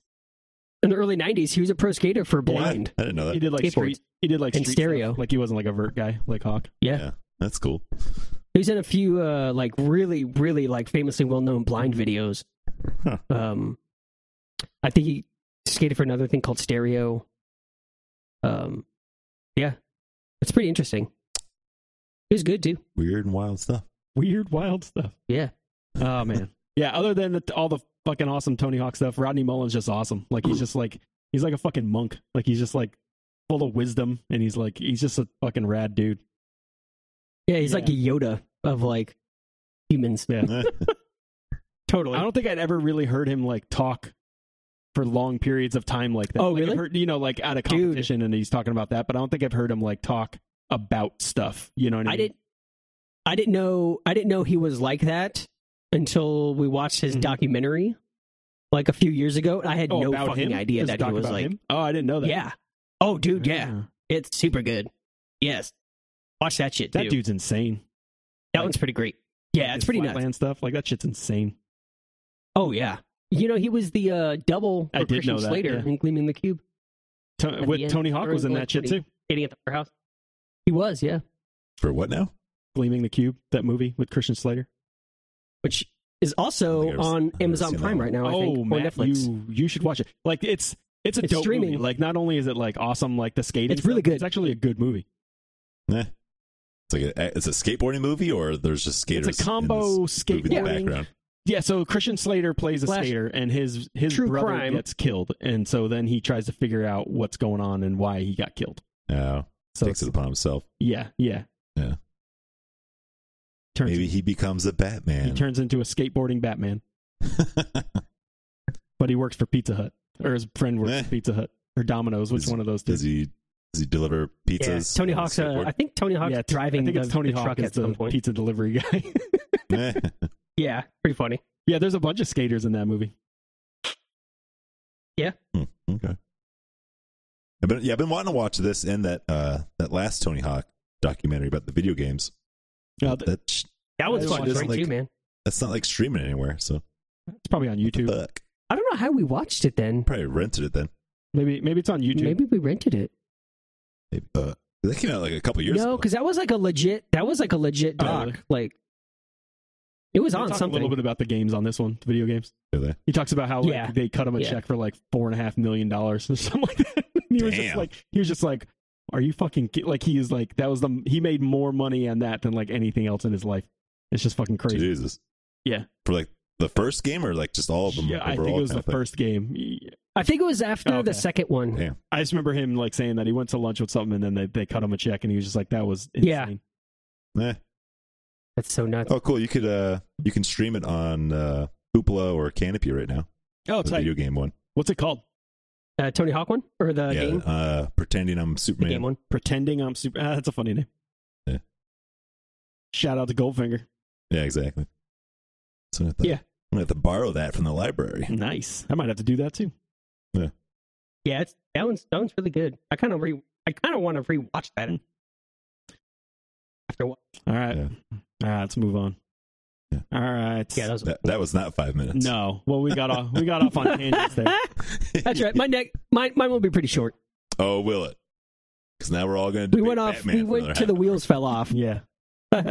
[SPEAKER 4] In the early '90s, he was a pro skater for blind.
[SPEAKER 3] I didn't know
[SPEAKER 2] he
[SPEAKER 3] that.
[SPEAKER 2] did like
[SPEAKER 4] skateboards.
[SPEAKER 2] street. He did like
[SPEAKER 4] And
[SPEAKER 2] street
[SPEAKER 4] stereo.
[SPEAKER 2] stuff. Like he wasn't like a vert guy like Hawk.
[SPEAKER 3] That's cool.
[SPEAKER 4] He was in a few uh, like really, really like famously well-known blind videos.
[SPEAKER 3] Huh.
[SPEAKER 4] Um, I think he skated for another thing called Stereo. Um, yeah, it's pretty interesting. He was good too.
[SPEAKER 3] Weird and wild stuff.
[SPEAKER 2] Weird, wild stuff.
[SPEAKER 4] Yeah.
[SPEAKER 2] Oh man. *laughs* yeah. Other than the, all the fucking awesome Tony Hawk stuff, Rodney Mullen's just awesome. Like he's just like he's like a fucking monk. Like he's just like full of wisdom, and he's like he's just a fucking rad dude.
[SPEAKER 4] Yeah, he's like a Yoda of like humans.
[SPEAKER 2] Yeah.
[SPEAKER 4] *laughs*
[SPEAKER 2] *laughs*
[SPEAKER 3] Eh,
[SPEAKER 4] Totally.
[SPEAKER 2] I don't think I'd ever really heard him like talk for long periods of time like that.
[SPEAKER 4] Oh,
[SPEAKER 2] Like, I've
[SPEAKER 4] really?
[SPEAKER 2] heard, you know, like at a
[SPEAKER 4] Dude.
[SPEAKER 2] competition and he's talking about that, but I don't think I've heard him like talk about stuff. You know what I mean?
[SPEAKER 4] I didn't. I didn't know. I didn't know he was like that until we watched his
[SPEAKER 2] Mhm.
[SPEAKER 4] documentary, like a few years ago. And I had
[SPEAKER 2] Oh,
[SPEAKER 4] no
[SPEAKER 2] about
[SPEAKER 4] fucking
[SPEAKER 2] him?
[SPEAKER 4] idea
[SPEAKER 2] Does it
[SPEAKER 4] that he
[SPEAKER 2] talk
[SPEAKER 4] was
[SPEAKER 2] about
[SPEAKER 4] like.
[SPEAKER 2] him? Oh, I didn't know that.
[SPEAKER 4] Yeah. Oh, dude. Yeah,
[SPEAKER 2] Ah.
[SPEAKER 4] it's super good. Yes. Watch that shit.
[SPEAKER 2] That
[SPEAKER 4] too.
[SPEAKER 2] dude's insane.
[SPEAKER 4] That one's pretty great. Yeah, it's
[SPEAKER 2] His
[SPEAKER 4] pretty nuts.
[SPEAKER 2] flatland stuff. Like that shit's insane.
[SPEAKER 4] Oh yeah. You know he was the uh, double.
[SPEAKER 2] I
[SPEAKER 4] for
[SPEAKER 2] did
[SPEAKER 4] Christian
[SPEAKER 2] know that,
[SPEAKER 4] Slater
[SPEAKER 2] yeah.
[SPEAKER 4] in Gleaming the Cube,
[SPEAKER 2] To-
[SPEAKER 4] the
[SPEAKER 2] with
[SPEAKER 4] end,
[SPEAKER 2] Tony Hawk
[SPEAKER 4] or
[SPEAKER 2] was in
[SPEAKER 4] like
[SPEAKER 2] that shit
[SPEAKER 4] pretty-
[SPEAKER 2] too.
[SPEAKER 4] getting at the firehouse. He was, yeah.
[SPEAKER 3] For what now?
[SPEAKER 2] Gleaming the Cube, that movie with Christian Slater.
[SPEAKER 4] Which is
[SPEAKER 3] I
[SPEAKER 4] also
[SPEAKER 3] think I've- I've
[SPEAKER 4] on
[SPEAKER 3] never
[SPEAKER 4] Amazon
[SPEAKER 3] seen that
[SPEAKER 4] Prime
[SPEAKER 3] one.
[SPEAKER 4] right now. I
[SPEAKER 2] oh,
[SPEAKER 4] think or
[SPEAKER 2] Matt,
[SPEAKER 4] Netflix.
[SPEAKER 2] you you should watch it. Like it's it's a
[SPEAKER 4] It's
[SPEAKER 2] dope
[SPEAKER 4] streaming.
[SPEAKER 2] movie. Like not only is it like awesome, like the skating.
[SPEAKER 4] It's really
[SPEAKER 2] stuff,
[SPEAKER 4] good.
[SPEAKER 2] It's actually a good movie.
[SPEAKER 3] Eh. It's like a, it's a skateboarding movie, or there's just skaters.
[SPEAKER 2] it's a
[SPEAKER 3] in
[SPEAKER 2] combo
[SPEAKER 3] this movie in the
[SPEAKER 2] skateboarding
[SPEAKER 3] background.
[SPEAKER 2] Yeah, so Christian Slater plays a
[SPEAKER 4] Slash-
[SPEAKER 2] skater, and his his
[SPEAKER 4] True
[SPEAKER 2] brother
[SPEAKER 4] crime.
[SPEAKER 2] gets killed, and so then he tries to figure out what's going on and why he got killed.
[SPEAKER 3] Oh,
[SPEAKER 2] So
[SPEAKER 3] takes it upon himself.
[SPEAKER 2] yeah, yeah,
[SPEAKER 3] Yeah.
[SPEAKER 2] Turns,
[SPEAKER 3] Maybe he becomes a
[SPEAKER 2] he
[SPEAKER 3] Batman.
[SPEAKER 2] turns into a skateboarding Batman, but he works for Pizza Hut, or his friend works
[SPEAKER 3] Eh.
[SPEAKER 2] for Pizza Hut or Domino's. Which
[SPEAKER 3] Does-
[SPEAKER 2] one of those two?
[SPEAKER 3] *laughs* does he? Does he deliver
[SPEAKER 4] Yeah,
[SPEAKER 3] pizzas?
[SPEAKER 4] Tony
[SPEAKER 3] on a
[SPEAKER 4] Hawk's. Uh,
[SPEAKER 3] skateboard?
[SPEAKER 4] I think Tony Hawk's
[SPEAKER 2] yeah, t-
[SPEAKER 4] driving
[SPEAKER 2] I think
[SPEAKER 4] the,
[SPEAKER 2] it's Tony
[SPEAKER 4] the
[SPEAKER 2] Hawk
[SPEAKER 4] truck
[SPEAKER 2] is
[SPEAKER 4] at
[SPEAKER 2] the
[SPEAKER 4] some point.
[SPEAKER 2] pizza delivery guy. *laughs*
[SPEAKER 3] *laughs*
[SPEAKER 4] Yeah, pretty funny.
[SPEAKER 2] yeah, there's a bunch of skaters in that movie.
[SPEAKER 3] Hmm, okay. I've been yeah, I've been wanting to watch this and that uh that last Tony Hawk documentary about the video games.
[SPEAKER 2] Uh, th-
[SPEAKER 3] that sh-
[SPEAKER 4] That one's
[SPEAKER 2] It
[SPEAKER 4] fun,
[SPEAKER 2] is
[SPEAKER 4] great
[SPEAKER 3] like-
[SPEAKER 4] too, man.
[SPEAKER 3] that's not like streaming anywhere, so
[SPEAKER 2] it's probably on YouTube.
[SPEAKER 3] fuck.
[SPEAKER 4] I don't know how we watched it then.
[SPEAKER 3] Probably rented it then.
[SPEAKER 2] Maybe maybe it's on YouTube.
[SPEAKER 4] Maybe we rented it.
[SPEAKER 3] Maybe. Uh, that came out like a couple years
[SPEAKER 4] no,
[SPEAKER 3] ago.
[SPEAKER 4] because that was like a legit. That was like a legit
[SPEAKER 2] Oh,
[SPEAKER 4] doc.
[SPEAKER 2] really?
[SPEAKER 4] Like it was
[SPEAKER 2] They
[SPEAKER 4] on
[SPEAKER 2] talk A
[SPEAKER 4] something.
[SPEAKER 2] little bit about the games on this one, the video games.
[SPEAKER 3] Do they?
[SPEAKER 2] He talks about how like,
[SPEAKER 4] Yeah.
[SPEAKER 2] they cut him a
[SPEAKER 4] Yeah.
[SPEAKER 2] check for like four and a half million dollars or something *laughs* like that. And he was just
[SPEAKER 3] Damn.
[SPEAKER 2] like, he was just like, "Are you fucking ki-" like?" He is like, that was the he made more money on that than like anything else in his life. It's just fucking crazy.
[SPEAKER 3] Jesus.
[SPEAKER 2] Yeah.
[SPEAKER 3] For like the first game or like just all of them?
[SPEAKER 2] yeah, I think it
[SPEAKER 3] overall
[SPEAKER 2] was
[SPEAKER 3] kind
[SPEAKER 2] the
[SPEAKER 3] of thing?
[SPEAKER 2] first game.
[SPEAKER 4] I think it was after
[SPEAKER 2] Oh, Okay.
[SPEAKER 4] the second one.
[SPEAKER 3] Yeah.
[SPEAKER 2] I just remember him like saying that he went to lunch with something and then they, they cut him a check and he was just like, "That was insane."
[SPEAKER 4] Yeah.
[SPEAKER 3] Eh.
[SPEAKER 4] That's so nuts.
[SPEAKER 3] Oh cool. You could uh you can stream it on uh Hoopla or Canopy right now.
[SPEAKER 2] Oh,
[SPEAKER 3] The
[SPEAKER 2] tight.
[SPEAKER 3] video game one.
[SPEAKER 2] What's it called?
[SPEAKER 4] Uh, Tony Hawk one or the
[SPEAKER 3] Oh. yeah,
[SPEAKER 4] game?
[SPEAKER 3] uh pretending I'm
[SPEAKER 4] the
[SPEAKER 3] Superman.
[SPEAKER 4] game one.
[SPEAKER 2] Pretending I'm super. Ah, that's a funny name.
[SPEAKER 3] Yeah.
[SPEAKER 2] Shout out to Goldfinger.
[SPEAKER 3] Yeah, exactly. That's what I thought.
[SPEAKER 4] Yeah.
[SPEAKER 3] gonna have to borrow that from the library.
[SPEAKER 2] Nice. I might have to do that too.
[SPEAKER 4] Yeah, it's, that one's that one's really good. I kind of re I kind of want to rewatch
[SPEAKER 3] Hmm.
[SPEAKER 4] that after what?
[SPEAKER 2] All right.
[SPEAKER 3] Yeah.
[SPEAKER 2] All right. Let's move on.
[SPEAKER 3] Yeah.
[SPEAKER 2] All right.
[SPEAKER 4] Yeah, that was,
[SPEAKER 3] That, that was not five minutes.
[SPEAKER 2] no. Well, we got off. We got off on tangents there.
[SPEAKER 4] *laughs* that's right. My neck, mine, mine will be pretty short.
[SPEAKER 3] *laughs* Oh, will it? Because now we're all gonna.
[SPEAKER 4] We
[SPEAKER 3] Debate
[SPEAKER 4] went off.
[SPEAKER 3] Batman
[SPEAKER 4] we
[SPEAKER 3] for
[SPEAKER 4] went
[SPEAKER 3] another
[SPEAKER 4] to the
[SPEAKER 3] half
[SPEAKER 4] wheels fell off. *laughs*
[SPEAKER 2] Yeah. All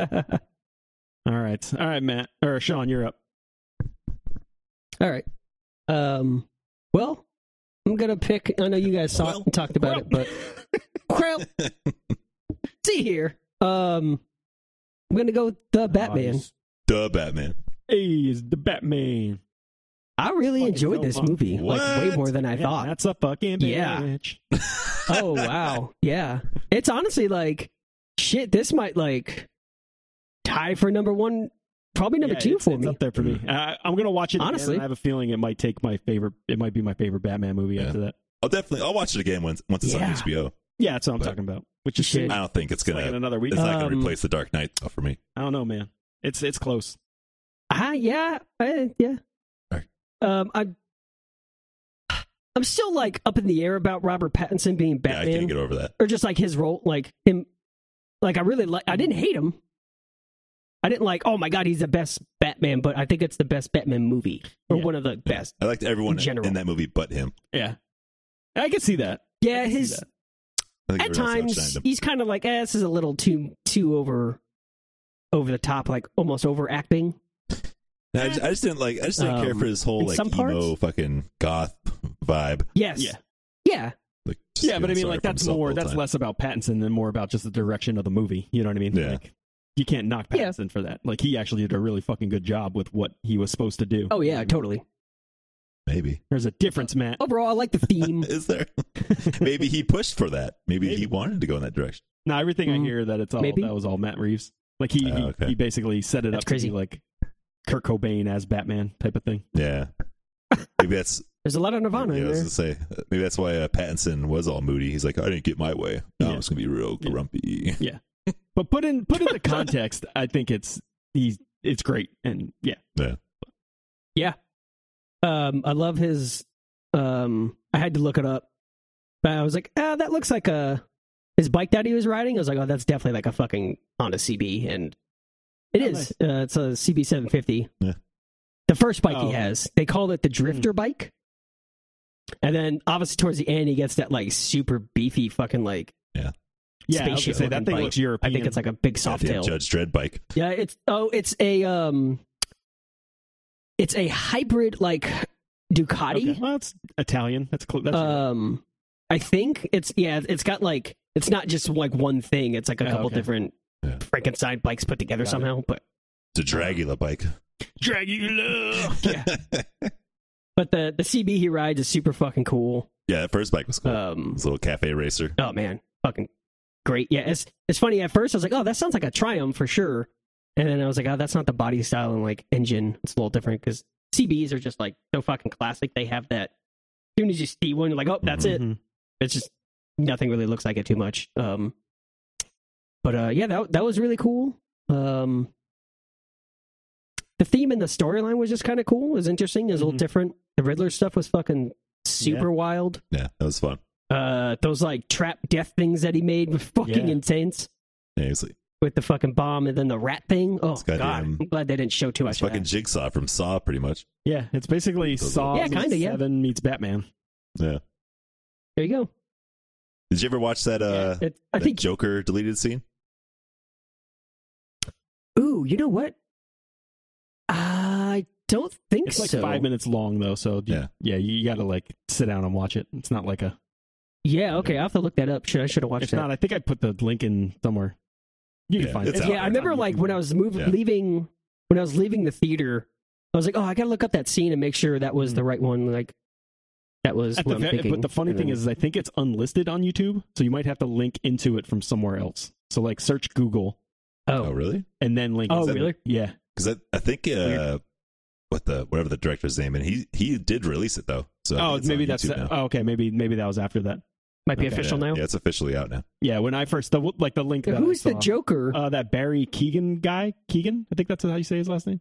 [SPEAKER 2] right. All right, Matt or Sean, you're up.
[SPEAKER 4] All right. Um. Well, I'm gonna pick. I know you guys saw
[SPEAKER 3] Well,
[SPEAKER 4] and talked about it, but crap.
[SPEAKER 3] *laughs*
[SPEAKER 4] See here. Um. I'm gonna go with
[SPEAKER 2] Oh,
[SPEAKER 4] the Batman.
[SPEAKER 2] Nice.
[SPEAKER 3] Duh, Batman.
[SPEAKER 2] Hey, it's Uh, the Batman.
[SPEAKER 4] I really
[SPEAKER 2] Fucking
[SPEAKER 4] enjoyed
[SPEAKER 2] dope,
[SPEAKER 4] this
[SPEAKER 2] huh?
[SPEAKER 4] movie, like way
[SPEAKER 3] What?
[SPEAKER 4] more than I
[SPEAKER 2] Yeah,
[SPEAKER 4] thought.
[SPEAKER 2] that's a fucking
[SPEAKER 4] Yeah.
[SPEAKER 2] bitch. *laughs*
[SPEAKER 4] oh wow yeah it's honestly like shit this might like tie for number one probably number
[SPEAKER 2] Yeah,
[SPEAKER 4] two
[SPEAKER 2] it's-
[SPEAKER 4] for
[SPEAKER 2] it's
[SPEAKER 4] me
[SPEAKER 2] up there for me.
[SPEAKER 3] Mm.
[SPEAKER 2] I, I'm gonna watch it. again,
[SPEAKER 4] Honestly.
[SPEAKER 2] and I have a feeling it might take my favorite. It might be my favorite Batman movie
[SPEAKER 3] Yeah.
[SPEAKER 2] after that.
[SPEAKER 3] I'll definitely. I'll watch it again once once it's
[SPEAKER 4] Yeah.
[SPEAKER 3] on HBO.
[SPEAKER 2] Yeah, that's what I'm
[SPEAKER 3] But-
[SPEAKER 2] talking about. Which is
[SPEAKER 4] You should.
[SPEAKER 3] I
[SPEAKER 2] like
[SPEAKER 3] don't think it's gonna.
[SPEAKER 2] in another week.
[SPEAKER 3] it's not gonna
[SPEAKER 4] Um,
[SPEAKER 3] replace the Dark Knight though, for me.
[SPEAKER 2] I don't know, man. It's it's close.
[SPEAKER 4] ah yeah eh, yeah
[SPEAKER 3] Alright.
[SPEAKER 4] um i'm i'm still like up in the air about robert pattinson being
[SPEAKER 3] Yeah, I can't
[SPEAKER 4] batman
[SPEAKER 3] get over that.
[SPEAKER 4] or just like his role like him like i really like i didn't hate him i didn't like oh my god he's the best batman but i think it's the best batman movie or
[SPEAKER 2] Yeah.
[SPEAKER 4] one of the
[SPEAKER 3] Yeah.
[SPEAKER 4] best
[SPEAKER 3] I liked everyone
[SPEAKER 4] In general.
[SPEAKER 3] in that movie, but him.
[SPEAKER 2] Yeah, I can see that.
[SPEAKER 4] yeah
[SPEAKER 2] I can see
[SPEAKER 4] his
[SPEAKER 2] that.
[SPEAKER 3] I think everyone
[SPEAKER 4] at
[SPEAKER 3] else outshined
[SPEAKER 4] times
[SPEAKER 3] him.
[SPEAKER 4] he's kind of like eh, this is a little too too over over the top like almost overacting
[SPEAKER 3] No, I, just, I just didn't like. I just didn't care
[SPEAKER 4] Um,
[SPEAKER 3] for his whole
[SPEAKER 4] in
[SPEAKER 3] like
[SPEAKER 4] some parts-
[SPEAKER 3] emo fucking goth vibe.
[SPEAKER 4] yes
[SPEAKER 2] Yeah.
[SPEAKER 4] yeah
[SPEAKER 3] Like, just
[SPEAKER 2] Yeah, but I mean,
[SPEAKER 3] feeling sorry
[SPEAKER 2] like
[SPEAKER 3] for
[SPEAKER 2] that's
[SPEAKER 3] himself all
[SPEAKER 2] more.
[SPEAKER 3] the
[SPEAKER 2] That's
[SPEAKER 3] time.
[SPEAKER 2] less about Pattinson and more about just the direction of the movie. You know what I mean?
[SPEAKER 3] Yeah.
[SPEAKER 2] Like, you can't knock
[SPEAKER 4] Yeah.
[SPEAKER 2] Pattinson for that. Like he actually did a really fucking good job with what he was supposed to do.
[SPEAKER 4] oh yeah Oh. totally
[SPEAKER 3] Maybe *laughs*
[SPEAKER 2] There's a difference, Matt.
[SPEAKER 4] overall i like the theme
[SPEAKER 3] is there? Maybe he pushed for that. Maybe,
[SPEAKER 2] Maybe.
[SPEAKER 3] he wanted to go in that direction.
[SPEAKER 2] *laughs* Now everything I
[SPEAKER 4] Mm.
[SPEAKER 2] hear that it's all
[SPEAKER 4] Maybe.
[SPEAKER 2] that was all Matt Reeves. Like he he,
[SPEAKER 3] Oh, okay.
[SPEAKER 2] he basically set it
[SPEAKER 4] That's
[SPEAKER 2] up to be
[SPEAKER 4] crazy.
[SPEAKER 2] like Kurt Cobain as Batman type of thing.
[SPEAKER 3] Yeah.
[SPEAKER 2] *laughs*
[SPEAKER 3] Maybe that's.
[SPEAKER 4] there's a lot of nirvana
[SPEAKER 3] yeah, I
[SPEAKER 4] in
[SPEAKER 3] was
[SPEAKER 4] there
[SPEAKER 3] gonna say. uh, Maybe that's why uh, Pattinson was all moody. He's like, I didn't get my way. Now
[SPEAKER 2] Yeah.
[SPEAKER 3] I'm just gonna be real
[SPEAKER 2] Yeah.
[SPEAKER 3] grumpy.
[SPEAKER 2] But put in put
[SPEAKER 4] *laughs*
[SPEAKER 2] into context, I think it's he's it's great and yeah.
[SPEAKER 4] um i love his um i had to look it up but i was like ah that looks like a his bike that he was riding i was like oh that's definitely like a fucking honda cb and it
[SPEAKER 2] Oh,
[SPEAKER 4] is. uh, it's a cb 750
[SPEAKER 3] Yeah.
[SPEAKER 4] the first bike
[SPEAKER 2] Oh.
[SPEAKER 4] he has they call it the drifter bike and then obviously towards the end he gets that like super beefy fucking like
[SPEAKER 2] Yeah, I was
[SPEAKER 4] Spaceship
[SPEAKER 2] gonna say that
[SPEAKER 4] looking
[SPEAKER 2] thing
[SPEAKER 4] bike.
[SPEAKER 2] looks European.
[SPEAKER 4] i think it's like a big soft
[SPEAKER 3] Goddamn
[SPEAKER 4] tail
[SPEAKER 3] Judge Dredd bike.
[SPEAKER 4] yeah, it's oh, it's a um, it's a hybrid like Ducati.
[SPEAKER 2] Okay. Well, it's Italian. That's cl- that's
[SPEAKER 4] Um, I think it's yeah, it's got like it's not just like one thing. It's like a
[SPEAKER 2] Oh,
[SPEAKER 4] couple
[SPEAKER 2] okay.
[SPEAKER 4] different
[SPEAKER 3] Yeah.
[SPEAKER 4] Frankenstein bikes put together
[SPEAKER 2] Got it.
[SPEAKER 4] somehow. But
[SPEAKER 3] It's a Dragula bike. *laughs*
[SPEAKER 2] Dragula.
[SPEAKER 4] yeah, but the the CB he rides is super fucking cool.
[SPEAKER 3] Yeah, that first bike was
[SPEAKER 2] Uh.
[SPEAKER 3] cool.
[SPEAKER 4] Um,
[SPEAKER 3] His little cafe racer.
[SPEAKER 4] oh man, fucking great. Yeah, it's it's funny. At first, I was like, oh, that sounds like a Triumph for sure. And then I was like, oh, that's not the body style and like engine. It's a little different because CBs are just like so fucking classic. They have that. As soon as you see one, you're like, oh, that's it.
[SPEAKER 2] Mhm.
[SPEAKER 4] It's just nothing really looks like it too much. Um, but uh, yeah, that that was really cool. Um, the theme and the storyline was just kind of cool. It was interesting. It was a
[SPEAKER 2] Mhm.
[SPEAKER 4] little different. The Riddler stuff was fucking super wild
[SPEAKER 3] Yeah, that was fun.
[SPEAKER 4] uh those like trap death things that he made were fucking
[SPEAKER 2] Yeah.
[SPEAKER 4] intense
[SPEAKER 3] Yeah, he's like,
[SPEAKER 4] with the fucking bomb and then the rat thing. Oh
[SPEAKER 3] It's
[SPEAKER 4] god,
[SPEAKER 3] goddamn-
[SPEAKER 4] I'm glad they didn't show too
[SPEAKER 3] it's
[SPEAKER 4] much. Of
[SPEAKER 3] fucking
[SPEAKER 4] that.
[SPEAKER 3] Jigsaw from Saw, pretty much.
[SPEAKER 2] Yeah, it's basically
[SPEAKER 3] Those
[SPEAKER 2] Saw
[SPEAKER 4] little- Yeah,
[SPEAKER 2] meets
[SPEAKER 4] kinda, yeah.
[SPEAKER 2] Seven meets Batman.
[SPEAKER 3] Yeah.
[SPEAKER 4] There you go.
[SPEAKER 3] Did you ever watch that? Uh,
[SPEAKER 4] Yeah, it- I
[SPEAKER 3] that
[SPEAKER 4] think.
[SPEAKER 3] Joker deleted scene.
[SPEAKER 4] Ooh, you know what? I don't think
[SPEAKER 2] It's like
[SPEAKER 4] so.
[SPEAKER 2] five minutes long though, so yeah, yeah,
[SPEAKER 3] Yeah.
[SPEAKER 2] you got to like sit down and watch it. It's not like a.
[SPEAKER 4] Yeah, okay. I will have to look that up. Should I should have watched
[SPEAKER 2] It's
[SPEAKER 4] that?
[SPEAKER 2] not. I think I put the link in somewhere. You can
[SPEAKER 3] Yeah,
[SPEAKER 2] find
[SPEAKER 3] it's
[SPEAKER 2] it.
[SPEAKER 3] out
[SPEAKER 4] yeah, I remember like when I was moving,
[SPEAKER 3] Yeah.
[SPEAKER 4] leaving, when I was leaving the theater, I was like, oh, I gotta look up that scene and make sure that was the right one. Like, that was
[SPEAKER 2] Mm. At
[SPEAKER 4] what
[SPEAKER 2] the
[SPEAKER 4] I'm
[SPEAKER 2] ve-
[SPEAKER 4] thinking.
[SPEAKER 2] but the funny
[SPEAKER 4] And
[SPEAKER 2] thing
[SPEAKER 4] then-
[SPEAKER 2] is, I think it's unlisted on YouTube, so you might have to link into it from somewhere else. So like search Google
[SPEAKER 4] oh,
[SPEAKER 3] Oh, really?
[SPEAKER 2] and then link.
[SPEAKER 4] oh,
[SPEAKER 2] into-
[SPEAKER 4] really?
[SPEAKER 2] Yeah.
[SPEAKER 3] Because I, I think uh, what the whatever the director's name, and he he did release it though. So I think
[SPEAKER 2] Oh,
[SPEAKER 3] it's on
[SPEAKER 2] maybe that's
[SPEAKER 3] YouTube now.
[SPEAKER 2] oh, okay. Maybe maybe that was after that.
[SPEAKER 4] Might be
[SPEAKER 2] Okay.
[SPEAKER 4] official
[SPEAKER 3] yeah,
[SPEAKER 4] now.
[SPEAKER 3] Yeah, it's officially out now.
[SPEAKER 2] Yeah, when I first the like the link. that I
[SPEAKER 4] Who's the
[SPEAKER 2] saw,
[SPEAKER 4] Joker?
[SPEAKER 2] Uh, that Barry Keegan guy, Keegan. I think that's how you say his last name.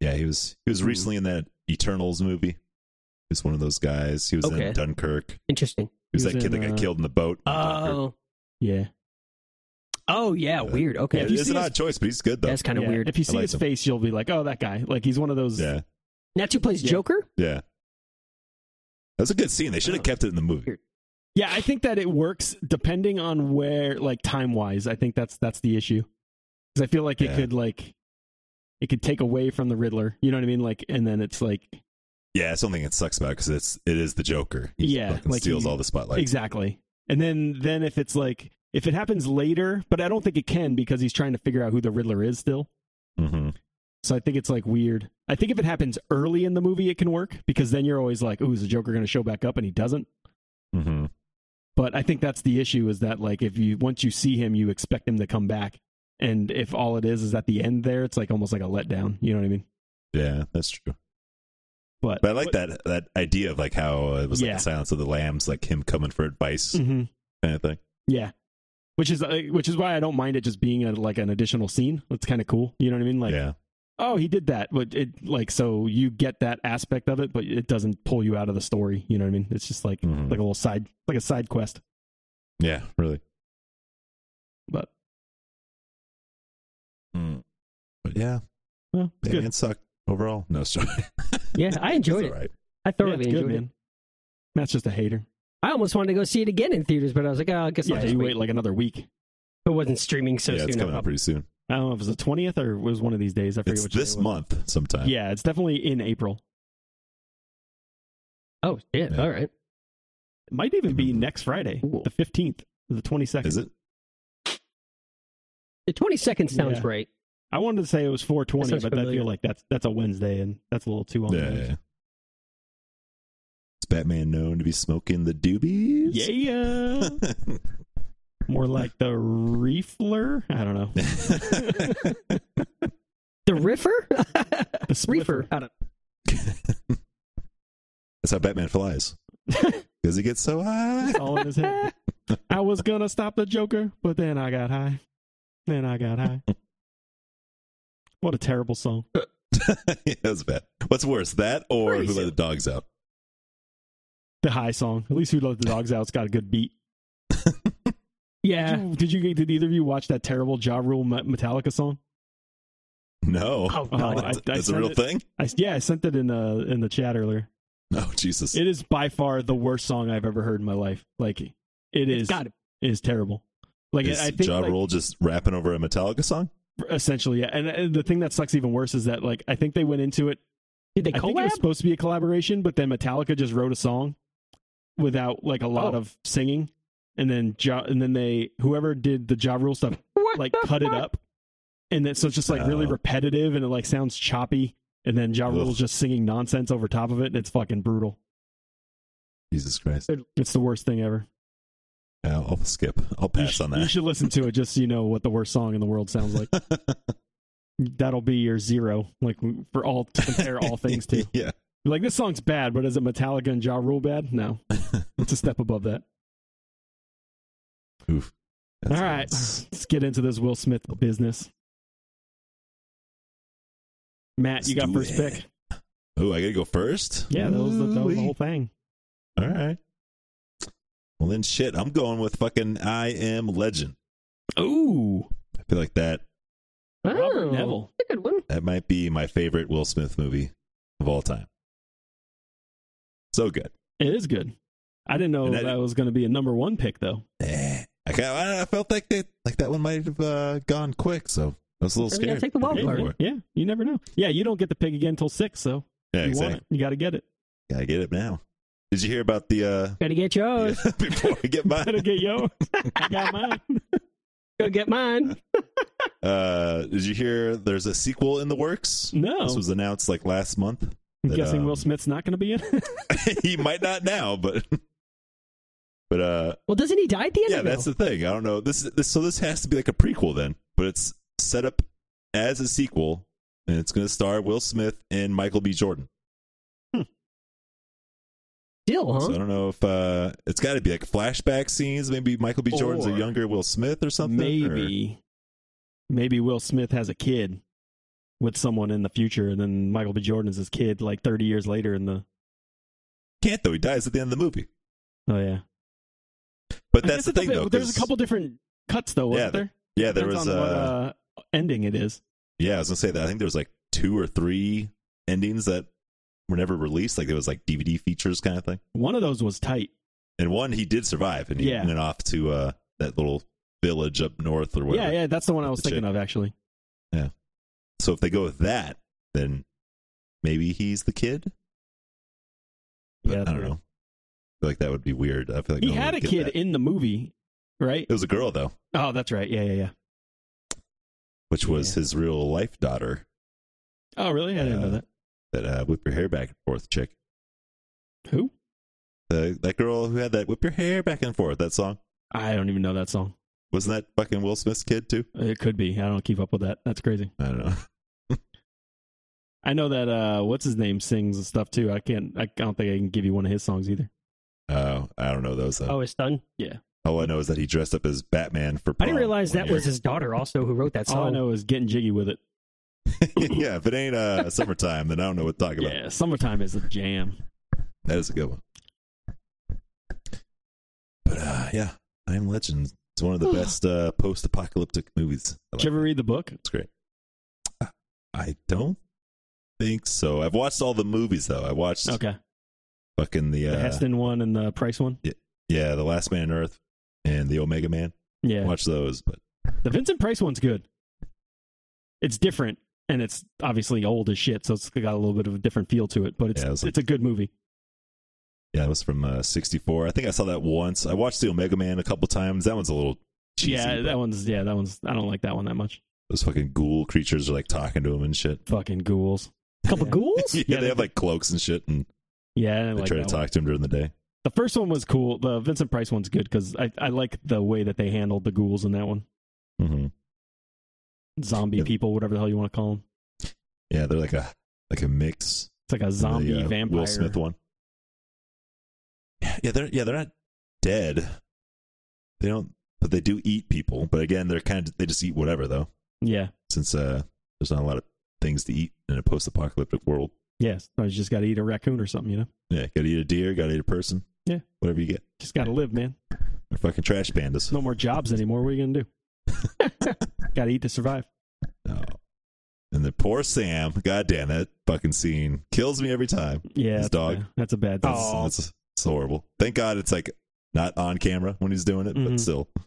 [SPEAKER 3] Yeah, he was he was
[SPEAKER 4] Hmm.
[SPEAKER 3] recently in that Eternals movie. He was one of those guys. He was
[SPEAKER 4] Okay.
[SPEAKER 3] in Dunkirk. He
[SPEAKER 4] Interesting.
[SPEAKER 3] was,
[SPEAKER 2] He was
[SPEAKER 3] that kid
[SPEAKER 2] in,
[SPEAKER 3] that got
[SPEAKER 2] uh,
[SPEAKER 3] killed in the boat. in Dunkirk.
[SPEAKER 4] Oh,
[SPEAKER 2] Yeah.
[SPEAKER 4] oh yeah.
[SPEAKER 3] Uh,
[SPEAKER 4] Weird.
[SPEAKER 3] yeah,
[SPEAKER 4] Okay,
[SPEAKER 3] it
[SPEAKER 2] you
[SPEAKER 3] is
[SPEAKER 2] see
[SPEAKER 3] an
[SPEAKER 2] his-
[SPEAKER 3] odd choice, but he's good though.
[SPEAKER 4] that's kind of
[SPEAKER 2] Yeah.
[SPEAKER 4] weird.
[SPEAKER 2] If you see
[SPEAKER 3] like
[SPEAKER 2] his
[SPEAKER 3] him.
[SPEAKER 2] face, you'll be like, "Oh, that guy!" Like he's one of those.
[SPEAKER 3] yeah,
[SPEAKER 4] Natu plays
[SPEAKER 2] Yeah.
[SPEAKER 4] Joker.
[SPEAKER 3] yeah. That's a good scene. They should
[SPEAKER 2] Uh,
[SPEAKER 3] have
[SPEAKER 4] Oh.
[SPEAKER 3] kept it in the movie.
[SPEAKER 2] Yeah, I think that it works depending on where, like time wise. I think that's that's the issue because I feel like it
[SPEAKER 3] Yeah.
[SPEAKER 2] could like it could take away from the Riddler. You know what I mean? Like, and then it's like
[SPEAKER 3] Yeah, it's something that sucks about because it's it is the Joker. He
[SPEAKER 2] Yeah,
[SPEAKER 3] fucking
[SPEAKER 2] like
[SPEAKER 3] steals
[SPEAKER 2] he-
[SPEAKER 3] all the spotlight.
[SPEAKER 2] exactly. And then then if it's like if it happens later, but I don't think it can because he's trying to figure out who the Riddler is still.
[SPEAKER 3] hmm
[SPEAKER 2] So I think it's like weird. I think if it happens early in the movie, it can work because then you're always like, "Ooh, is the Joker going to show back up?" And he doesn't.
[SPEAKER 3] hmm
[SPEAKER 2] But I think that's the issue is that like if you once you see him, you expect him to come back, and if all it is is at the end there, it's like almost like a letdown. You know what I mean?
[SPEAKER 3] Yeah, that's true.
[SPEAKER 2] But,
[SPEAKER 3] But I like that that idea of like how it was like
[SPEAKER 2] Yeah.
[SPEAKER 3] the Silence of the Lambs, like him coming for advice
[SPEAKER 2] Mhm.
[SPEAKER 3] kind of thing.
[SPEAKER 2] yeah, which is uh, which is why I don't mind it just being a, like an additional scene. That's kind of cool. You know what I mean? Like,
[SPEAKER 3] yeah,
[SPEAKER 2] oh, he did that, but it like so you get that aspect of it, but it doesn't pull you out of the story. You know what I mean? It's just like
[SPEAKER 3] Mhm.
[SPEAKER 2] like a little side like a side quest.
[SPEAKER 3] yeah, really.
[SPEAKER 2] But
[SPEAKER 3] Mm. But yeah,
[SPEAKER 2] well, it's
[SPEAKER 3] Batman
[SPEAKER 2] good.
[SPEAKER 3] sucked overall.
[SPEAKER 2] *laughs*
[SPEAKER 3] No, sorry.
[SPEAKER 4] Yeah, I enjoyed it.
[SPEAKER 3] All right.
[SPEAKER 4] I
[SPEAKER 2] Yeah,
[SPEAKER 4] thoroughly
[SPEAKER 2] it's good,
[SPEAKER 4] enjoyed it.
[SPEAKER 2] man. Matt's just a hater.
[SPEAKER 4] I almost wanted to go see it again in theaters, but I was like, oh, I guess I'll
[SPEAKER 2] Yeah,
[SPEAKER 4] just
[SPEAKER 2] you
[SPEAKER 4] wait.
[SPEAKER 2] wait like another week.
[SPEAKER 4] It wasn't streaming so
[SPEAKER 3] yeah,
[SPEAKER 4] soon.
[SPEAKER 3] it's coming out pretty soon.
[SPEAKER 2] I don't know if it was the twentieth or it was one of these days. I forget
[SPEAKER 3] It's
[SPEAKER 2] which day
[SPEAKER 3] this
[SPEAKER 2] it was.
[SPEAKER 3] month sometime.
[SPEAKER 2] Yeah, it's definitely in April.
[SPEAKER 4] oh, shit.
[SPEAKER 3] Yeah.
[SPEAKER 4] All right.
[SPEAKER 2] It might even be
[SPEAKER 3] Mhm.
[SPEAKER 2] next Friday,
[SPEAKER 4] Cool.
[SPEAKER 2] the fifteenth, the twenty second.
[SPEAKER 3] Is it?
[SPEAKER 4] The 22nd sounds
[SPEAKER 2] Yeah.
[SPEAKER 4] right.
[SPEAKER 2] I wanted to say it was four twenty,
[SPEAKER 4] That sounds
[SPEAKER 2] but I
[SPEAKER 4] familiar.
[SPEAKER 2] feel like that's that's a Wednesday and that's a little too on. the
[SPEAKER 3] Yeah, yeah,
[SPEAKER 2] nose.
[SPEAKER 3] yeah. Is Batman known to be smoking the doobies?
[SPEAKER 4] *laughs*
[SPEAKER 2] Yeah. More like the reefler. I don't know.
[SPEAKER 4] The Riffer? *laughs*
[SPEAKER 2] The
[SPEAKER 4] Reefer.
[SPEAKER 2] spliffer.
[SPEAKER 4] I don't
[SPEAKER 3] *laughs* That's how Batman
[SPEAKER 2] *laughs*
[SPEAKER 3] flies. Because he gets so high. *laughs*
[SPEAKER 2] All in his head. I was gonna stop the Joker, but then I got high. Then I got
[SPEAKER 3] *laughs*
[SPEAKER 2] high. What a terrible song.
[SPEAKER 3] yeah, that's bad. What's worse, that or
[SPEAKER 4] Pretty
[SPEAKER 3] who let the dogs out?
[SPEAKER 2] The high song. At least Who Let the Dogs Out's got a good beat.
[SPEAKER 4] Yeah.
[SPEAKER 2] Did you, did you did either of you watch that terrible Ja Rule Me- Metallica song?
[SPEAKER 3] No.
[SPEAKER 4] Oh,
[SPEAKER 2] Oh,
[SPEAKER 4] God.
[SPEAKER 2] I-
[SPEAKER 3] that's
[SPEAKER 2] I
[SPEAKER 3] that's a
[SPEAKER 2] sent
[SPEAKER 3] real
[SPEAKER 2] it-
[SPEAKER 3] thing?
[SPEAKER 2] I, yeah, I sent it in the in the chat earlier.
[SPEAKER 3] Oh, Jesus.
[SPEAKER 2] It is by far the worst song I've ever heard in my life. Like it is
[SPEAKER 4] Got it.
[SPEAKER 2] it is terrible. Like
[SPEAKER 3] Is
[SPEAKER 2] I think
[SPEAKER 3] Ja
[SPEAKER 2] like,
[SPEAKER 3] Rule just rapping over a Metallica song?
[SPEAKER 2] essentially, yeah. And, and the thing that sucks even worse is that like I think they went into it.
[SPEAKER 4] Did they
[SPEAKER 2] I think it
[SPEAKER 4] collab?
[SPEAKER 2] was supposed to be a collaboration, but then Metallica just wrote a song without like a lot
[SPEAKER 4] Oh.
[SPEAKER 2] of singing, and then ja, and then they whoever did the Ja Rule stuff
[SPEAKER 4] What
[SPEAKER 2] like
[SPEAKER 4] the
[SPEAKER 2] cut it
[SPEAKER 4] fuck?
[SPEAKER 2] up, and then so it's just like really
[SPEAKER 3] Oh.
[SPEAKER 2] repetitive and it like sounds choppy, and then Ja
[SPEAKER 3] Ugh.
[SPEAKER 2] Rule's just singing nonsense over top of it, and it's fucking brutal.
[SPEAKER 3] Jesus Christ.
[SPEAKER 2] It's the worst thing ever.
[SPEAKER 3] Yeah, I'll skip. I'll
[SPEAKER 2] You
[SPEAKER 3] pass
[SPEAKER 2] sh-
[SPEAKER 3] on
[SPEAKER 2] You
[SPEAKER 3] that.
[SPEAKER 2] should listen to it just so you know what the worst song in the world sounds
[SPEAKER 3] *laughs*
[SPEAKER 2] like. That'll be your zero, like for all to compare
[SPEAKER 3] *laughs*
[SPEAKER 2] all things to.
[SPEAKER 3] yeah.
[SPEAKER 2] Like this song's bad, but is it Metallica and Ja Rule bad?
[SPEAKER 3] *laughs*
[SPEAKER 2] No, it's a step above that.
[SPEAKER 3] Oof.
[SPEAKER 2] all right,
[SPEAKER 3] That's-
[SPEAKER 2] let's get into this Will Smith business. Matt,
[SPEAKER 3] Let's
[SPEAKER 2] you got
[SPEAKER 3] do
[SPEAKER 2] first
[SPEAKER 3] it.
[SPEAKER 2] pick.
[SPEAKER 3] Ooh, I gotta go first?
[SPEAKER 2] Yeah, that was the, that was
[SPEAKER 3] Ooh-wee.
[SPEAKER 2] the whole thing.
[SPEAKER 3] All right. Well, then shit, I'm going with fucking I Am Legend.
[SPEAKER 2] Ooh,
[SPEAKER 3] I feel like that
[SPEAKER 2] Robert
[SPEAKER 4] oh,
[SPEAKER 2] Neville.
[SPEAKER 4] that's a good one.
[SPEAKER 3] that might be my favorite Will Smith movie of all time. So good.
[SPEAKER 2] it is good. I didn't know
[SPEAKER 3] And that-
[SPEAKER 2] that, was going to be a number one pick though.
[SPEAKER 3] Eh. I, kind I, I felt like that like that one might have uh, gone quick, so I was a little
[SPEAKER 4] Maybe I'll
[SPEAKER 3] scared.
[SPEAKER 4] take the wild
[SPEAKER 3] Go
[SPEAKER 4] card.
[SPEAKER 3] for it.
[SPEAKER 2] Yeah, you never know. Yeah, you don't get the pick again until six, so
[SPEAKER 3] Yeah,
[SPEAKER 2] you
[SPEAKER 3] exactly.
[SPEAKER 2] want it. You got to get it.
[SPEAKER 3] Gotta get it now. Did you hear about the uh
[SPEAKER 4] Gotta get yours.
[SPEAKER 3] *laughs* before I get mine?
[SPEAKER 2] Oh. *laughs* Better get
[SPEAKER 3] *laughs*
[SPEAKER 2] yours. I got mine.
[SPEAKER 4] Go get mine.
[SPEAKER 3] Uh did you hear there's a sequel in the works?
[SPEAKER 2] No,
[SPEAKER 3] This was announced like last month.
[SPEAKER 2] I'm
[SPEAKER 3] that,
[SPEAKER 2] guessing
[SPEAKER 3] um,
[SPEAKER 2] Will Smith's not going to be in. it?
[SPEAKER 3] *laughs* he might not now, but *laughs* but uh
[SPEAKER 4] Well, doesn't he die at the end
[SPEAKER 3] yeah,
[SPEAKER 4] of it?
[SPEAKER 3] that's the thing. I don't know. This, this so this has to be like a prequel then, but it's set up as a sequel, and it's going to star Will Smith and Michael B. Jordan.
[SPEAKER 2] Uh-huh.
[SPEAKER 4] Still, huh?
[SPEAKER 3] So I don't know if uh it's got to be like flashback scenes. Maybe Michael B. Jordan's a
[SPEAKER 2] Or-
[SPEAKER 3] younger Will Smith or something. or-
[SPEAKER 2] maybe, maybe Will Smith has a kid, with someone in the future, and then Michael B. Jordan is his kid like 30 years later in the.
[SPEAKER 3] Can't though. He dies at the end of the movie.
[SPEAKER 2] Oh yeah,
[SPEAKER 3] But
[SPEAKER 2] I
[SPEAKER 3] that's
[SPEAKER 2] guess
[SPEAKER 3] the
[SPEAKER 2] it's a
[SPEAKER 3] thing
[SPEAKER 2] bit-
[SPEAKER 3] though.
[SPEAKER 2] There's
[SPEAKER 3] 'cause-
[SPEAKER 2] a couple different cuts though, wasn't
[SPEAKER 3] Yeah,
[SPEAKER 2] there?
[SPEAKER 3] Yeah, there
[SPEAKER 2] Depends
[SPEAKER 3] was.
[SPEAKER 2] on what,
[SPEAKER 3] Uh,
[SPEAKER 2] uh, ending it is.
[SPEAKER 3] yeah, I was gonna say that. I think there was like two or three endings that were never released. Like there was like DVD features kind of thing.
[SPEAKER 2] One of those was tight.
[SPEAKER 3] And one, he did survive, and he
[SPEAKER 2] Yeah.
[SPEAKER 3] went off to uh, that little village up north or whatever.
[SPEAKER 2] Yeah, yeah, that's the one I was
[SPEAKER 3] The chick.
[SPEAKER 2] thinking of actually.
[SPEAKER 3] So if they go with that, then maybe he's the kid. But
[SPEAKER 2] Yeah,
[SPEAKER 3] I don't know. I feel like that would be weird. I feel like
[SPEAKER 2] He
[SPEAKER 3] no one
[SPEAKER 2] had
[SPEAKER 3] would
[SPEAKER 2] a
[SPEAKER 3] get
[SPEAKER 2] kid
[SPEAKER 3] that.
[SPEAKER 2] in the movie, right?
[SPEAKER 3] It was a girl though,
[SPEAKER 2] Oh, that's right. Yeah, yeah, yeah.
[SPEAKER 3] which was his real life daughter.
[SPEAKER 2] Oh, really? I didn't know
[SPEAKER 3] Uh,
[SPEAKER 2] that.
[SPEAKER 3] That uh, whip your hair back and forth chick.
[SPEAKER 2] Who?
[SPEAKER 3] The, that girl who had that whip your hair back and forth. That song
[SPEAKER 2] I don't even know that song.
[SPEAKER 3] wasn't that fucking Will Smith's kid too?
[SPEAKER 2] It could be. I don't keep up with that. That's crazy.
[SPEAKER 3] I don't know. *laughs*
[SPEAKER 2] I know that uh what's his name sings and stuff too. I can't I don't think I can give you one of his songs either.
[SPEAKER 3] Oh, I don't know those. Though.
[SPEAKER 4] Oh, it's done.
[SPEAKER 3] All I know is that he dressed up as Batman for.
[SPEAKER 4] I
[SPEAKER 3] prom
[SPEAKER 4] didn't realize
[SPEAKER 3] one
[SPEAKER 4] that
[SPEAKER 3] year.
[SPEAKER 4] was his daughter also who wrote that song.
[SPEAKER 2] All Oh,
[SPEAKER 3] Oh.
[SPEAKER 2] I know is getting jiggy with it.
[SPEAKER 3] *laughs* yeah, if it ain't uh, summertime, then I don't know what to talk about.
[SPEAKER 2] Yeah, summertime is a jam.
[SPEAKER 3] That is a good one. But uh, yeah, I Am Legend. It's one of the best uh, post-apocalyptic movies. I
[SPEAKER 2] Did you
[SPEAKER 3] like
[SPEAKER 2] ever
[SPEAKER 3] it.
[SPEAKER 2] read the book?
[SPEAKER 3] It's great. I don't think so. I've watched all the movies though. I watched
[SPEAKER 2] Okay.
[SPEAKER 3] fucking the,
[SPEAKER 2] The
[SPEAKER 3] uh,
[SPEAKER 2] Heston one and the Price one?
[SPEAKER 3] yeah, the Last Man on Earth and the Omega Man.
[SPEAKER 2] Yeah.
[SPEAKER 3] Watch those, but
[SPEAKER 2] The Vincent Price one's good. It's different, and it's obviously old as shit, so it's got a little bit of a different feel to it. But it's
[SPEAKER 3] Yeah, it was like-
[SPEAKER 2] it's a good movie.
[SPEAKER 3] yeah, it was from uh, '64. I think I saw that once. I watched the Omega Man a couple times. That one's a little cheesy.
[SPEAKER 2] yeah,
[SPEAKER 3] but
[SPEAKER 2] that one's yeah, that one's. I don't like that one that much.
[SPEAKER 3] those fucking ghoul creatures are like talking to him and shit. *laughs*
[SPEAKER 2] Fucking ghouls. *laughs*
[SPEAKER 4] couple
[SPEAKER 2] Yeah.
[SPEAKER 4] ghouls?
[SPEAKER 3] yeah,
[SPEAKER 2] they
[SPEAKER 3] they have like cloaks and shit, and
[SPEAKER 2] Yeah, I didn't
[SPEAKER 3] they
[SPEAKER 2] like
[SPEAKER 3] try to
[SPEAKER 2] that one.
[SPEAKER 3] talk to him during the day.
[SPEAKER 2] The first one was cool. The Vincent Price one's good because I I like the way that they handled the ghouls in that one.
[SPEAKER 3] Mm-hmm.
[SPEAKER 2] Zombie
[SPEAKER 3] Yeah.
[SPEAKER 2] people, whatever the hell you want to call them.
[SPEAKER 3] Yeah, they're like a like a mix.
[SPEAKER 2] It's like a
[SPEAKER 3] from
[SPEAKER 2] zombie
[SPEAKER 3] the, uh,
[SPEAKER 2] vampire.
[SPEAKER 3] Will Smith one. Yeah, they're yeah they're not dead. They don't, but they do eat people. But again, they're kind of they just eat whatever though,
[SPEAKER 2] Yeah,
[SPEAKER 3] since uh there's not a lot of things to eat in a post-apocalyptic world.
[SPEAKER 2] yeah. So you just got to eat a raccoon or something, you know.
[SPEAKER 3] Yeah, gotta eat a deer, gotta eat a person.
[SPEAKER 2] Yeah.
[SPEAKER 3] whatever you get.
[SPEAKER 2] Just got to live, man.
[SPEAKER 3] They're fucking trash pandas.
[SPEAKER 2] No more jobs anymore. What are you gonna do? *laughs* got to eat to survive.
[SPEAKER 3] No. And the poor Sam, goddamn that fucking scene kills me every time.
[SPEAKER 2] Yeah,
[SPEAKER 3] His
[SPEAKER 2] that's
[SPEAKER 3] dog.
[SPEAKER 2] bad. That's a bad.
[SPEAKER 3] That's,
[SPEAKER 2] Thing.
[SPEAKER 3] that's, it's horrible. Thank God it's like not on camera when he's doing it,
[SPEAKER 2] Mhm.
[SPEAKER 3] but still.
[SPEAKER 2] The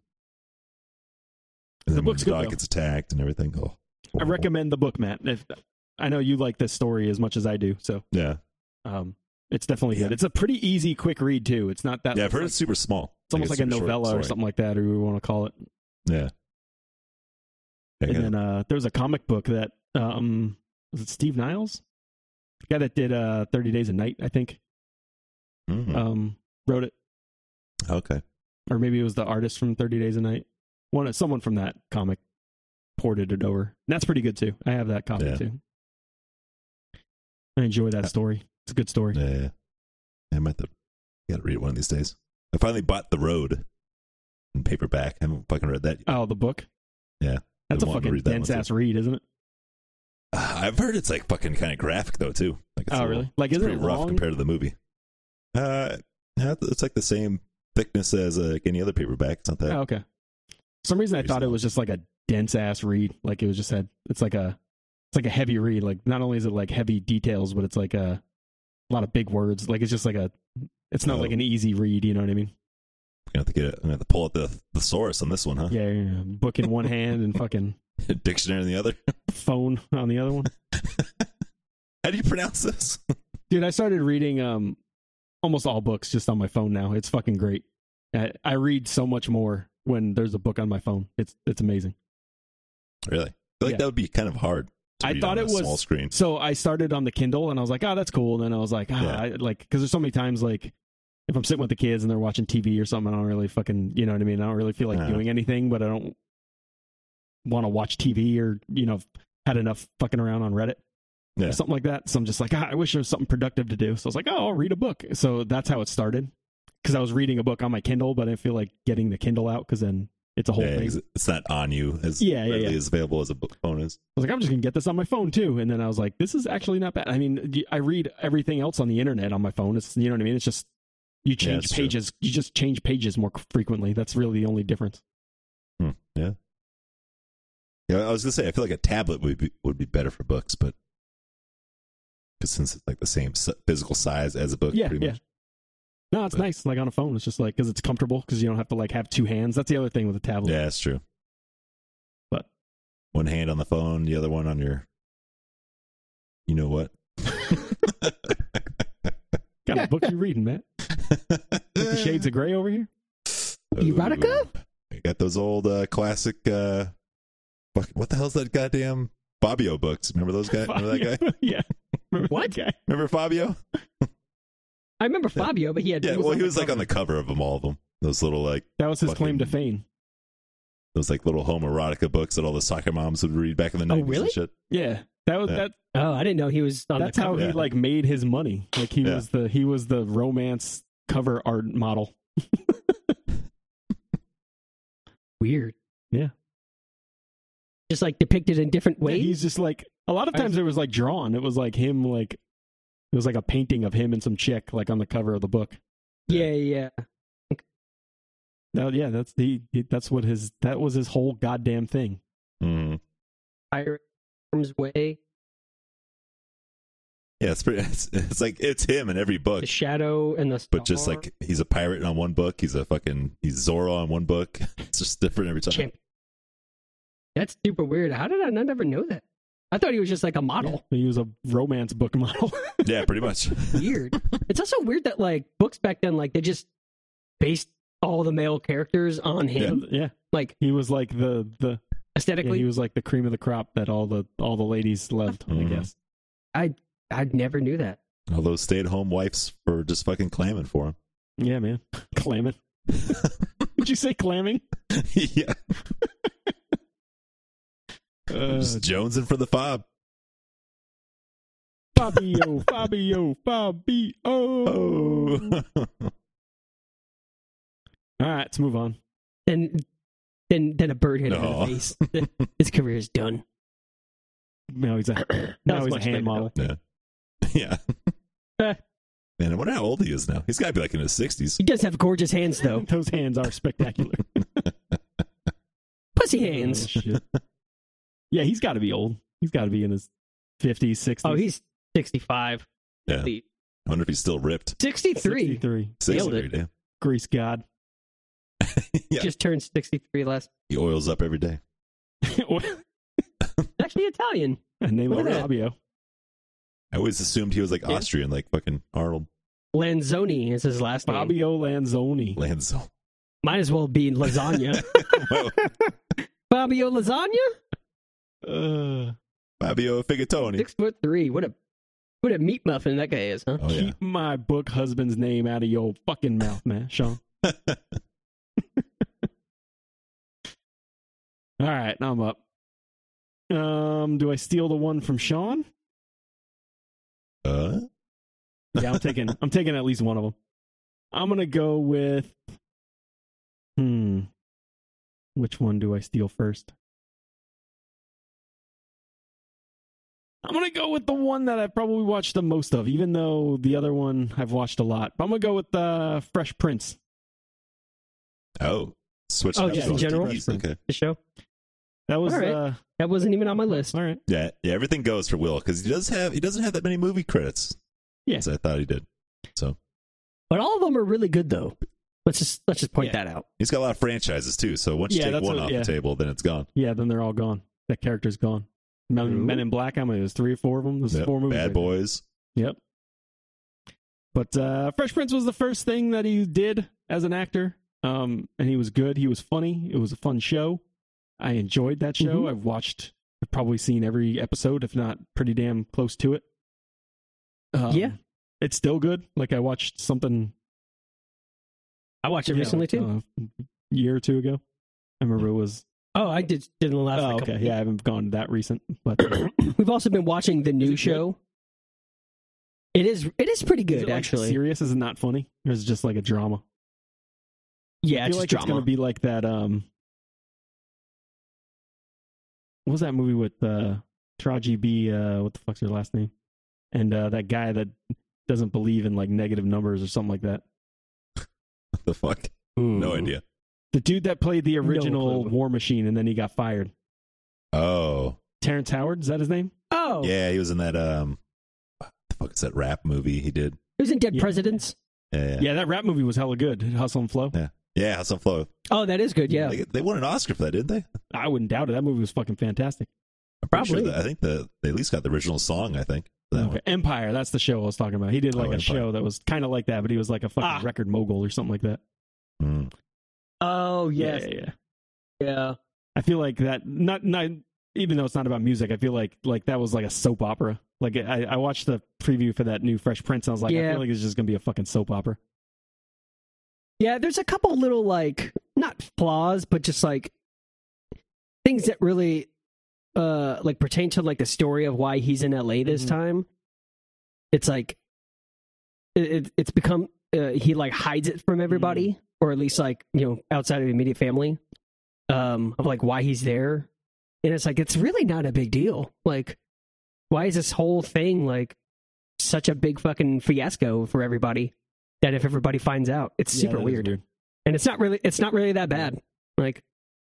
[SPEAKER 3] And then when
[SPEAKER 2] book's good,
[SPEAKER 3] the dog
[SPEAKER 2] though.
[SPEAKER 3] gets attacked and everything. Oh,
[SPEAKER 2] I
[SPEAKER 3] horrible.
[SPEAKER 2] recommend the book, Matt. If, I know you like this story as much as I do, so
[SPEAKER 3] Yeah,
[SPEAKER 2] um, it's definitely
[SPEAKER 3] Yeah.
[SPEAKER 2] good. It's a pretty easy, quick read too. It's not that.
[SPEAKER 3] yeah. I've heard it's
[SPEAKER 2] It's,
[SPEAKER 3] super small.
[SPEAKER 2] like, it's almost like a
[SPEAKER 3] super short
[SPEAKER 2] novella or
[SPEAKER 3] story.
[SPEAKER 2] something like that, or we want to call it.
[SPEAKER 3] Yeah. Yeah, I
[SPEAKER 2] And
[SPEAKER 3] gotta-
[SPEAKER 2] then uh, there was a comic book that um, was it Steve Niles, the guy that did uh, Thirty Days a Night, I think,
[SPEAKER 3] Mm,
[SPEAKER 2] um, wrote it,
[SPEAKER 3] okay.
[SPEAKER 2] or maybe it was the artist from Thirty Days a Night. One, someone from that comic ported it over. And that's pretty good too. I have that copy
[SPEAKER 3] Yeah. Uh,
[SPEAKER 2] too. I enjoy that story. It's a good story.
[SPEAKER 3] Yeah, yeah. yeah. I might have to, gotta read it one of these days. I finally bought The Road in paperback. I haven't fucking read that. *sighs* yet.
[SPEAKER 2] Oh, the book.
[SPEAKER 3] Yeah.
[SPEAKER 2] that's a
[SPEAKER 3] Been wanting to
[SPEAKER 2] fucking
[SPEAKER 3] read that one,
[SPEAKER 2] dense
[SPEAKER 3] too.
[SPEAKER 2] ass read, isn't it?
[SPEAKER 3] Uh, I've heard it's like fucking kind of graphic though too. Like it's a
[SPEAKER 2] oh,
[SPEAKER 3] little-
[SPEAKER 2] really? Like,
[SPEAKER 3] It's
[SPEAKER 2] isn't
[SPEAKER 3] pretty
[SPEAKER 2] it
[SPEAKER 3] rough
[SPEAKER 2] long?
[SPEAKER 3] compared to the movie. Uh, yeah, it's like the same thickness as uh, like any other paperback. It's not that.
[SPEAKER 2] Oh, okay. For some reason, I
[SPEAKER 3] Pretty
[SPEAKER 2] thought it
[SPEAKER 3] small.
[SPEAKER 2] was just like a dense ass read. Like it was just had. It's like a. It's like a heavy read. Like not only is it like heavy details, but it's like a, a lot of big words. Like it's just like a. It's not
[SPEAKER 3] Oh.
[SPEAKER 2] like an easy read. You know what I mean?
[SPEAKER 3] I'm gonna have to get. It. I'm gonna have to pull out the thesaurus on this one, huh?
[SPEAKER 2] Yeah. yeah, yeah. Book in one hand and fucking
[SPEAKER 3] *laughs* Dictionary in the other. *laughs*
[SPEAKER 2] phone on the other one.
[SPEAKER 3] How do you pronounce this? *laughs*
[SPEAKER 2] Dude, I started reading um almost all books just on my phone now. It's fucking great. I, I read so much more when there's a book on my phone. It's it's amazing.
[SPEAKER 3] really? I feel like
[SPEAKER 2] Yeah.
[SPEAKER 3] that would be kind of hard. To
[SPEAKER 2] I
[SPEAKER 3] read
[SPEAKER 2] thought
[SPEAKER 3] on
[SPEAKER 2] it
[SPEAKER 3] a
[SPEAKER 2] was-
[SPEAKER 3] small screen.
[SPEAKER 2] So I started on the Kindle and I was like, oh, that's cool. And then I was like, ah,
[SPEAKER 3] Yeah.
[SPEAKER 2] I, like, because there's so many times, like, if I'm sitting with the kids and they're watching TV or something, I don't really fucking, you know what I mean? I don't really feel like
[SPEAKER 3] Uh-huh.
[SPEAKER 2] doing anything, but I don't want to watch TV or, you know, had enough fucking around on Reddit
[SPEAKER 3] Yeah.
[SPEAKER 2] or something like that. So I'm just like, ah, I wish there was something productive to do. So I was like, oh, I'll read a book. So that's how it started. Because I was reading a book on my Kindle, but I didn't feel like getting the Kindle out because then It's a whole
[SPEAKER 3] Yeah,
[SPEAKER 2] thing.
[SPEAKER 3] it's- it's not on you as
[SPEAKER 2] Yeah, yeah,
[SPEAKER 3] readily
[SPEAKER 2] yeah.
[SPEAKER 3] as available as a book bonus.
[SPEAKER 2] I was like, I'm just gonna get this on my phone too. And then I was like, this is actually not bad. I mean, y- I read everything else on the internet on my phone. It's you know what I mean. It's just you change
[SPEAKER 3] that's true.
[SPEAKER 2] pages. You just change pages more frequently. That's really the only difference.
[SPEAKER 3] Yeah, I was gonna say I feel like a tablet would be would be better for books, but because since it's like the same s- physical size as a book,
[SPEAKER 2] Yeah,
[SPEAKER 3] pretty
[SPEAKER 2] yeah.
[SPEAKER 3] much.
[SPEAKER 2] No, it's
[SPEAKER 3] But-
[SPEAKER 2] nice. Like on a phone, it's just like because it's comfortable because you don't have to like have two hands. That's the other thing with a tablet.
[SPEAKER 3] Yeah, that's true.
[SPEAKER 2] But-
[SPEAKER 3] one hand on the phone, the other one on your, you know what?
[SPEAKER 2] Kind of book you reading,
[SPEAKER 4] *laughs*
[SPEAKER 2] Matt? With the shades of gray over here.
[SPEAKER 3] *laughs*
[SPEAKER 4] Erotica?
[SPEAKER 3] Ooh. I got those old uh, classic. Uh, fuck, what the hell's that goddamn Fabio books? Remember those guys? Remember that guy?
[SPEAKER 2] yeah. Remember
[SPEAKER 4] What?
[SPEAKER 2] That guy?
[SPEAKER 3] Remember Fabio?
[SPEAKER 4] I remember Fabio, but he had
[SPEAKER 3] Yeah.
[SPEAKER 4] he
[SPEAKER 3] well, he was like
[SPEAKER 4] cover.
[SPEAKER 3] on the cover of them, all of them. Those little like
[SPEAKER 2] That was his claim to
[SPEAKER 3] Fucking-
[SPEAKER 2] fame.
[SPEAKER 3] those like little home erotica books that all the soccer moms would read back in the
[SPEAKER 4] Oh,
[SPEAKER 3] nineties
[SPEAKER 4] really?
[SPEAKER 3] and shit.
[SPEAKER 2] Yeah. That was
[SPEAKER 3] Yeah.
[SPEAKER 2] that.
[SPEAKER 4] Oh, I didn't know he was on
[SPEAKER 2] That's
[SPEAKER 4] the
[SPEAKER 2] how
[SPEAKER 4] cover.
[SPEAKER 2] he
[SPEAKER 3] Yeah.
[SPEAKER 2] like made his money. Like he
[SPEAKER 3] Yeah.
[SPEAKER 2] was the he was the romance cover art model.
[SPEAKER 4] Weird.
[SPEAKER 2] Yeah.
[SPEAKER 4] Just like depicted in different
[SPEAKER 2] Yeah,
[SPEAKER 4] ways.
[SPEAKER 2] he's just like a lot of
[SPEAKER 4] I-
[SPEAKER 2] times it was like drawn. It was like him like it was like a painting of him and some chick like on the cover of the book.
[SPEAKER 4] Yeah, yeah.
[SPEAKER 2] Now, yeah, that's the that's what his that was his whole goddamn thing.
[SPEAKER 3] Mhm.
[SPEAKER 4] Firearms way,
[SPEAKER 3] Yeah, it's pretty. *laughs* It's, it's like it's him in every book,
[SPEAKER 4] the shadow, and the star.
[SPEAKER 3] but just like he's a pirate on one book, he's a fucking he's Zorro on one book. *laughs* It's just different every time.
[SPEAKER 4] champ. That's super weird. How did I not ever know that? I thought he was just like a model.
[SPEAKER 2] He was a romance book model. *laughs*
[SPEAKER 3] Yeah, pretty
[SPEAKER 4] *laughs*
[SPEAKER 3] much.
[SPEAKER 4] Weird. it's also weird that like books back then, like they just based all the male characters on him,
[SPEAKER 2] yeah,
[SPEAKER 4] like
[SPEAKER 2] he was like the the yeah,
[SPEAKER 4] aesthetically.
[SPEAKER 2] he was like the cream of the crop that all the all the ladies loved. I
[SPEAKER 3] Mhm.
[SPEAKER 2] guess.
[SPEAKER 4] I never knew that.
[SPEAKER 3] All those stay-at-home wives were just fucking clamming for him.
[SPEAKER 2] Yeah, man, *laughs* clamming. Would you say clamming?
[SPEAKER 3] *laughs* yeah,
[SPEAKER 2] *laughs* Uh,
[SPEAKER 3] just jonesing for the fob.
[SPEAKER 2] Fabio, Fabio, Fabio. All
[SPEAKER 3] Oh, *laughs*
[SPEAKER 2] right, let's move on.
[SPEAKER 4] Then, then, then a bird hit him in
[SPEAKER 3] No.
[SPEAKER 4] the face. *laughs* His career is done.
[SPEAKER 2] Now he's a now
[SPEAKER 4] was
[SPEAKER 2] he's a
[SPEAKER 4] much
[SPEAKER 2] hand
[SPEAKER 4] later,
[SPEAKER 2] model.
[SPEAKER 3] yeah.
[SPEAKER 4] Eh.
[SPEAKER 3] Man, I wonder how old he is now. He's got to be like in his sixties.
[SPEAKER 4] He does have gorgeous hands, though.
[SPEAKER 2] Those hands are
[SPEAKER 4] *laughs*
[SPEAKER 2] spectacular.
[SPEAKER 4] Pussy hands.
[SPEAKER 2] Oh, shit. yeah, he's got to be old. He's got to be in his 50s, 60s.
[SPEAKER 4] Oh, he's 65.
[SPEAKER 3] Yeah. I wonder if he's still ripped.
[SPEAKER 4] 63.
[SPEAKER 2] 63.
[SPEAKER 3] Six
[SPEAKER 4] Nailed it.
[SPEAKER 3] every day.
[SPEAKER 2] Grease God. *laughs*
[SPEAKER 3] Yeah.
[SPEAKER 4] Just turned 63 last.
[SPEAKER 3] He oils up every day.
[SPEAKER 2] and
[SPEAKER 4] Actually, Italian.
[SPEAKER 2] they
[SPEAKER 4] Look
[SPEAKER 2] love
[SPEAKER 4] at that.
[SPEAKER 2] Fabio.
[SPEAKER 3] I always assumed he was like
[SPEAKER 4] Yeah.
[SPEAKER 3] Austrian, like fucking Arnold
[SPEAKER 4] Lanzoni is his last name.
[SPEAKER 2] Fabio Lanzoni.
[SPEAKER 3] Lanzo.
[SPEAKER 4] Might as well be lasagna.
[SPEAKER 2] *laughs*
[SPEAKER 3] Whoa.
[SPEAKER 4] Fabio Lasagna,
[SPEAKER 2] Uh,
[SPEAKER 3] *laughs* Fabio Figatoni.
[SPEAKER 4] six foot three. What a what a meat muffin that guy is, huh?
[SPEAKER 3] Oh yeah.
[SPEAKER 2] Keep my book husband's name out of your fucking mouth, man, Sean. All right, now I'm up. Um, do I steal the one from Sean?
[SPEAKER 3] *laughs* Uh,
[SPEAKER 2] Yeah, I'm taking. I'm taking at least one of them. I'm gonna go with. Hmm. Which one do I steal first? I'm gonna go with the one that I probably watched the most of, even though the other one I've watched a lot. But I'm gonna go with uh, Fresh Prince.
[SPEAKER 3] oh, switch.
[SPEAKER 4] Oh,
[SPEAKER 3] it up.
[SPEAKER 4] just in general?
[SPEAKER 3] Jeez, Okay.
[SPEAKER 4] The show
[SPEAKER 2] That was
[SPEAKER 4] All right.
[SPEAKER 2] uh,
[SPEAKER 4] that wasn't even on my list.
[SPEAKER 2] all right.
[SPEAKER 3] Yeah, yeah. Everything goes for Will because he does have he doesn't have that many movie credits.
[SPEAKER 2] Yeah.
[SPEAKER 3] as I thought he did. So
[SPEAKER 4] But all of them are really good, though. Let's just let's just point that out.
[SPEAKER 3] he's got a lot of franchises too. So once you
[SPEAKER 2] Yeah,
[SPEAKER 3] take
[SPEAKER 2] that's
[SPEAKER 3] one
[SPEAKER 2] what-
[SPEAKER 3] off
[SPEAKER 2] yeah.
[SPEAKER 3] the table, then it's gone.
[SPEAKER 2] Yeah, then they're all gone. That character's gone. Men,
[SPEAKER 4] Ooh.
[SPEAKER 2] Men in Black. How many? There's three or four of them. There's
[SPEAKER 3] Yep.
[SPEAKER 2] four movies.
[SPEAKER 3] Bad
[SPEAKER 2] right there.
[SPEAKER 3] Boys. *laughs*
[SPEAKER 2] Yep. But uh, Fresh Prince was the first thing that he did as an actor, um, and he was good. He was funny. It was a fun show. I enjoyed that show.
[SPEAKER 4] Mhm.
[SPEAKER 2] I've watched, I've probably seen every episode, if not pretty damn close to it. Um,
[SPEAKER 4] Yeah.
[SPEAKER 2] it's still good. Like I watched something
[SPEAKER 4] I watched it
[SPEAKER 2] yeah,
[SPEAKER 4] recently
[SPEAKER 2] like,
[SPEAKER 4] too.
[SPEAKER 2] uh, a year or two ago. I remember it was.
[SPEAKER 4] oh, I did did in the last.
[SPEAKER 2] Oh,
[SPEAKER 4] like,
[SPEAKER 2] okay.
[SPEAKER 4] couple-
[SPEAKER 2] Yeah, I haven't gone that recent, but uh,
[SPEAKER 4] We've also been watching the
[SPEAKER 2] it
[SPEAKER 4] new
[SPEAKER 2] good?
[SPEAKER 4] show. It is it is pretty
[SPEAKER 2] is
[SPEAKER 4] good
[SPEAKER 2] it, like,
[SPEAKER 4] actually.
[SPEAKER 2] serious is it not funny? Or is it just like a drama?
[SPEAKER 4] yeah,
[SPEAKER 2] I feel
[SPEAKER 4] it's just
[SPEAKER 2] like it's
[SPEAKER 4] drama.
[SPEAKER 2] gonna be like that. Um, what was that movie with uh Taraji B uh what the fuck's her last name? And uh that guy that doesn't believe in like negative numbers or something like that.
[SPEAKER 3] What the fuck? No idea.
[SPEAKER 2] The dude that played the original
[SPEAKER 4] clue.
[SPEAKER 2] War Machine and then he got fired.
[SPEAKER 3] Oh,
[SPEAKER 2] Terrence Howard, is that his name?
[SPEAKER 4] Oh,
[SPEAKER 3] yeah, he was in that um, what the fuck is that rap movie he did?
[SPEAKER 4] who's in Dead
[SPEAKER 2] Yeah.
[SPEAKER 4] Presidents?
[SPEAKER 3] Yeah, yeah,
[SPEAKER 2] Yeah, that rap movie was hella good. Hustle and Flow.
[SPEAKER 3] yeah Hustle and Flow.
[SPEAKER 4] Oh, that is good. Yeah,
[SPEAKER 3] they, they won an Oscar for that, didn't they?
[SPEAKER 2] I wouldn't doubt it. That movie was fucking fantastic.
[SPEAKER 3] I'm pretty sure
[SPEAKER 4] Probably.
[SPEAKER 3] that- I think the they at least got the original song. I think for that
[SPEAKER 2] Okay. Empire, that's the show I was talking about. He did like
[SPEAKER 3] Oh,
[SPEAKER 2] a
[SPEAKER 3] Empire.
[SPEAKER 2] show that was kind of like that, but he was like a fucking
[SPEAKER 4] Ah.
[SPEAKER 2] record mogul or something like that.
[SPEAKER 3] one. Mm.
[SPEAKER 4] Oh yes,
[SPEAKER 2] Yeah, yeah, yeah.
[SPEAKER 4] yeah.
[SPEAKER 2] I feel like that not not even though it's not about music, I feel like like that was like a soap opera. Like I, I watched the preview for that new Fresh Prince and I was like, I
[SPEAKER 4] Yeah.
[SPEAKER 2] feel like it's just gonna be a fucking soap opera.
[SPEAKER 4] Yeah, There's a couple little like not flaws, but just like things that really uh like pertain to like the story of why he's in LA this
[SPEAKER 2] Mhm.
[SPEAKER 4] time. It's like it, it, it's become uh, he like hides it from everybody, or at least like you know outside of immediate family, um of like why he's there, and it's like it's really not a big deal. Like, why is this whole thing like such a big fucking fiasco for everybody? That if everybody finds out, it's super weird. and it's not really it's not really that bad. Like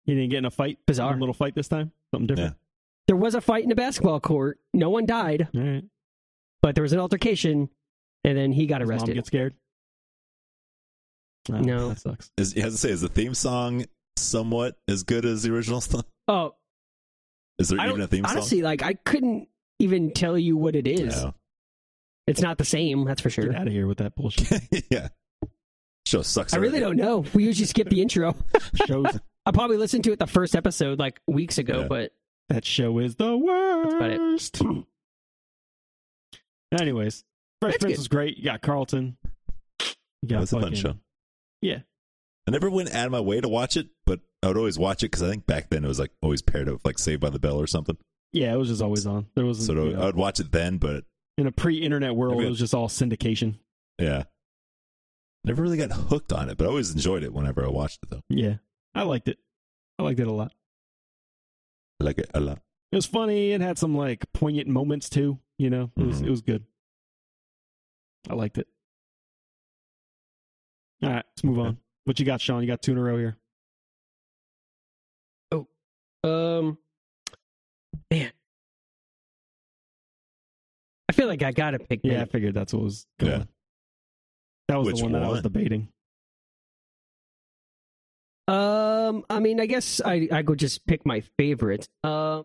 [SPEAKER 2] He didn't get in a fight.
[SPEAKER 4] Bizarre.
[SPEAKER 2] One little fight this time. Something different.
[SPEAKER 4] there was a fight in a basketball court. No one died,
[SPEAKER 2] All right.
[SPEAKER 4] but there was an altercation, and then he got
[SPEAKER 2] His Mom
[SPEAKER 4] arrested.
[SPEAKER 2] get scared. Ah,
[SPEAKER 4] No.
[SPEAKER 2] that sucks.
[SPEAKER 3] Is, as I say, is the theme song somewhat as good as the original *laughs* song?
[SPEAKER 4] oh,
[SPEAKER 3] Is there
[SPEAKER 4] I
[SPEAKER 3] even
[SPEAKER 4] don't,
[SPEAKER 3] a theme song?
[SPEAKER 4] honestly, like I couldn't even tell you what it is.
[SPEAKER 3] No. *laughs*
[SPEAKER 4] It's not the same, that's for sure.
[SPEAKER 2] Get out of here with that
[SPEAKER 4] *laughs*
[SPEAKER 2] bullshit.
[SPEAKER 3] yeah, show sucks.
[SPEAKER 4] I really
[SPEAKER 3] already.
[SPEAKER 4] don't know. We usually skip the intro.
[SPEAKER 2] Shows
[SPEAKER 4] I probably listened to it the first episode like weeks ago,
[SPEAKER 3] Yeah.
[SPEAKER 4] but
[SPEAKER 2] that show is the
[SPEAKER 4] about it.
[SPEAKER 2] worst. *clears throat* Anyways, Fresh
[SPEAKER 4] That's
[SPEAKER 2] Prince
[SPEAKER 4] good.
[SPEAKER 2] was great. You got Carlton. You got
[SPEAKER 3] That's a fun
[SPEAKER 2] fucking-
[SPEAKER 3] show.
[SPEAKER 2] Yeah.
[SPEAKER 3] I never went out of my way to watch it, but I would always watch it because I think back then it was like always paired up with like Saved by the Bell or something.
[SPEAKER 2] Yeah, it was just always on. There was
[SPEAKER 3] So
[SPEAKER 2] you
[SPEAKER 3] I would-
[SPEAKER 2] know,
[SPEAKER 3] I would watch it then, but
[SPEAKER 2] in a pre-internet world,
[SPEAKER 3] Maybe
[SPEAKER 2] it was just all syndication.
[SPEAKER 3] yeah, never really got hooked on it. But I always enjoyed it whenever I watched it though.
[SPEAKER 2] Yeah, I liked it. I liked it a lot.
[SPEAKER 3] I like it a lot.
[SPEAKER 2] It was funny. It had some like poignant moments too. You know, it was
[SPEAKER 3] Mhm.
[SPEAKER 2] it was good. I liked it. All right, let's move
[SPEAKER 3] Okay.
[SPEAKER 2] on. What you got, Sean? You got two in a row here.
[SPEAKER 4] um man. I feel like I gotta pick
[SPEAKER 2] Yeah, I
[SPEAKER 4] that.
[SPEAKER 2] figured that's what was going.
[SPEAKER 3] Yeah.
[SPEAKER 2] That was
[SPEAKER 3] Which
[SPEAKER 2] the one, that I was
[SPEAKER 3] one?
[SPEAKER 2] debating.
[SPEAKER 4] Um, I mean, I guess I I could just pick my favorite. Uh,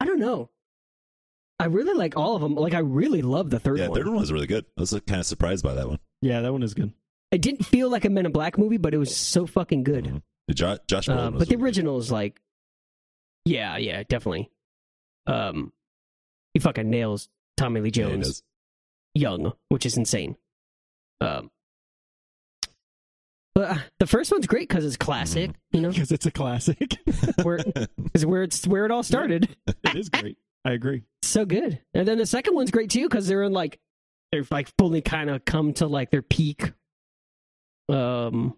[SPEAKER 4] I don't know. I really like all of them. Like, I really love the third
[SPEAKER 3] yeah,
[SPEAKER 4] one.
[SPEAKER 3] third one was really good. I was kind of surprised by that one.
[SPEAKER 2] Yeah, that one is good. *laughs*
[SPEAKER 4] It didn't feel like a Men in Black movie, but it was so fucking good.
[SPEAKER 3] Mhm. The Jo- Josh Brolin
[SPEAKER 4] Uh,
[SPEAKER 3] was
[SPEAKER 4] but
[SPEAKER 3] really
[SPEAKER 4] the
[SPEAKER 3] good.
[SPEAKER 4] original is like, yeah, yeah, definitely. Um, he fucking nails Tommy Lee
[SPEAKER 3] Yeah, he
[SPEAKER 4] Jones.
[SPEAKER 3] does.
[SPEAKER 4] young, which is insane. Um, but uh, the first one's great because it's classic, you know,
[SPEAKER 2] Because it's a classic. *laughs*
[SPEAKER 3] Mm-hmm. *laughs*
[SPEAKER 4] where is where it's where it all started.
[SPEAKER 2] it is great. I agree.
[SPEAKER 4] So good, and then the second one's great too because they're in like they're like fully kind of come to like their peak. Um,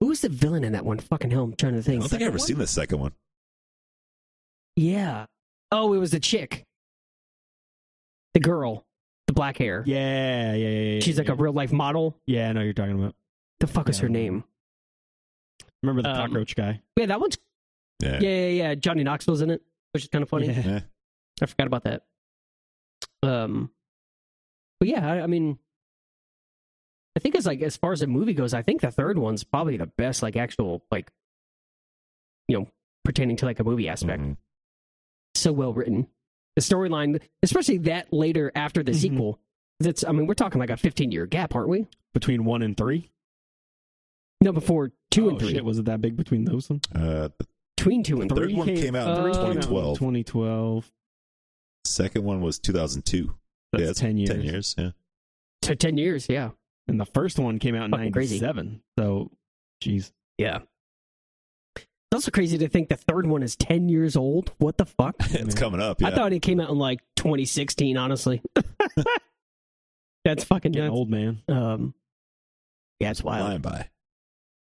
[SPEAKER 4] who was the villain in that one? Fucking hell, I'm trying to
[SPEAKER 3] I
[SPEAKER 4] think.
[SPEAKER 3] don't think I ever
[SPEAKER 2] one?
[SPEAKER 3] seen the second one.
[SPEAKER 4] Yeah. Oh, it was the chick, the girl, the black hair.
[SPEAKER 2] Yeah, yeah, yeah. yeah, yeah
[SPEAKER 4] she's like
[SPEAKER 2] yeah.
[SPEAKER 4] a real life model.
[SPEAKER 2] Yeah, I know what you're talking about.
[SPEAKER 4] The fuck is
[SPEAKER 2] Yeah, I
[SPEAKER 4] her
[SPEAKER 2] remember.
[SPEAKER 4] name?
[SPEAKER 2] Remember the
[SPEAKER 4] Um,
[SPEAKER 2] cockroach guy?
[SPEAKER 4] Yeah, that one's
[SPEAKER 3] Yeah,
[SPEAKER 4] Yeah, yeah, yeah. Johnny Knoxville's in it, which is kind of funny.
[SPEAKER 2] Yeah.
[SPEAKER 3] Yeah.
[SPEAKER 4] I forgot about that. Um, but yeah, I, I mean, I think as like as far as the movie goes, I think the third one's probably the best, like actual, like you know, pertaining to like a movie aspect.
[SPEAKER 2] Mm-hmm.
[SPEAKER 3] Mhm.
[SPEAKER 4] So well written. The storyline, especially that later after the
[SPEAKER 2] Mhm.
[SPEAKER 4] sequel, that's I mean, we're talking like a fifteen year gap, aren't we?
[SPEAKER 2] Between one and three.
[SPEAKER 4] No, before two
[SPEAKER 2] Two
[SPEAKER 4] and three,
[SPEAKER 2] Oh, Shit, was it that big between those ones?
[SPEAKER 3] Uh, the
[SPEAKER 4] between two and
[SPEAKER 3] third
[SPEAKER 4] three.
[SPEAKER 2] Three
[SPEAKER 3] one
[SPEAKER 2] came-
[SPEAKER 3] came out in
[SPEAKER 4] uh,
[SPEAKER 3] 2012.
[SPEAKER 2] 2012.
[SPEAKER 3] second one was 2002.
[SPEAKER 2] That's,
[SPEAKER 3] yeah, that's
[SPEAKER 2] 10 years.
[SPEAKER 3] Ten years. Yeah.
[SPEAKER 4] So ten years, yeah,
[SPEAKER 2] And the first one came out in
[SPEAKER 4] Fucking crazy.
[SPEAKER 2] 97. So, jeez.
[SPEAKER 4] yeah. It's also crazy to think the third one is ten years old. What the fuck?
[SPEAKER 2] *laughs*
[SPEAKER 3] it's
[SPEAKER 2] Yeah.
[SPEAKER 3] coming up. Yeah.
[SPEAKER 4] I thought it came out in like 2016, honestly. *laughs* That's fucking
[SPEAKER 2] Getting
[SPEAKER 4] nuts.
[SPEAKER 2] old, man.
[SPEAKER 4] Um, yeah, it's wild.
[SPEAKER 3] flying by.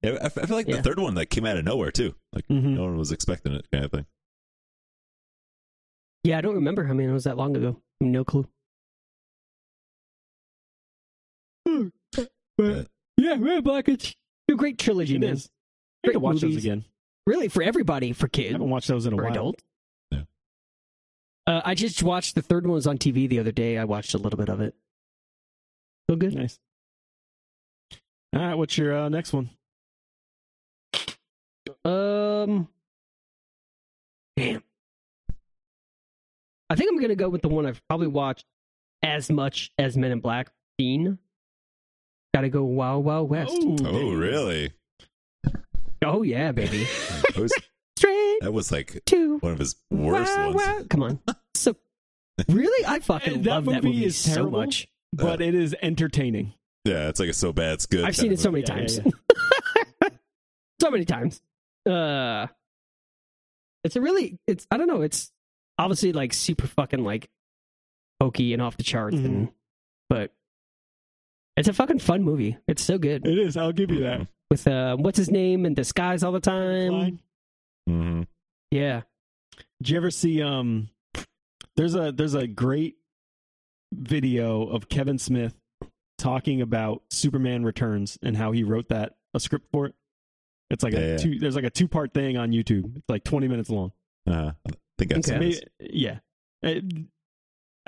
[SPEAKER 3] I, I feel like
[SPEAKER 4] Yeah.
[SPEAKER 3] the third one like came out of nowhere too. Like
[SPEAKER 2] Mhm.
[SPEAKER 4] Mm-hmm.
[SPEAKER 3] no one was expecting it, kind of thing.
[SPEAKER 4] Yeah, I don't remember. I mean, it was that long ago.
[SPEAKER 2] *laughs*
[SPEAKER 4] No clue.
[SPEAKER 3] Yeah.
[SPEAKER 4] Yeah, Red Blankets. A great trilogy,
[SPEAKER 2] It
[SPEAKER 4] man.
[SPEAKER 2] is. I need to
[SPEAKER 4] Great
[SPEAKER 2] watch
[SPEAKER 4] movies.
[SPEAKER 2] those again.
[SPEAKER 4] Really, for everybody, for
[SPEAKER 2] I
[SPEAKER 4] kids,
[SPEAKER 2] haven't watched those in a
[SPEAKER 4] for
[SPEAKER 2] while.
[SPEAKER 4] adults.
[SPEAKER 3] Yeah.
[SPEAKER 4] Uh, I just watched the third one was on TV the other day. I watched a little bit of it. So good.
[SPEAKER 2] Nice. All right, what's your uh, next one?
[SPEAKER 4] Um, damn. I think I'm gonna go with the one I've probably watched as much as Men in Black. Scene. Gotta go Wild Wild West. Oh,
[SPEAKER 3] Oh,
[SPEAKER 2] Mm-hmm. *laughs*
[SPEAKER 3] really?
[SPEAKER 4] yeah, baby.
[SPEAKER 3] That was,
[SPEAKER 4] Straight
[SPEAKER 3] that was like
[SPEAKER 4] to
[SPEAKER 3] one of his worst
[SPEAKER 4] Wild
[SPEAKER 3] ones.
[SPEAKER 4] Wild-
[SPEAKER 2] *laughs*
[SPEAKER 4] Come on. So really, I fucking
[SPEAKER 2] That
[SPEAKER 4] love that
[SPEAKER 2] movie
[SPEAKER 4] movie
[SPEAKER 2] is
[SPEAKER 4] so
[SPEAKER 2] terrible.
[SPEAKER 4] much.
[SPEAKER 3] Uh,
[SPEAKER 2] But it is entertaining.
[SPEAKER 3] Yeah, it's like it's so bad, it's good.
[SPEAKER 4] I've seen it so many
[SPEAKER 2] Yeah, yeah,
[SPEAKER 4] times.
[SPEAKER 2] yeah.
[SPEAKER 4] *laughs* so many times. Uh It's a really it's I don't know, it's obviously like super fucking like hokey and off the charts
[SPEAKER 2] Mhm.
[SPEAKER 4] and but it's a fucking fun movie. It's so good.
[SPEAKER 2] It is. I'll
[SPEAKER 3] Mm-hmm.
[SPEAKER 2] give you that.
[SPEAKER 4] With uh what's his name and disguise all the time.
[SPEAKER 2] Fine.
[SPEAKER 3] Mm-hmm.
[SPEAKER 4] Yeah.
[SPEAKER 2] Did you ever see um there's a there's a great video of Kevin Smith talking about Superman Returns and how he wrote that a script for it. It's like
[SPEAKER 3] Yeah,
[SPEAKER 2] a
[SPEAKER 3] yeah.
[SPEAKER 2] two there's like a two part thing on YouTube. It's like 20 minutes long.
[SPEAKER 3] Uh, I think I've seen
[SPEAKER 4] Okay.
[SPEAKER 2] Maybe,
[SPEAKER 3] this.
[SPEAKER 2] yeah. I,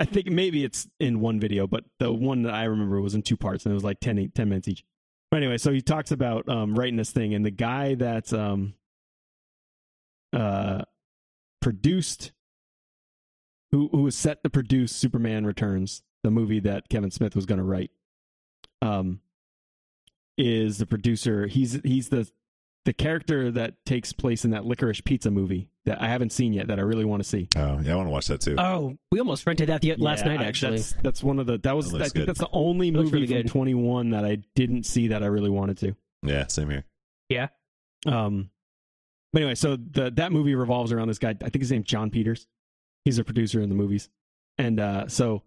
[SPEAKER 2] I think maybe it's in one video, but the one that I remember was in two parts and it was like 10, eight- 10 minutes each. But anyway, so he talks about um, writing this thing, and the guy that um, uh, produced, who, who was set to produce Superman Returns, the movie that Kevin Smith was going to write, um, is the producer. He's, he's the the character that takes place in that licorice pizza movie that I haven't seen yet that I really want to see.
[SPEAKER 3] Oh, yeah, I want to watch that
[SPEAKER 2] Uh,
[SPEAKER 3] too.
[SPEAKER 4] Oh, we almost rented that the last
[SPEAKER 2] Yeah,
[SPEAKER 4] night
[SPEAKER 2] I-
[SPEAKER 4] actually.
[SPEAKER 2] that's, that's one of the that was
[SPEAKER 3] That
[SPEAKER 2] I
[SPEAKER 3] looks
[SPEAKER 2] think
[SPEAKER 3] good.
[SPEAKER 2] that's the only
[SPEAKER 4] looks
[SPEAKER 2] movie
[SPEAKER 4] really
[SPEAKER 2] from
[SPEAKER 4] good.
[SPEAKER 2] 21 that I didn't see that I really wanted to.
[SPEAKER 3] yeah, same here. *laughs*
[SPEAKER 2] Um, but anyway, so the that movie revolves around this guy. I think his name's John Peters. He's a producer in the movies, and uh, so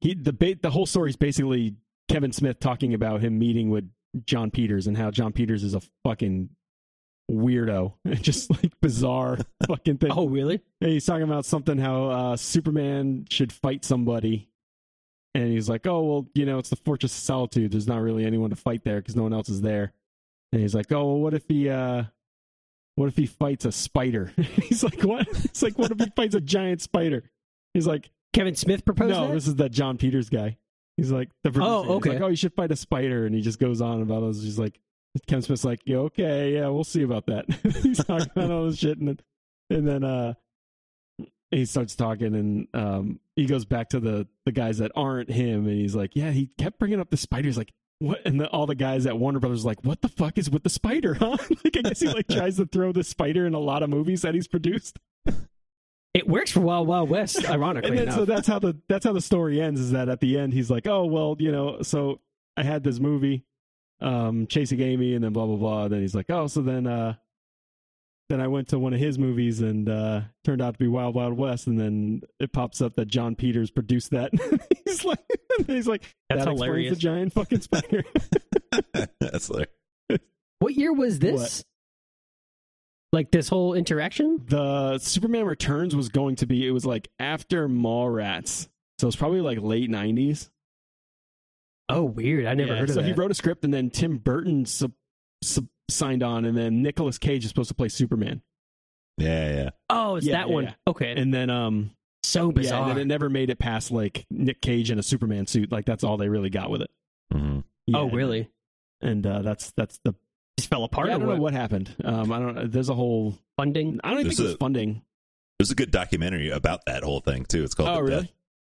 [SPEAKER 2] he the ba- the whole story is basically Kevin Smith talking about him meeting with John Peters and how John Peters is a fucking weirdo, *laughs* just like bizarre *laughs* fucking thing.
[SPEAKER 4] Oh, really?
[SPEAKER 2] Yeah, he's talking about something how uh, Superman should fight somebody. And he's like, oh, well, you know, it's the Fortress of Solitude. There's not really anyone to fight there because no one else is there. And he's like, oh, well, what if he, uh, what if he fights a spider? *laughs* he's like, what? It's like, what if he fights a giant spider? He's like,
[SPEAKER 4] Kevin Smith proposed
[SPEAKER 2] no,
[SPEAKER 4] that?
[SPEAKER 2] this is that John Peters guy. He's like the producer.
[SPEAKER 4] Oh,
[SPEAKER 2] He's
[SPEAKER 4] okay.
[SPEAKER 2] like, oh, you should fight a spider, and he just goes on about those. He's like, Ken Smith's like, yeah, okay, yeah, we'll see about that. *laughs* he's talking about all this shit, and then, and then uh, he starts talking, and um, he goes back to the the guys that aren't him, and he's like, yeah, he kept bringing up the spider. He's like. What and the, all the guys at Warner Brothers are like, what the fuck is with the spider, huh? *laughs* like, I guess he like tries to throw the spider in a lot of movies that he's produced.
[SPEAKER 4] It works for Wild Wild West,
[SPEAKER 2] *laughs*
[SPEAKER 4] ironically
[SPEAKER 2] And then,
[SPEAKER 4] enough.
[SPEAKER 2] so that's how the that's how the story ends. Is that at the end he's like, oh well, you know, so I had this movie, um, chasing Amy, and then blah blah blah. And then he's like, oh, so then uh, then I went to one of his movies and uh, turned out to be Wild Wild West. And then it pops up that John Peters produced that. *laughs* he's like, and he's like,
[SPEAKER 4] That's
[SPEAKER 2] that explains
[SPEAKER 4] hilarious.
[SPEAKER 2] The giant fucking
[SPEAKER 4] *laughs*
[SPEAKER 2] spider.
[SPEAKER 3] That's like
[SPEAKER 4] What year was this? Like this whole interaction?
[SPEAKER 2] the Superman Returns was going to be. It was like after Mallrats, so it's probably like late nineties.
[SPEAKER 4] Oh, weird. I never
[SPEAKER 2] Yeah,
[SPEAKER 4] heard of
[SPEAKER 2] so
[SPEAKER 4] that.
[SPEAKER 2] he wrote a script, and then Tim Burton sub, sub, signed on, and then Nicolas Cage is supposed to play Superman,
[SPEAKER 3] yeah, yeah.
[SPEAKER 4] oh, it's
[SPEAKER 2] Yeah,
[SPEAKER 4] that
[SPEAKER 2] yeah,
[SPEAKER 4] one.
[SPEAKER 2] yeah.
[SPEAKER 4] Okay.
[SPEAKER 2] and then um,
[SPEAKER 4] so
[SPEAKER 2] yeah,
[SPEAKER 4] bizarre.
[SPEAKER 2] and then it never made it past like Nick Cage in a Superman suit. Like that's all they really got with it.
[SPEAKER 3] Mhm.
[SPEAKER 2] Yeah,
[SPEAKER 4] oh,
[SPEAKER 2] and-
[SPEAKER 4] really?
[SPEAKER 2] And uh, that's that's the.
[SPEAKER 4] Just fell apart
[SPEAKER 2] Yeah, I
[SPEAKER 4] or
[SPEAKER 2] don't
[SPEAKER 4] what?
[SPEAKER 2] know what happened. Um, I don't. There's a whole.
[SPEAKER 4] Funding?
[SPEAKER 2] I don't even
[SPEAKER 3] There's
[SPEAKER 2] think it was
[SPEAKER 3] a-
[SPEAKER 2] funding.
[SPEAKER 3] There's a good documentary about that whole thing too. It's called
[SPEAKER 2] Oh,
[SPEAKER 3] the
[SPEAKER 2] really?
[SPEAKER 3] Death.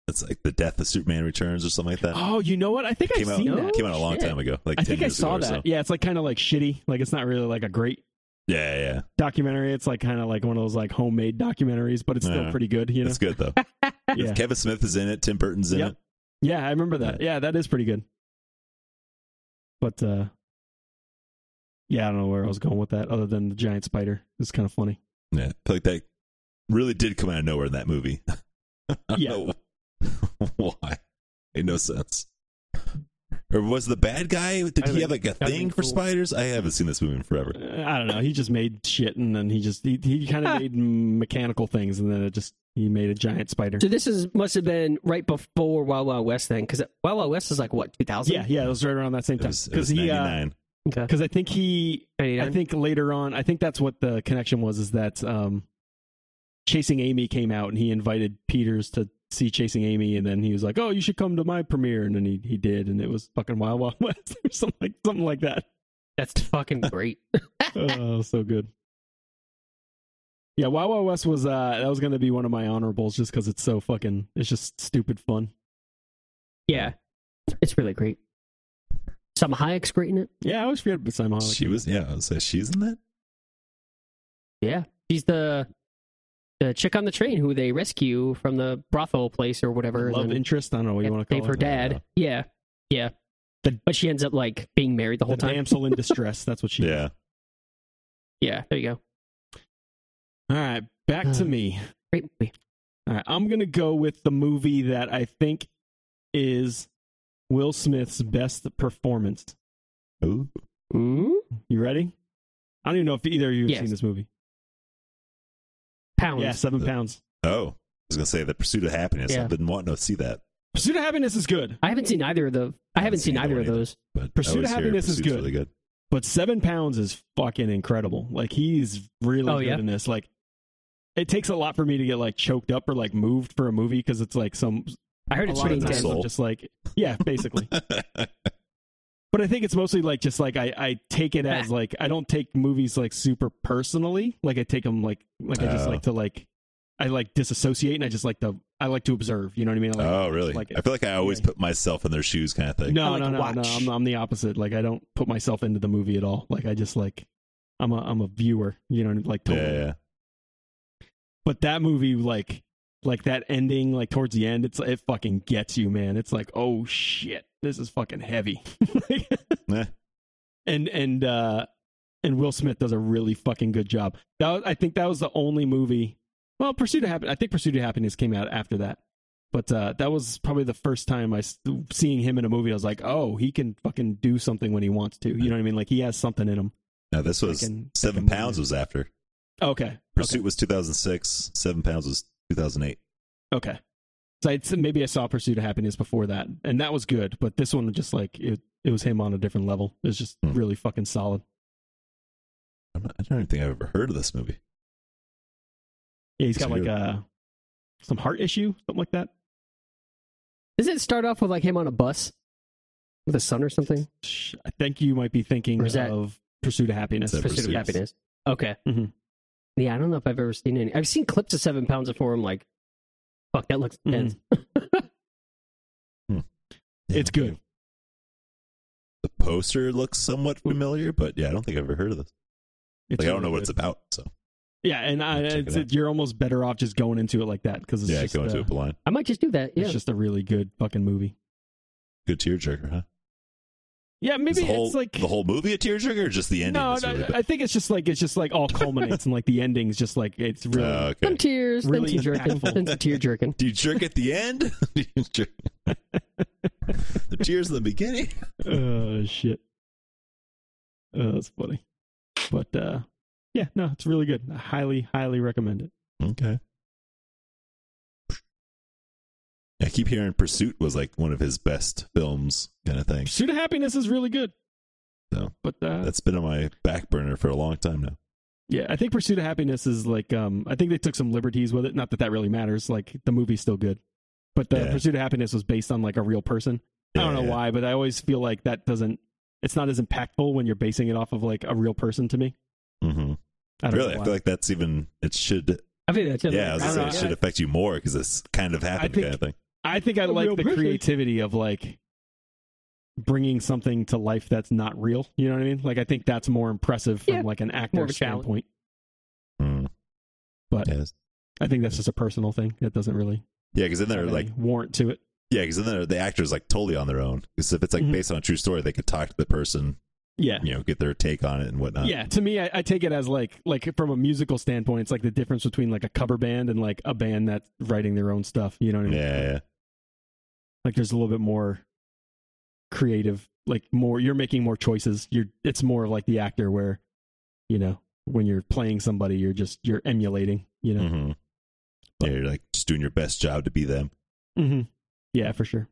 [SPEAKER 3] It's like the Death of Superman Returns or something like that.
[SPEAKER 2] Oh, you know what? I think I've
[SPEAKER 3] came out
[SPEAKER 2] seen
[SPEAKER 4] No?
[SPEAKER 2] that.
[SPEAKER 3] came out a long
[SPEAKER 4] Shit.
[SPEAKER 3] time ago. Like
[SPEAKER 2] I
[SPEAKER 3] 10
[SPEAKER 2] think I
[SPEAKER 3] years
[SPEAKER 2] saw
[SPEAKER 3] ago
[SPEAKER 2] that.
[SPEAKER 3] or so.
[SPEAKER 2] Yeah, it's like kind of like shitty. Like it's not really like a great
[SPEAKER 3] Yeah, yeah.
[SPEAKER 2] documentary. It's like kind of like one of those like homemade documentaries, but it's still
[SPEAKER 3] Yeah.
[SPEAKER 2] pretty good. You know?
[SPEAKER 3] It's good though.
[SPEAKER 2] Yeah.
[SPEAKER 3] Kevin Smith is in it. Tim Burton's in
[SPEAKER 2] Yep.
[SPEAKER 3] it.
[SPEAKER 2] Yeah, I remember that. Yeah, that is pretty good. But uh yeah, I don't know where I was going with that other than the giant spider. It's kind of funny.
[SPEAKER 3] Yeah, I feel like that really did come out of nowhere in that movie. *laughs* I don't *laughs*
[SPEAKER 2] Yeah.
[SPEAKER 3] know why? Made no sense. Or was the bad guy? Did
[SPEAKER 4] I
[SPEAKER 3] he
[SPEAKER 4] think-
[SPEAKER 3] have like a
[SPEAKER 4] I
[SPEAKER 3] thing
[SPEAKER 4] think
[SPEAKER 3] for
[SPEAKER 4] cool.
[SPEAKER 3] spiders? I haven't seen this movie in forever.
[SPEAKER 2] I don't know. He just made shit, and then he just he, he kind
[SPEAKER 3] *laughs*
[SPEAKER 2] of made mechanical things, and then it just he made a giant spider.
[SPEAKER 4] So this is must have been right before Wild Wild West then, because Wild Wild West is like what two thousand?
[SPEAKER 2] Yeah, yeah, it was right around that same
[SPEAKER 3] It
[SPEAKER 2] time.
[SPEAKER 3] was, it was
[SPEAKER 2] he, uh,
[SPEAKER 3] 99.
[SPEAKER 4] okay.
[SPEAKER 2] 'cause I think he, I
[SPEAKER 4] 99?
[SPEAKER 2] think later on, I think that's what the connection was. Is that um, Chasing Amy came out, and he invited Peters to see Chasing Amy, and then he was like, "Oh, you should come to my premiere," and then he he did, and it was fucking Wild Wild *laughs* West or something like something like that.
[SPEAKER 4] that's
[SPEAKER 2] *laughs*
[SPEAKER 4] fucking great.
[SPEAKER 2] oh, so good. Yeah, Wild Wild West was uh that was gonna be one of my honorables just because it's so fucking it's just stupid fun.
[SPEAKER 4] yeah, it's really great. Some Hayek's great in it.
[SPEAKER 2] Yeah, I always forget about Simon Hollick.
[SPEAKER 3] She was, yeah. I was like, she's in that.
[SPEAKER 4] Yeah, she's the the chick on the train who they rescue from the brothel place or whatever. and
[SPEAKER 2] love
[SPEAKER 4] then
[SPEAKER 2] interest. I don't know what you want to
[SPEAKER 4] save
[SPEAKER 2] call
[SPEAKER 4] her
[SPEAKER 2] it.
[SPEAKER 4] dad.
[SPEAKER 3] Uh,
[SPEAKER 4] yeah, yeah. but she ends up like being married the whole
[SPEAKER 2] The
[SPEAKER 4] time. *laughs*
[SPEAKER 2] damsel in distress. That's what she.
[SPEAKER 3] Yeah.
[SPEAKER 4] Yeah, there you go.
[SPEAKER 2] All right, back
[SPEAKER 4] *sighs*
[SPEAKER 2] to me.
[SPEAKER 4] Great movie.
[SPEAKER 2] All right, I'm gonna go with the movie that I think is Will Smith's best performance.
[SPEAKER 3] Ooh. Hmm?
[SPEAKER 4] Mm?
[SPEAKER 2] You ready? I don't even know if either of you have
[SPEAKER 4] Yes.
[SPEAKER 2] seen this movie.
[SPEAKER 4] Pounds.
[SPEAKER 2] Yeah, Seven Pounds.
[SPEAKER 3] Oh. I was going to say The Pursuit of Happiness.
[SPEAKER 4] Yeah.
[SPEAKER 3] I've been wanting to see that.
[SPEAKER 2] Pursuit of Happiness is good.
[SPEAKER 4] I haven't seen either of the. I haven't seen either
[SPEAKER 3] one
[SPEAKER 4] of
[SPEAKER 3] either.
[SPEAKER 4] those.
[SPEAKER 3] But I
[SPEAKER 2] Pursuit of
[SPEAKER 3] always hear
[SPEAKER 2] Happiness is
[SPEAKER 3] Pursuit's
[SPEAKER 2] good. *laughs*
[SPEAKER 3] really good.
[SPEAKER 2] but seven pounds is fucking incredible. Like he's really
[SPEAKER 4] Oh,
[SPEAKER 2] good
[SPEAKER 4] yeah?
[SPEAKER 2] in this. Like it takes a lot for me to get like choked up or like moved for a movie because it's like some
[SPEAKER 4] I heard
[SPEAKER 2] a
[SPEAKER 4] it's
[SPEAKER 2] lot
[SPEAKER 4] pretty
[SPEAKER 2] of
[SPEAKER 3] intense.
[SPEAKER 2] times
[SPEAKER 4] intense.
[SPEAKER 3] Soul.
[SPEAKER 2] I'm just like yeah, basically.
[SPEAKER 3] I
[SPEAKER 2] but I think it's mostly like just like I I take it as like I don't take movies like super personally. Like I take them like like I just
[SPEAKER 3] Oh.
[SPEAKER 2] like to like I like disassociate and I just like to I like to observe. You know what I mean? I like,
[SPEAKER 3] oh, really?
[SPEAKER 2] like it.
[SPEAKER 3] I feel like I always
[SPEAKER 2] Yeah.
[SPEAKER 3] put myself in their shoes kind of thing.
[SPEAKER 2] no,
[SPEAKER 4] I like
[SPEAKER 2] no, no, no.
[SPEAKER 4] watch.
[SPEAKER 2] I'm, I'm the opposite. Like I don't put myself into the movie at all. Like I just like I'm a I'm a viewer. You know, like
[SPEAKER 3] Yeah,
[SPEAKER 2] totally.
[SPEAKER 3] yeah, yeah.
[SPEAKER 2] but that movie like like that ending like towards the end it's it fucking gets you man it's like oh shit this is fucking heavy *laughs* Like,
[SPEAKER 3] Yeah.
[SPEAKER 2] and and uh and will smith does a really fucking good job that was, i think that was the only movie well pursuit of happiness i think pursuit of happiness came out after that but uh that was probably the first time i s- seeing him in a movie i was like oh he can fucking do something when he wants to you know what i mean like he has something in him
[SPEAKER 3] No, this was
[SPEAKER 2] can- I
[SPEAKER 3] Seven
[SPEAKER 2] can believe
[SPEAKER 3] Pounds
[SPEAKER 2] it.
[SPEAKER 3] was after.
[SPEAKER 2] okay
[SPEAKER 3] Pursuit was 2006. Seven Pounds was 2008.
[SPEAKER 2] Okay. So I'd, say- maybe I saw Pursuit of Happiness before that, and that was good. But this one was just like it, it was him on a different level. It was just
[SPEAKER 3] Hmm.
[SPEAKER 2] really fucking solid.
[SPEAKER 3] I'm not, I don't even think I've ever heard of this movie.
[SPEAKER 2] Yeah, he's got
[SPEAKER 3] So
[SPEAKER 2] like
[SPEAKER 3] good.
[SPEAKER 2] uh some heart issue, something like that.
[SPEAKER 4] Does it start off with like him on a bus with a son or something?
[SPEAKER 2] Sh- I think you might be thinking
[SPEAKER 4] Or is that-
[SPEAKER 2] of Pursuit of Happiness.
[SPEAKER 3] Is that
[SPEAKER 4] Pursuit of
[SPEAKER 3] Pursuits.
[SPEAKER 4] Happiness. Okay.
[SPEAKER 2] Mhm.
[SPEAKER 4] Yeah, I don't know if I've ever seen any. I've seen clips of Seven Pounds before. I'm like, fuck, that looks
[SPEAKER 2] Mhm.
[SPEAKER 4] intense.
[SPEAKER 3] Yeah,
[SPEAKER 2] It's
[SPEAKER 3] okay.
[SPEAKER 2] good.
[SPEAKER 3] The poster looks somewhat familiar, but yeah, I don't think I've ever heard of this.
[SPEAKER 2] It's
[SPEAKER 3] like, I don't
[SPEAKER 2] really
[SPEAKER 3] know what it's
[SPEAKER 2] good.
[SPEAKER 3] about. So
[SPEAKER 2] Yeah, and I,
[SPEAKER 3] Check it
[SPEAKER 2] it's,
[SPEAKER 3] out.
[SPEAKER 2] you're almost better off just going into it like that because it's
[SPEAKER 3] yeah,
[SPEAKER 2] just
[SPEAKER 3] go into
[SPEAKER 2] uh,
[SPEAKER 3] it blind.
[SPEAKER 4] I might just do that. Yeah.
[SPEAKER 2] it's just a really good fucking movie.
[SPEAKER 3] Good tearjerker, huh?
[SPEAKER 2] Yeah,
[SPEAKER 3] Is
[SPEAKER 2] maybe
[SPEAKER 3] the whole,
[SPEAKER 2] it's like
[SPEAKER 3] the whole movie a tearjerker, or just the ending?
[SPEAKER 2] no,
[SPEAKER 3] that's
[SPEAKER 2] no,
[SPEAKER 3] really bad?
[SPEAKER 2] I think it's just like it's just like
[SPEAKER 4] *laughs*
[SPEAKER 2] all culminates and like the ending's just like it's really
[SPEAKER 3] Oh, okay.
[SPEAKER 4] some tears,
[SPEAKER 2] Really
[SPEAKER 4] then tear jerking,
[SPEAKER 2] impactful.
[SPEAKER 4] then tear jerking.
[SPEAKER 3] Do you jerk at the end? *laughs* Do you
[SPEAKER 2] *laughs*
[SPEAKER 3] jerk- the tears in the beginning.
[SPEAKER 2] *laughs* oh shit oh that's funny but uh yeah no it's really good i highly highly recommend it
[SPEAKER 3] Okay. I keep hearing Pursuit was like one of his best films, kind of thing.
[SPEAKER 2] pursuit of happiness is really good
[SPEAKER 3] So
[SPEAKER 2] but uh
[SPEAKER 3] that's been on my back burner for a long time now.
[SPEAKER 2] yeah i think pursuit of happiness is like um i think they took some liberties with it not that that really matters like the movie's still good but the
[SPEAKER 3] Yeah.
[SPEAKER 2] pursuit of happiness was based on like a real person i don't know
[SPEAKER 3] Yeah.
[SPEAKER 2] why but i always feel like that doesn't it's not as impactful when you're basing it off of like a real person to me
[SPEAKER 3] Mhm.
[SPEAKER 2] i don't
[SPEAKER 3] Really,
[SPEAKER 2] know
[SPEAKER 3] I
[SPEAKER 2] why.
[SPEAKER 3] feel like that's even it should.
[SPEAKER 4] I think that's it.
[SPEAKER 3] Yeah, I was
[SPEAKER 2] don't
[SPEAKER 3] gonna say
[SPEAKER 2] know,
[SPEAKER 3] it should affect you more because it's kind of happened,
[SPEAKER 2] think-
[SPEAKER 3] kind of thing.
[SPEAKER 2] I think I
[SPEAKER 4] A
[SPEAKER 2] like
[SPEAKER 4] real
[SPEAKER 2] the
[SPEAKER 4] person.
[SPEAKER 2] creativity of like bringing something to life that's not real. You know what I mean? Like I think that's more impressive from
[SPEAKER 4] Yeah.
[SPEAKER 2] like an
[SPEAKER 4] More
[SPEAKER 2] actor
[SPEAKER 4] of a challenge.
[SPEAKER 2] standpoint.
[SPEAKER 3] Mm.
[SPEAKER 2] But-
[SPEAKER 3] yes.
[SPEAKER 2] I think that's just a personal thing. That doesn't really
[SPEAKER 3] yeah, because then they're
[SPEAKER 2] have
[SPEAKER 3] like,
[SPEAKER 2] any warrant to it.
[SPEAKER 3] yeah, because then they're, the actor's like totally on their own. Because if it's like
[SPEAKER 2] Mhm.
[SPEAKER 3] based on a true story, they could talk to the person,
[SPEAKER 2] Yeah.
[SPEAKER 3] you know, get their take on it and whatnot.
[SPEAKER 2] Yeah, to me, I, I take it as like like from a musical standpoint, it's like the difference between like a cover band and like a band that's writing their own stuff. You know what I
[SPEAKER 3] yeah,
[SPEAKER 2] mean?
[SPEAKER 3] yeah.
[SPEAKER 2] Like there's a little bit more creative, like more. You're making more choices. You're. It's more of like the actor where, you know, when you're playing somebody, you're just you're emulating. You know.
[SPEAKER 3] Mm-hmm. Yeah, you're like just doing your best job to be them.
[SPEAKER 2] Mm-hmm. Yeah, for sure.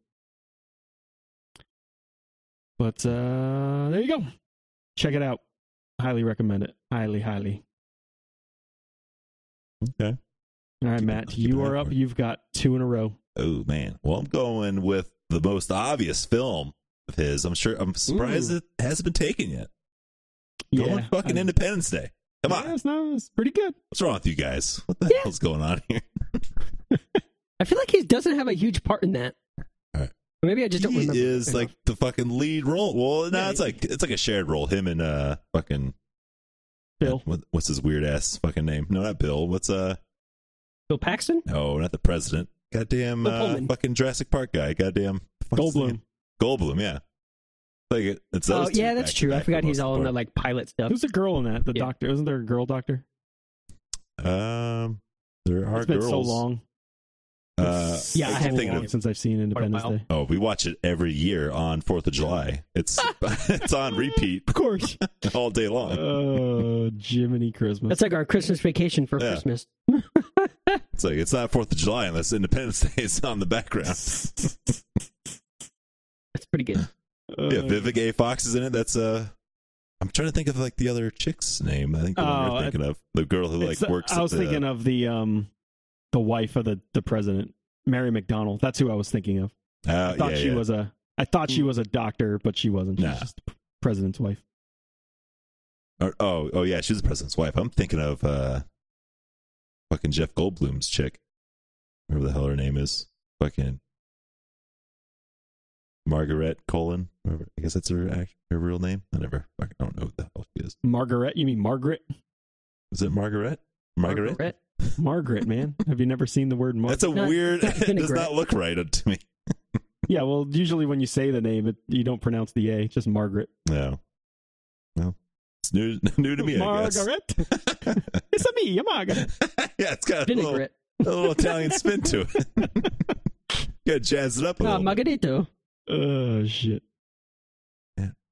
[SPEAKER 2] But uh there you go. Check it out. Highly recommend it. Highly, highly.
[SPEAKER 3] Okay.
[SPEAKER 2] All right,
[SPEAKER 3] Keep it-
[SPEAKER 2] Matt,
[SPEAKER 3] keep
[SPEAKER 2] you
[SPEAKER 3] an eye
[SPEAKER 2] are up.
[SPEAKER 3] for it.
[SPEAKER 2] You've got two in a row.
[SPEAKER 3] Oh man. Well, I'm going with the most obvious film of his. I'm sure. I'm surprised
[SPEAKER 4] Ooh.
[SPEAKER 3] it hasn't been taken yet.
[SPEAKER 2] Yeah,
[SPEAKER 3] Going fucking
[SPEAKER 2] I-
[SPEAKER 3] Independence Day. Come on.
[SPEAKER 2] Yeah, it's, not, it's pretty good.
[SPEAKER 3] What's wrong with you guys? What the hell's going on here?
[SPEAKER 4] I feel like he doesn't have a huge part in that.
[SPEAKER 3] Alright.
[SPEAKER 4] Or Maybe I *laughs* just don't
[SPEAKER 3] he
[SPEAKER 4] remember.
[SPEAKER 3] is
[SPEAKER 4] enough.
[SPEAKER 3] like the fucking lead role. Well, no,
[SPEAKER 4] Yeah,
[SPEAKER 3] it's
[SPEAKER 4] he-
[SPEAKER 3] like it's like a shared role. Him and uh fucking
[SPEAKER 2] Bill,
[SPEAKER 3] What, what's his weird ass fucking name? No, not Bill. What's uh
[SPEAKER 4] Bill Paxton.
[SPEAKER 3] no, not the president. Goddamn
[SPEAKER 4] Bill
[SPEAKER 3] uh,
[SPEAKER 4] Pullman.
[SPEAKER 3] fucking Jurassic Park guy. Goddamn what's his
[SPEAKER 2] Goldblum.
[SPEAKER 3] name? Goldblum, yeah. Like it, it's
[SPEAKER 4] Oh
[SPEAKER 3] those two
[SPEAKER 4] yeah, that's
[SPEAKER 3] back to
[SPEAKER 4] true. I
[SPEAKER 3] back for
[SPEAKER 4] forgot
[SPEAKER 3] the
[SPEAKER 4] he's
[SPEAKER 3] most
[SPEAKER 4] all in the
[SPEAKER 3] part.
[SPEAKER 4] like pilot stuff.
[SPEAKER 2] Who's the girl in that? The
[SPEAKER 4] Yeah.
[SPEAKER 2] doctor. Isn't there a girl doctor?
[SPEAKER 3] Um, there are
[SPEAKER 2] it's been
[SPEAKER 3] girls.
[SPEAKER 2] so long.
[SPEAKER 3] Uh,
[SPEAKER 2] It's
[SPEAKER 4] Yeah, I
[SPEAKER 2] so
[SPEAKER 4] haven't
[SPEAKER 2] long
[SPEAKER 4] watched it.
[SPEAKER 2] since I've seen Independence
[SPEAKER 4] while.
[SPEAKER 2] Day.
[SPEAKER 3] Oh, we watch it every year on Fourth of July. It's it's on repeat
[SPEAKER 2] Of course.
[SPEAKER 3] all day long.
[SPEAKER 2] Oh, Jiminy Christmas.
[SPEAKER 4] That's like our Christmas vacation for
[SPEAKER 3] Yeah.
[SPEAKER 4] Christmas.
[SPEAKER 3] It's like it's not Fourth of July unless Independence *laughs* Day is on
[SPEAKER 2] *laughs*
[SPEAKER 3] the background.
[SPEAKER 4] That's
[SPEAKER 3] *laughs*
[SPEAKER 4] pretty good.
[SPEAKER 3] Yeah,
[SPEAKER 2] Uh,
[SPEAKER 3] Vivica A. Fox is in it. That's uh I'm trying to think of like the other chick's name. I think the one
[SPEAKER 2] Oh,
[SPEAKER 3] you're
[SPEAKER 2] I-
[SPEAKER 3] thinking of. The girl who like
[SPEAKER 2] It's- uh,
[SPEAKER 3] works
[SPEAKER 2] I was
[SPEAKER 3] at the,
[SPEAKER 2] thinking of the um, the wife of the the president, Mary McDonald. That's who I was thinking of.
[SPEAKER 3] uh,
[SPEAKER 2] I thought
[SPEAKER 3] yeah,
[SPEAKER 2] she
[SPEAKER 3] yeah.
[SPEAKER 2] was a. I thought
[SPEAKER 4] Mm.
[SPEAKER 2] she was a doctor, but she wasn't. She's
[SPEAKER 3] Nah.
[SPEAKER 2] just the president's wife.
[SPEAKER 3] Or- oh, oh yeah, she's the president's wife. I'm thinking of uh fucking Jeff Goldblum's chick. Whatever the hell her name is. Fucking Margaret Colon. Whatever. I guess that's her act- her real name. I never fucking I don't know who the hell she is.
[SPEAKER 2] Margaret, you mean Margaret?
[SPEAKER 3] Is it Margaret? Margaret?
[SPEAKER 2] Margaret, man. Have you never seen the word Margaret?
[SPEAKER 3] That's a
[SPEAKER 4] Not-
[SPEAKER 3] weird
[SPEAKER 4] not
[SPEAKER 3] *laughs* it does
[SPEAKER 4] vinaigrette.
[SPEAKER 3] not look right to me.
[SPEAKER 2] yeah, well, usually when you say the name, it, you don't pronounce the A, just Margaret.
[SPEAKER 3] No. No. It's new *laughs* new to me, I guess.
[SPEAKER 2] Margaret.
[SPEAKER 3] *laughs*
[SPEAKER 2] it's a me, a Margaret.
[SPEAKER 3] yeah, it's got a little,
[SPEAKER 4] Vinaigrette.
[SPEAKER 3] a little Italian spin to it. *laughs* Gotta jazz it up a
[SPEAKER 4] Ah,
[SPEAKER 3] little. bit.
[SPEAKER 4] Margarito.
[SPEAKER 2] Oh shit.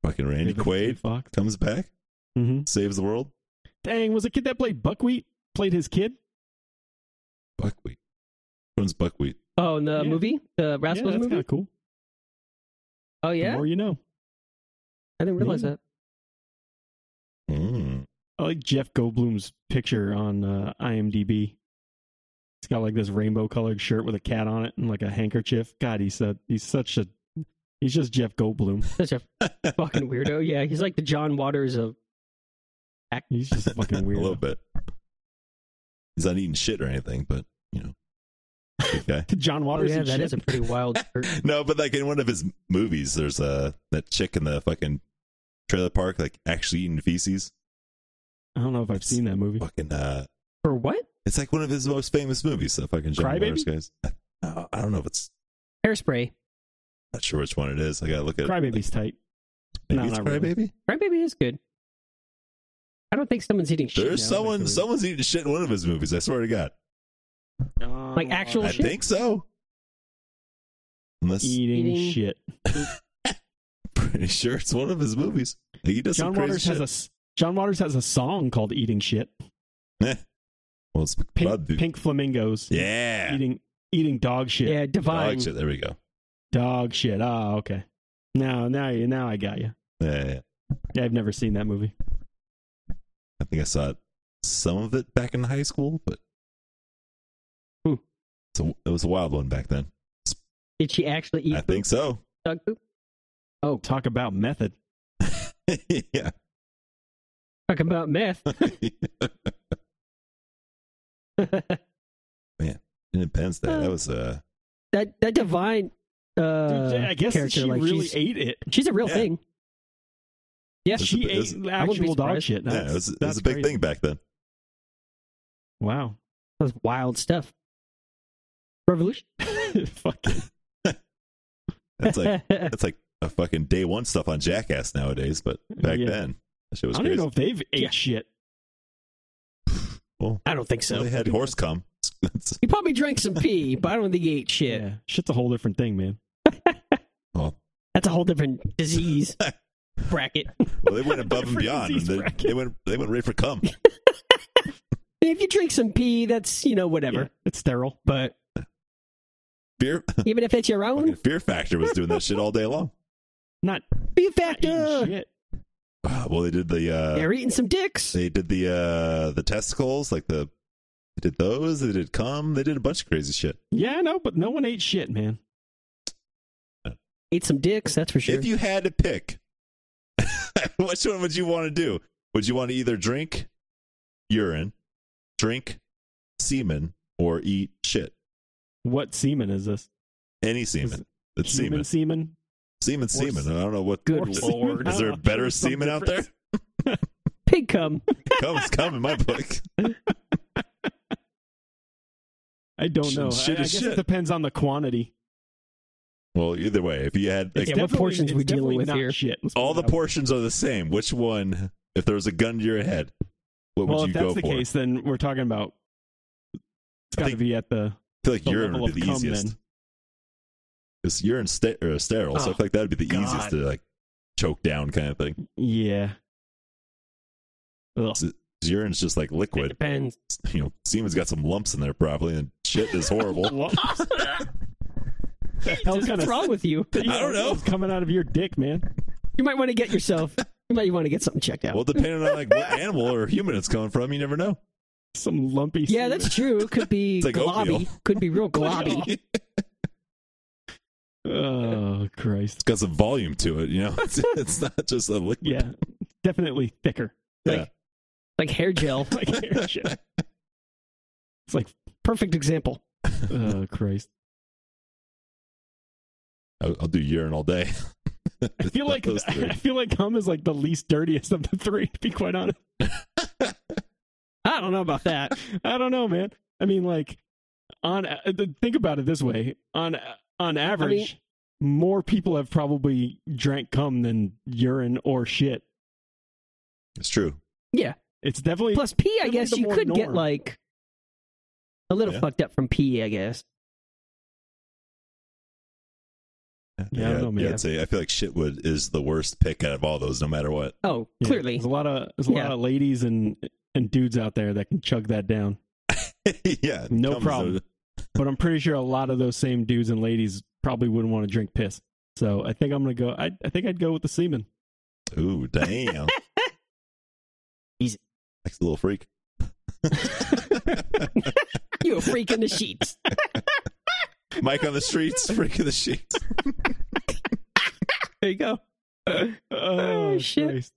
[SPEAKER 3] Fucking Randy
[SPEAKER 2] David
[SPEAKER 3] Quaid
[SPEAKER 2] Fox.
[SPEAKER 3] comes back,
[SPEAKER 2] hmm
[SPEAKER 3] saves the world.
[SPEAKER 2] Dang, was a kid that played Buckwheat played his kid?
[SPEAKER 3] Buckwheat. When's Buckwheat?
[SPEAKER 4] Oh, in the
[SPEAKER 2] Yeah.
[SPEAKER 4] movie, the
[SPEAKER 2] yeah,
[SPEAKER 4] Rascals
[SPEAKER 2] that's
[SPEAKER 4] movie.
[SPEAKER 2] of cool.
[SPEAKER 4] Oh
[SPEAKER 2] The
[SPEAKER 4] yeah,
[SPEAKER 2] more you know.
[SPEAKER 4] I didn't realize
[SPEAKER 2] Yeah.
[SPEAKER 4] that.
[SPEAKER 3] Mm.
[SPEAKER 2] I like Jeff Goldblum's picture on uh, IMDb. It's got like this rainbow colored shirt with a cat on it and like a handkerchief. God, he's a, he's such a he's just Jeff Goldblum.
[SPEAKER 4] Such
[SPEAKER 3] *laughs*
[SPEAKER 4] a fucking weirdo. Yeah, he's like the John Waters of.
[SPEAKER 2] He's just a
[SPEAKER 3] *laughs*
[SPEAKER 2] fucking
[SPEAKER 3] A little
[SPEAKER 2] weirdo.
[SPEAKER 3] bit. He's not eating shit or anything, but you know. Good
[SPEAKER 2] *laughs*
[SPEAKER 3] guy.
[SPEAKER 2] John
[SPEAKER 4] Oh
[SPEAKER 2] Waters.
[SPEAKER 4] yeah,
[SPEAKER 2] and
[SPEAKER 4] that
[SPEAKER 2] shit.
[SPEAKER 4] is a
[SPEAKER 2] *laughs*
[SPEAKER 4] pretty wild. shirt.
[SPEAKER 3] no, but like in one of his movies, there's uh that chick in the fucking trailer park, like actually eating feces.
[SPEAKER 2] I don't know if I've seen that movie.
[SPEAKER 3] Fucking uh
[SPEAKER 4] For what?
[SPEAKER 3] It's like one of his most famous movies, the fucking John
[SPEAKER 2] Crybaby?
[SPEAKER 3] Waters guys. I, I don't know if it's
[SPEAKER 4] Hairspray.
[SPEAKER 3] not sure which one it is. I gotta look at it.
[SPEAKER 2] Crybaby's tight.
[SPEAKER 3] Maybe
[SPEAKER 2] No,
[SPEAKER 3] it's
[SPEAKER 2] not
[SPEAKER 3] Crybaby.
[SPEAKER 2] really.
[SPEAKER 4] Right, baby is good. I don't think someone's eating shit.
[SPEAKER 3] There's
[SPEAKER 2] Yeah, I like the
[SPEAKER 3] someone
[SPEAKER 2] movie.
[SPEAKER 3] someone's eating shit in one of his movies, I swear to God.
[SPEAKER 4] Like actual
[SPEAKER 3] I
[SPEAKER 4] shit?
[SPEAKER 3] think so. Unless
[SPEAKER 2] eating,
[SPEAKER 4] Eating-
[SPEAKER 2] shit.
[SPEAKER 3] pretty sure it's one of his movies. He does
[SPEAKER 2] John
[SPEAKER 3] some
[SPEAKER 2] Waters
[SPEAKER 3] crazy
[SPEAKER 2] has a s- John Waters has a song called "Eating Shit."
[SPEAKER 3] shit. Eh. Well it's
[SPEAKER 2] Pink,
[SPEAKER 3] about the-
[SPEAKER 2] pink flamingos.
[SPEAKER 3] Yeah. Oh,
[SPEAKER 2] eating eating dog shit.
[SPEAKER 4] Yeah, divine.
[SPEAKER 3] Dog shit. There we go.
[SPEAKER 2] Dog shit. Oh, okay. Now, now, you, now I got you.
[SPEAKER 3] Yeah, yeah, yeah.
[SPEAKER 2] Yeah, I've never seen that movie.
[SPEAKER 3] I think I saw it, some of it back in high school, but
[SPEAKER 4] Hmm.
[SPEAKER 3] so it was a wild one back then.
[SPEAKER 4] Did she actually eat
[SPEAKER 3] I think so. *laughs*
[SPEAKER 4] dog poop?
[SPEAKER 2] Talk about method.
[SPEAKER 3] yeah.
[SPEAKER 4] Talking
[SPEAKER 3] *laughs*
[SPEAKER 4] about meth. *laughs* that
[SPEAKER 3] Independence Day. That was uh
[SPEAKER 4] that divine. Uh,
[SPEAKER 2] Dude, I guess
[SPEAKER 4] character,
[SPEAKER 2] she
[SPEAKER 4] like
[SPEAKER 2] really
[SPEAKER 4] she's,
[SPEAKER 2] ate it.
[SPEAKER 4] she's a real
[SPEAKER 3] Yeah.
[SPEAKER 4] thing. Yeah,
[SPEAKER 3] It's
[SPEAKER 2] She
[SPEAKER 3] a-
[SPEAKER 2] ate
[SPEAKER 3] it's-
[SPEAKER 4] I wouldn't be
[SPEAKER 2] actual dog
[SPEAKER 4] surprised.
[SPEAKER 2] shit.
[SPEAKER 3] yeah,
[SPEAKER 2] That's,
[SPEAKER 3] it was, it was
[SPEAKER 2] that's
[SPEAKER 3] a big
[SPEAKER 2] crazy.
[SPEAKER 3] thing back then.
[SPEAKER 2] Wow. *laughs*
[SPEAKER 4] that was wild stuff. Revolution.
[SPEAKER 2] Fuck. *laughs*
[SPEAKER 3] That's
[SPEAKER 4] *laughs*
[SPEAKER 3] like that's like a fucking day one stuff on Jackass nowadays, but back
[SPEAKER 2] Yeah.
[SPEAKER 3] then that shit
[SPEAKER 2] I
[SPEAKER 3] was
[SPEAKER 2] don't
[SPEAKER 3] crazy.
[SPEAKER 2] even know if they've ate
[SPEAKER 4] Yeah.
[SPEAKER 2] shit.
[SPEAKER 3] Well,
[SPEAKER 4] I don't think
[SPEAKER 3] so
[SPEAKER 4] so.
[SPEAKER 3] they had horse *laughs* cum. It's-
[SPEAKER 4] He probably drank some pee, but I don't think he ate shit.
[SPEAKER 2] Shit's a whole different thing, man.
[SPEAKER 3] well,
[SPEAKER 4] I That's a whole
[SPEAKER 3] *laughs*
[SPEAKER 4] different disease bracket.
[SPEAKER 3] Well, they went above and
[SPEAKER 2] For
[SPEAKER 3] beyond.
[SPEAKER 2] disease
[SPEAKER 3] They,
[SPEAKER 2] bracket.
[SPEAKER 3] they went. They went right for cum.
[SPEAKER 4] And if you drink some pee, that's you know whatever.
[SPEAKER 2] Yeah, it's sterile, but
[SPEAKER 3] *laughs* Fear.
[SPEAKER 4] Even if it's your
[SPEAKER 3] fucking
[SPEAKER 4] own
[SPEAKER 3] Fear Factor was doing that shit all day long.
[SPEAKER 2] not
[SPEAKER 4] pee
[SPEAKER 2] eating
[SPEAKER 4] factor,
[SPEAKER 2] shit.
[SPEAKER 3] Ah, Well, they did the. uh
[SPEAKER 4] they're eating some dicks.
[SPEAKER 3] They did the uh the testicles, like the. They did those. They did cum. They did a bunch of crazy shit.
[SPEAKER 2] Yeah, I know, but no one ate shit, man.
[SPEAKER 4] Eat some dicks, that's for sure.
[SPEAKER 3] If you had to pick, *laughs* which one would you want to do? Would you want to either drink urine, drink semen, or eat shit?
[SPEAKER 2] What semen is this?
[SPEAKER 3] Any
[SPEAKER 2] Is
[SPEAKER 3] semen.
[SPEAKER 2] it
[SPEAKER 3] It's
[SPEAKER 2] human
[SPEAKER 3] semen.
[SPEAKER 2] semen?
[SPEAKER 3] Semen, semen. I don't know what.
[SPEAKER 4] Good
[SPEAKER 2] Or
[SPEAKER 4] lord.
[SPEAKER 2] semen? I
[SPEAKER 3] Is
[SPEAKER 2] don't
[SPEAKER 3] there
[SPEAKER 2] know.
[SPEAKER 3] better
[SPEAKER 2] There's some
[SPEAKER 3] semen out there?
[SPEAKER 2] difference.
[SPEAKER 3] *laughs*
[SPEAKER 4] Pig cum.
[SPEAKER 3] Cum's cum in my book.
[SPEAKER 2] I don't
[SPEAKER 3] Shit-
[SPEAKER 2] know.
[SPEAKER 3] shit
[SPEAKER 2] I, I
[SPEAKER 3] is
[SPEAKER 2] guess
[SPEAKER 3] shit.
[SPEAKER 2] it depends on the quantity.
[SPEAKER 3] Well, either way, if you had like,
[SPEAKER 4] Yeah, what
[SPEAKER 2] Definitely-
[SPEAKER 4] portions
[SPEAKER 2] it's
[SPEAKER 4] we dealing
[SPEAKER 2] definitely
[SPEAKER 4] with
[SPEAKER 2] not
[SPEAKER 4] here?
[SPEAKER 2] Shit. Let's put
[SPEAKER 3] all the
[SPEAKER 2] it that way.
[SPEAKER 3] portions are the same, which one, if there was a gun to your head, what
[SPEAKER 2] Well,
[SPEAKER 3] would
[SPEAKER 2] if
[SPEAKER 3] you
[SPEAKER 2] that's
[SPEAKER 3] go
[SPEAKER 2] the
[SPEAKER 3] for?
[SPEAKER 2] case, then we're talking about. It's
[SPEAKER 3] I
[SPEAKER 2] got to
[SPEAKER 3] think-
[SPEAKER 2] be at the
[SPEAKER 3] I feel like
[SPEAKER 2] the
[SPEAKER 3] urine
[SPEAKER 2] level
[SPEAKER 3] would
[SPEAKER 2] of
[SPEAKER 3] be the
[SPEAKER 2] cum,
[SPEAKER 3] easiest.
[SPEAKER 2] then.
[SPEAKER 3] Because urine's ster- or sterile, so I
[SPEAKER 4] Oh,
[SPEAKER 3] feel like that would be the
[SPEAKER 4] God.
[SPEAKER 3] easiest to like choke down kind of thing.
[SPEAKER 2] yeah. Ugh.
[SPEAKER 3] 'Cause Urine's just like
[SPEAKER 4] It
[SPEAKER 3] liquid.
[SPEAKER 4] depends.
[SPEAKER 3] You know, semen's got some lumps in there probably, and shit
[SPEAKER 2] *laughs*
[SPEAKER 3] is horrible. *laughs*
[SPEAKER 2] What the hell's
[SPEAKER 4] What's
[SPEAKER 2] gonna-
[SPEAKER 4] wrong with you?
[SPEAKER 3] I don't know.
[SPEAKER 2] What's coming out of your dick, man?
[SPEAKER 4] You might want to get yourself. You might want to get something checked out.
[SPEAKER 3] well, depending on like what animal or human it's coming from, you never know.
[SPEAKER 2] Some lumpy.
[SPEAKER 4] yeah, that's true. It could
[SPEAKER 3] *laughs*
[SPEAKER 4] be
[SPEAKER 3] It's like
[SPEAKER 4] globby.
[SPEAKER 3] oatmeal.
[SPEAKER 4] Could be
[SPEAKER 3] *laughs*
[SPEAKER 4] real globby.
[SPEAKER 2] Oh.
[SPEAKER 3] it's
[SPEAKER 2] semen. Oh Christ.
[SPEAKER 3] got some volume to it, you know. *laughs* It's, it's not just a liquid.
[SPEAKER 2] Yeah, definitely thicker. *laughs*
[SPEAKER 3] Yeah.
[SPEAKER 4] like hair gel.
[SPEAKER 2] Like *laughs* hair shit. It's like
[SPEAKER 4] Perfect example.
[SPEAKER 2] oh Christ.
[SPEAKER 3] I'll, I'll do urine
[SPEAKER 2] *laughs*
[SPEAKER 3] all day.
[SPEAKER 2] I feel like
[SPEAKER 3] Those
[SPEAKER 2] *laughs*
[SPEAKER 3] three.
[SPEAKER 2] I feel like cum is like the least dirtiest of the three. To be quite honest,
[SPEAKER 4] I don't know about that.
[SPEAKER 2] I don't know, man. I mean, like on uh, think about it this way on uh, on average, more people have probably drank cum than urine or shit.
[SPEAKER 3] It's true.
[SPEAKER 2] It's definitely
[SPEAKER 4] Plus pee, I
[SPEAKER 2] Definitely
[SPEAKER 4] guess
[SPEAKER 2] the
[SPEAKER 4] you
[SPEAKER 2] more
[SPEAKER 4] could get
[SPEAKER 2] norm.
[SPEAKER 4] like a little
[SPEAKER 3] Yeah.
[SPEAKER 4] fucked up from pee. I guess.
[SPEAKER 2] Yeah, I don't know, man.
[SPEAKER 3] I'd say I feel like Shitwood is the worst pick out of all those, no matter what. *laughs*
[SPEAKER 4] Oh,
[SPEAKER 2] Yeah, *laughs*
[SPEAKER 4] clearly.
[SPEAKER 2] there's a lot of there's a
[SPEAKER 4] Yeah.
[SPEAKER 2] lot of ladies and and dudes out there that can chug that down.
[SPEAKER 3] yeah,
[SPEAKER 2] No
[SPEAKER 3] Cum is
[SPEAKER 2] problem.
[SPEAKER 3] the-
[SPEAKER 2] but I'm pretty sure a lot of those same dudes and ladies probably wouldn't want to drink piss. So I think I'm gonna go. I, I think I'd go with the semen. *laughs*
[SPEAKER 3] Ooh, damn.
[SPEAKER 4] Easy.
[SPEAKER 3] That's a little freak. *laughs*
[SPEAKER 4] You a freak in
[SPEAKER 2] *laughs*
[SPEAKER 4] the sheets.
[SPEAKER 3] Mike on the streets, freak of the sheets.
[SPEAKER 4] There you go. Oh, shit.
[SPEAKER 2] Christ.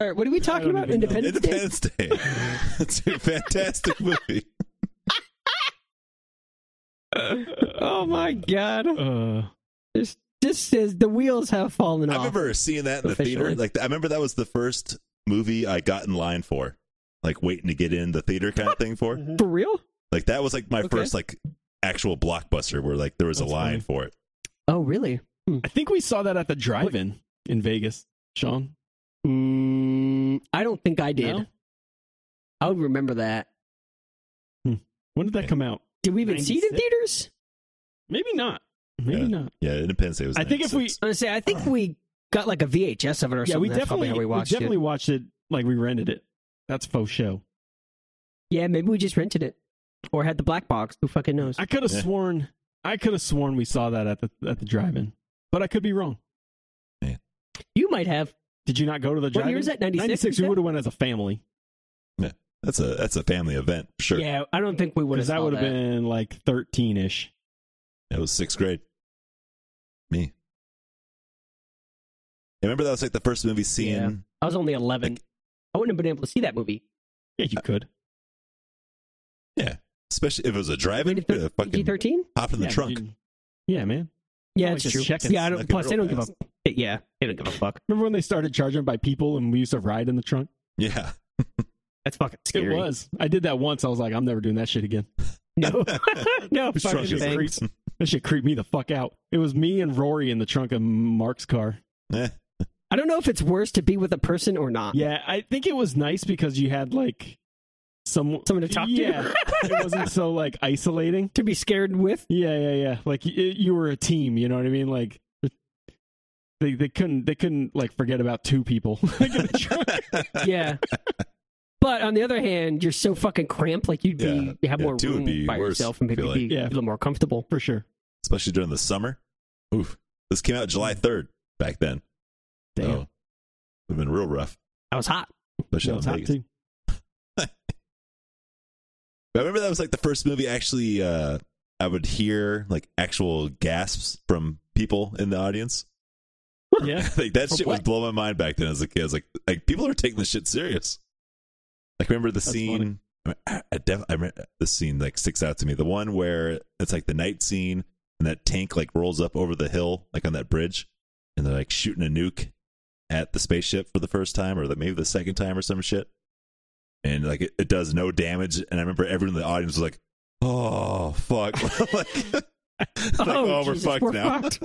[SPEAKER 4] All right, what are we talking
[SPEAKER 2] don't
[SPEAKER 4] about?
[SPEAKER 2] even know.
[SPEAKER 4] Independence Day.
[SPEAKER 3] Independence Day. *laughs* It's a fantastic movie.
[SPEAKER 4] *laughs* Oh my god!
[SPEAKER 2] Uh,
[SPEAKER 4] This this says the wheels have fallen
[SPEAKER 3] I
[SPEAKER 4] off.
[SPEAKER 3] remember seeing that in the theater.
[SPEAKER 4] Officially.
[SPEAKER 3] Like I remember that was the first movie I got in line for. Like waiting to get in the theater kind of thing for.
[SPEAKER 4] For real?
[SPEAKER 3] Like that was like my
[SPEAKER 4] Okay.
[SPEAKER 3] first like actual blockbuster where like there was
[SPEAKER 2] That's
[SPEAKER 3] a
[SPEAKER 2] funny.
[SPEAKER 3] line for it.
[SPEAKER 4] Oh, really?
[SPEAKER 2] I think we saw that at the drive-in in Vegas, Sean.
[SPEAKER 4] Mm, I don't think I did.
[SPEAKER 2] No?
[SPEAKER 4] I would remember that.
[SPEAKER 2] When did that come out?
[SPEAKER 4] Did we even see it in
[SPEAKER 2] 96?
[SPEAKER 4] theaters?
[SPEAKER 2] Maybe not. Maybe
[SPEAKER 3] Yeah.
[SPEAKER 2] not.
[SPEAKER 3] Yeah, Independence Day was.
[SPEAKER 2] I think if we
[SPEAKER 3] 96.
[SPEAKER 4] I was gonna say I think we got like a VHS of it or
[SPEAKER 2] yeah
[SPEAKER 4] something.
[SPEAKER 2] we
[SPEAKER 4] That's
[SPEAKER 2] definitely
[SPEAKER 4] probably how we
[SPEAKER 2] we,
[SPEAKER 4] watched
[SPEAKER 2] definitely
[SPEAKER 4] it.
[SPEAKER 2] watched it like we rented it. That's faux show.
[SPEAKER 4] Yeah, maybe we just rented it or had the black box. Who fucking knows?
[SPEAKER 2] I could have
[SPEAKER 3] Yeah.
[SPEAKER 2] sworn I could have sworn we saw that at the at the drive-in, but I could be wrong.
[SPEAKER 4] you might have.
[SPEAKER 2] Did you not go to the
[SPEAKER 4] What
[SPEAKER 2] drive-in?
[SPEAKER 4] year was that? 96, you
[SPEAKER 2] We
[SPEAKER 4] said?
[SPEAKER 2] would have went as a family.
[SPEAKER 3] that's a that's a family event for sure.
[SPEAKER 4] Yeah, I don't think we would have.
[SPEAKER 2] Because that
[SPEAKER 4] saw
[SPEAKER 2] would have been like 13 ish.
[SPEAKER 3] It was sixth grade. Me. I remember that was like the first movie seeing.
[SPEAKER 4] Yeah. I was only eleven.
[SPEAKER 3] Like-
[SPEAKER 4] I wouldn't have been able to see that movie.
[SPEAKER 2] Yeah,
[SPEAKER 4] Uh,
[SPEAKER 2] you could.
[SPEAKER 3] Especially if it was a drive-in,
[SPEAKER 4] Rated thir-
[SPEAKER 3] yeah,
[SPEAKER 4] PG
[SPEAKER 3] uh, fucking
[SPEAKER 4] thirteen.
[SPEAKER 3] hop in the
[SPEAKER 2] yeah,
[SPEAKER 3] trunk.
[SPEAKER 2] you- yeah, man.
[SPEAKER 4] Yeah,
[SPEAKER 2] Oh,
[SPEAKER 4] it's
[SPEAKER 2] it's
[SPEAKER 4] just
[SPEAKER 2] chicken.
[SPEAKER 4] yeah. I don't,
[SPEAKER 3] Snuck it
[SPEAKER 4] plus, they
[SPEAKER 3] real
[SPEAKER 4] don't give
[SPEAKER 3] fast.
[SPEAKER 4] a yeah. They don't give a fuck.
[SPEAKER 2] Remember when they started charging by people and we used to ride in the trunk?
[SPEAKER 3] Yeah,
[SPEAKER 4] That's fucking scary.
[SPEAKER 2] It was. I did that once. I was like, I'm never doing that shit again.
[SPEAKER 3] *laughs*
[SPEAKER 4] No, *laughs* no
[SPEAKER 3] Which
[SPEAKER 4] fucking
[SPEAKER 3] trunk is
[SPEAKER 2] just
[SPEAKER 3] it?
[SPEAKER 4] thing.
[SPEAKER 2] creeps. That shit creeped me the fuck out. It was me and Rory in the trunk of Mark's car.
[SPEAKER 3] Eh,
[SPEAKER 4] I don't know if it's worse to be with a person or not.
[SPEAKER 2] Yeah, I think it was nice because you had like some *laughs*
[SPEAKER 4] Someone to talk
[SPEAKER 2] yeah,
[SPEAKER 4] to,
[SPEAKER 2] it wasn't so like isolating.
[SPEAKER 4] *laughs* to be scared with.
[SPEAKER 2] Yeah, yeah, yeah. Like y- you were a team. You know what I mean? Like They they couldn't they couldn't like forget about two people. *laughs* Like, in the truck.
[SPEAKER 4] yeah.
[SPEAKER 3] *laughs*
[SPEAKER 4] But on the other hand, you're so fucking cramped. Like you'd be
[SPEAKER 3] Yeah,
[SPEAKER 4] you have
[SPEAKER 3] yeah,
[SPEAKER 4] more
[SPEAKER 3] two would
[SPEAKER 4] room
[SPEAKER 3] be
[SPEAKER 4] by
[SPEAKER 3] worse,
[SPEAKER 4] yourself and maybe
[SPEAKER 3] I feel
[SPEAKER 4] be
[SPEAKER 2] like.
[SPEAKER 4] a little more comfortable.
[SPEAKER 2] for sure.
[SPEAKER 3] especially during the summer. Oof. This came out
[SPEAKER 2] Mm.
[SPEAKER 3] July 3rd back then.
[SPEAKER 2] Damn,
[SPEAKER 3] would have been real rough.
[SPEAKER 4] I was hot.
[SPEAKER 2] that
[SPEAKER 3] Especially out
[SPEAKER 2] was
[SPEAKER 3] in
[SPEAKER 2] hot
[SPEAKER 3] Vegas.
[SPEAKER 2] too.
[SPEAKER 3] But I remember that was like the first movie actually uh, I would hear like actual gasps from people in the audience.
[SPEAKER 4] *laughs*
[SPEAKER 2] Yeah,
[SPEAKER 3] *laughs* like that
[SPEAKER 4] For
[SPEAKER 3] shit
[SPEAKER 4] what?
[SPEAKER 3] was blowing my mind back then as a kid. I was like, like people are taking this shit serious. Like remember the scene. I, mean, *clears throat* I, I, def- I remember the scene like sticks out to me. The one where it's like the night scene and that tank like rolls up over the hill like on that bridge, and they're like shooting a nuke at the spaceship for the first time or the, maybe the second time or some shit. And like it, it does no damage. And I remember everyone in the audience was like, "Oh fuck!" *laughs* like, like, oh,
[SPEAKER 4] Jesus,
[SPEAKER 3] we're fucked now.
[SPEAKER 4] fucked.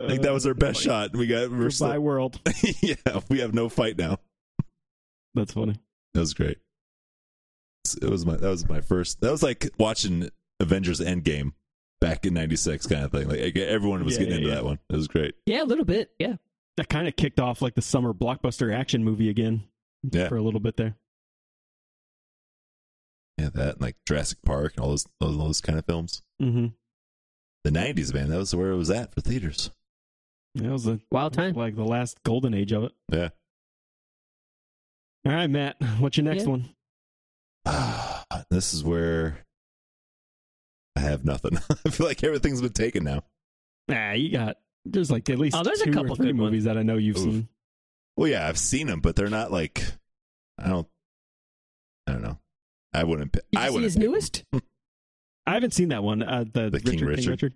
[SPEAKER 3] Like that was our
[SPEAKER 2] Like,
[SPEAKER 3] best shot. We got we're still-
[SPEAKER 2] Goodbye, Uh, world.
[SPEAKER 3] *laughs* yeah, we have no fight now.
[SPEAKER 2] That's funny.
[SPEAKER 3] That was great. It's- It was my that was my first. That was like watching Avengers Endgame back in '96, kind of thing. Like I- everyone was
[SPEAKER 2] Yeah,
[SPEAKER 3] getting
[SPEAKER 2] yeah,
[SPEAKER 3] into
[SPEAKER 2] yeah.
[SPEAKER 3] that one. It was great.
[SPEAKER 4] yeah, a little bit. Yeah.
[SPEAKER 2] That kind of kicked off like the summer blockbuster action movie again
[SPEAKER 3] Yeah,
[SPEAKER 2] for a little bit there.
[SPEAKER 3] yeah, that and like Jurassic Park and all those all those kind of films.
[SPEAKER 2] Mm-hmm.
[SPEAKER 3] The '90s, man, that was where it was at for theaters.
[SPEAKER 2] That was the
[SPEAKER 4] Wild time.
[SPEAKER 2] like the last golden age of it.
[SPEAKER 3] Yeah.
[SPEAKER 2] All right, Matt. What's your next
[SPEAKER 4] Yeah.
[SPEAKER 2] one?
[SPEAKER 3] Ah, this is where I have nothing. *laughs* I feel like everything's been taken now.
[SPEAKER 2] Nah, you got there's like at least
[SPEAKER 4] Oh, there's a
[SPEAKER 2] two
[SPEAKER 4] couple
[SPEAKER 2] or three
[SPEAKER 4] good ones.
[SPEAKER 2] movies that I know you've
[SPEAKER 3] Oof.
[SPEAKER 2] seen.
[SPEAKER 3] Well, yeah, I've seen them, but they're not like I don't. I don't know. I wouldn't. pi-
[SPEAKER 4] Did you
[SPEAKER 3] I
[SPEAKER 4] see
[SPEAKER 3] wouldn't.
[SPEAKER 4] his
[SPEAKER 3] pick 'em.
[SPEAKER 4] newest?
[SPEAKER 2] I haven't seen that one. Uh, the,
[SPEAKER 3] The
[SPEAKER 2] Richard,
[SPEAKER 3] King Richard.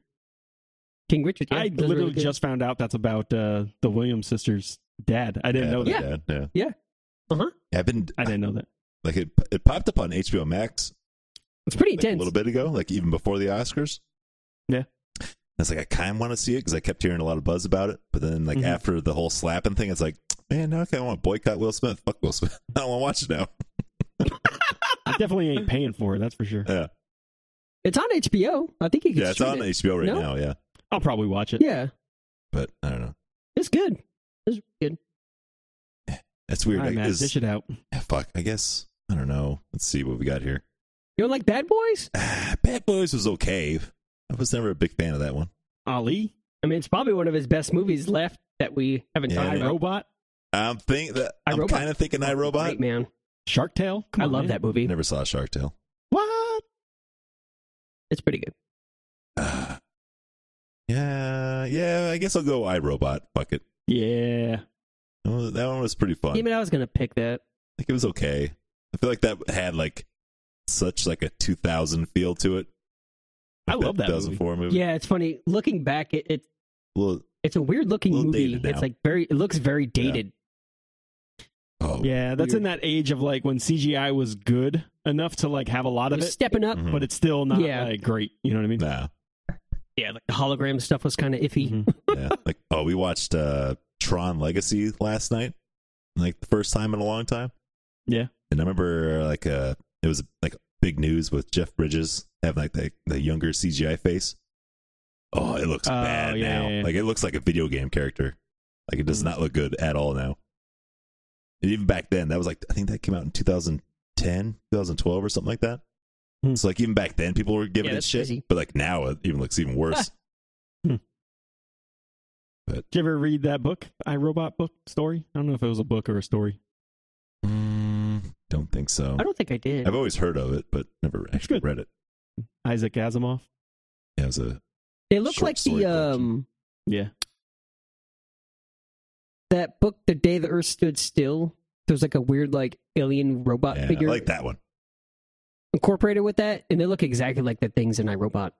[SPEAKER 4] King Richard. yeah,
[SPEAKER 2] I
[SPEAKER 4] those are really
[SPEAKER 2] literally
[SPEAKER 4] good.
[SPEAKER 2] just found out that's about uh, the Williams sisters' dad. I didn't
[SPEAKER 3] Yeah,
[SPEAKER 2] know
[SPEAKER 3] but
[SPEAKER 2] that.
[SPEAKER 3] I did, Yeah.
[SPEAKER 4] uh-huh.
[SPEAKER 3] Yeah, I've been
[SPEAKER 2] I didn't know that.
[SPEAKER 3] like it. It popped up on HBO Max
[SPEAKER 4] It's pretty
[SPEAKER 3] like, a
[SPEAKER 4] intense.
[SPEAKER 3] little bit ago, like even before the Oscars.
[SPEAKER 2] Yeah.
[SPEAKER 3] And it's like I kind of want to see it because I kept hearing a lot of buzz about it, but then like
[SPEAKER 2] Mhm.
[SPEAKER 3] after the whole slapping thing, it's like, man, now I kind of want to boycott Will Smith. Fuck Will Smith. *laughs* I don't want to watch it now.
[SPEAKER 2] I
[SPEAKER 4] Ah.
[SPEAKER 2] definitely ain't paying for it. That's for sure.
[SPEAKER 3] Yeah,
[SPEAKER 4] It's on HBO. I think you can
[SPEAKER 3] yeah, it's
[SPEAKER 4] stream
[SPEAKER 3] on
[SPEAKER 4] it.
[SPEAKER 3] HBO right
[SPEAKER 4] No?
[SPEAKER 3] now. Yeah,
[SPEAKER 2] I'll probably watch it.
[SPEAKER 4] Yeah,
[SPEAKER 3] but I don't know.
[SPEAKER 4] it's good. It's good.
[SPEAKER 3] That's
[SPEAKER 2] All
[SPEAKER 3] weird.
[SPEAKER 2] right,
[SPEAKER 3] Like,
[SPEAKER 2] Matt,
[SPEAKER 3] is-
[SPEAKER 2] dish it out.
[SPEAKER 3] yeah, fuck. I guess I don't know. Let's see what we got here.
[SPEAKER 4] You don't like Bad Boys?
[SPEAKER 3] Ah, Bad Boys was okay. I was never a big fan of that one.
[SPEAKER 2] Ali,
[SPEAKER 4] I mean, it's probably one of his best movies left that we haven't
[SPEAKER 3] Yeah,
[SPEAKER 4] talked
[SPEAKER 2] I
[SPEAKER 3] yeah.
[SPEAKER 4] about.
[SPEAKER 2] Robot,
[SPEAKER 3] I'm think that
[SPEAKER 4] I,
[SPEAKER 3] I'm
[SPEAKER 4] Robot. Oh,
[SPEAKER 3] kind of thinking I
[SPEAKER 4] Great,
[SPEAKER 3] Robot.
[SPEAKER 4] man.
[SPEAKER 2] Shark Tale. Come
[SPEAKER 4] I
[SPEAKER 2] on,
[SPEAKER 4] love
[SPEAKER 2] man.
[SPEAKER 4] that movie.
[SPEAKER 3] Never saw Shark Tale.
[SPEAKER 2] What?
[SPEAKER 4] It's pretty good.
[SPEAKER 3] *sighs* Uh, yeah, yeah. I guess I'll go iRobot. Fuck it.
[SPEAKER 2] Yeah.
[SPEAKER 3] That one- that one was pretty fun.
[SPEAKER 4] Damn it, I was gonna pick that.
[SPEAKER 3] I think it was okay. I feel like that had like such like a 2000 feel to it.
[SPEAKER 2] I love that movie.
[SPEAKER 3] 2004 movie.
[SPEAKER 4] Yeah, it's funny. Looking back, it, it
[SPEAKER 3] Well,
[SPEAKER 4] it's a weird looking
[SPEAKER 3] Little
[SPEAKER 4] movie.
[SPEAKER 3] dated now.
[SPEAKER 4] It's like very. It looks very dated.
[SPEAKER 3] oh,
[SPEAKER 2] Yeah, that's
[SPEAKER 4] Weird.
[SPEAKER 2] in that age of like when CGI was good enough to like have a lot
[SPEAKER 4] It
[SPEAKER 2] of
[SPEAKER 4] was
[SPEAKER 2] it,
[SPEAKER 4] stepping up.
[SPEAKER 3] mhm.
[SPEAKER 2] but it's still not
[SPEAKER 4] Yeah.
[SPEAKER 2] like great. You know what I mean?
[SPEAKER 3] nah.
[SPEAKER 4] Yeah, like the hologram stuff was kind of iffy.
[SPEAKER 3] Mm-hmm.
[SPEAKER 2] Mhm.
[SPEAKER 3] Yeah. like, oh, we watched uh, Tron Legacy last night, like the first time in a long time.
[SPEAKER 2] Yeah.
[SPEAKER 3] And I remember like uh, it was like big news with Jeff Bridges having like the, the younger CGI face. Oh, it looks
[SPEAKER 2] Oh,
[SPEAKER 3] bad
[SPEAKER 2] yeah,
[SPEAKER 3] now.
[SPEAKER 2] yeah, yeah.
[SPEAKER 3] Like it looks like a video game character. Like it does
[SPEAKER 2] Mhm.
[SPEAKER 3] not look good at all now. And even back then, that was like I think that came out in 2010, 2012 or something like that.
[SPEAKER 2] Hmm.
[SPEAKER 3] So like even back then, people were giving
[SPEAKER 4] Yeah,
[SPEAKER 3] it
[SPEAKER 4] that's
[SPEAKER 3] shit,
[SPEAKER 4] crazy.
[SPEAKER 3] but like now it even looks
[SPEAKER 2] *laughs*
[SPEAKER 3] even worse.
[SPEAKER 2] Did you ever read that book, I Robot book story? I don't know if it was a book or a story.
[SPEAKER 3] Mm, don't think so.
[SPEAKER 4] I don't think I did.
[SPEAKER 3] I've always heard of it, but never actually
[SPEAKER 2] good.
[SPEAKER 3] read it.
[SPEAKER 2] Isaac Asimov.
[SPEAKER 3] Yeah, it was a
[SPEAKER 4] They look
[SPEAKER 3] Short
[SPEAKER 4] like
[SPEAKER 3] story
[SPEAKER 4] the
[SPEAKER 3] collection.
[SPEAKER 4] um
[SPEAKER 2] Yeah.
[SPEAKER 4] that book, The Day the Earth Stood Still. There's like a weird like alien robot
[SPEAKER 3] yeah, I
[SPEAKER 4] Uh, figure
[SPEAKER 3] like that one.
[SPEAKER 4] incorporated with that, and they look exactly like the things in iRobot.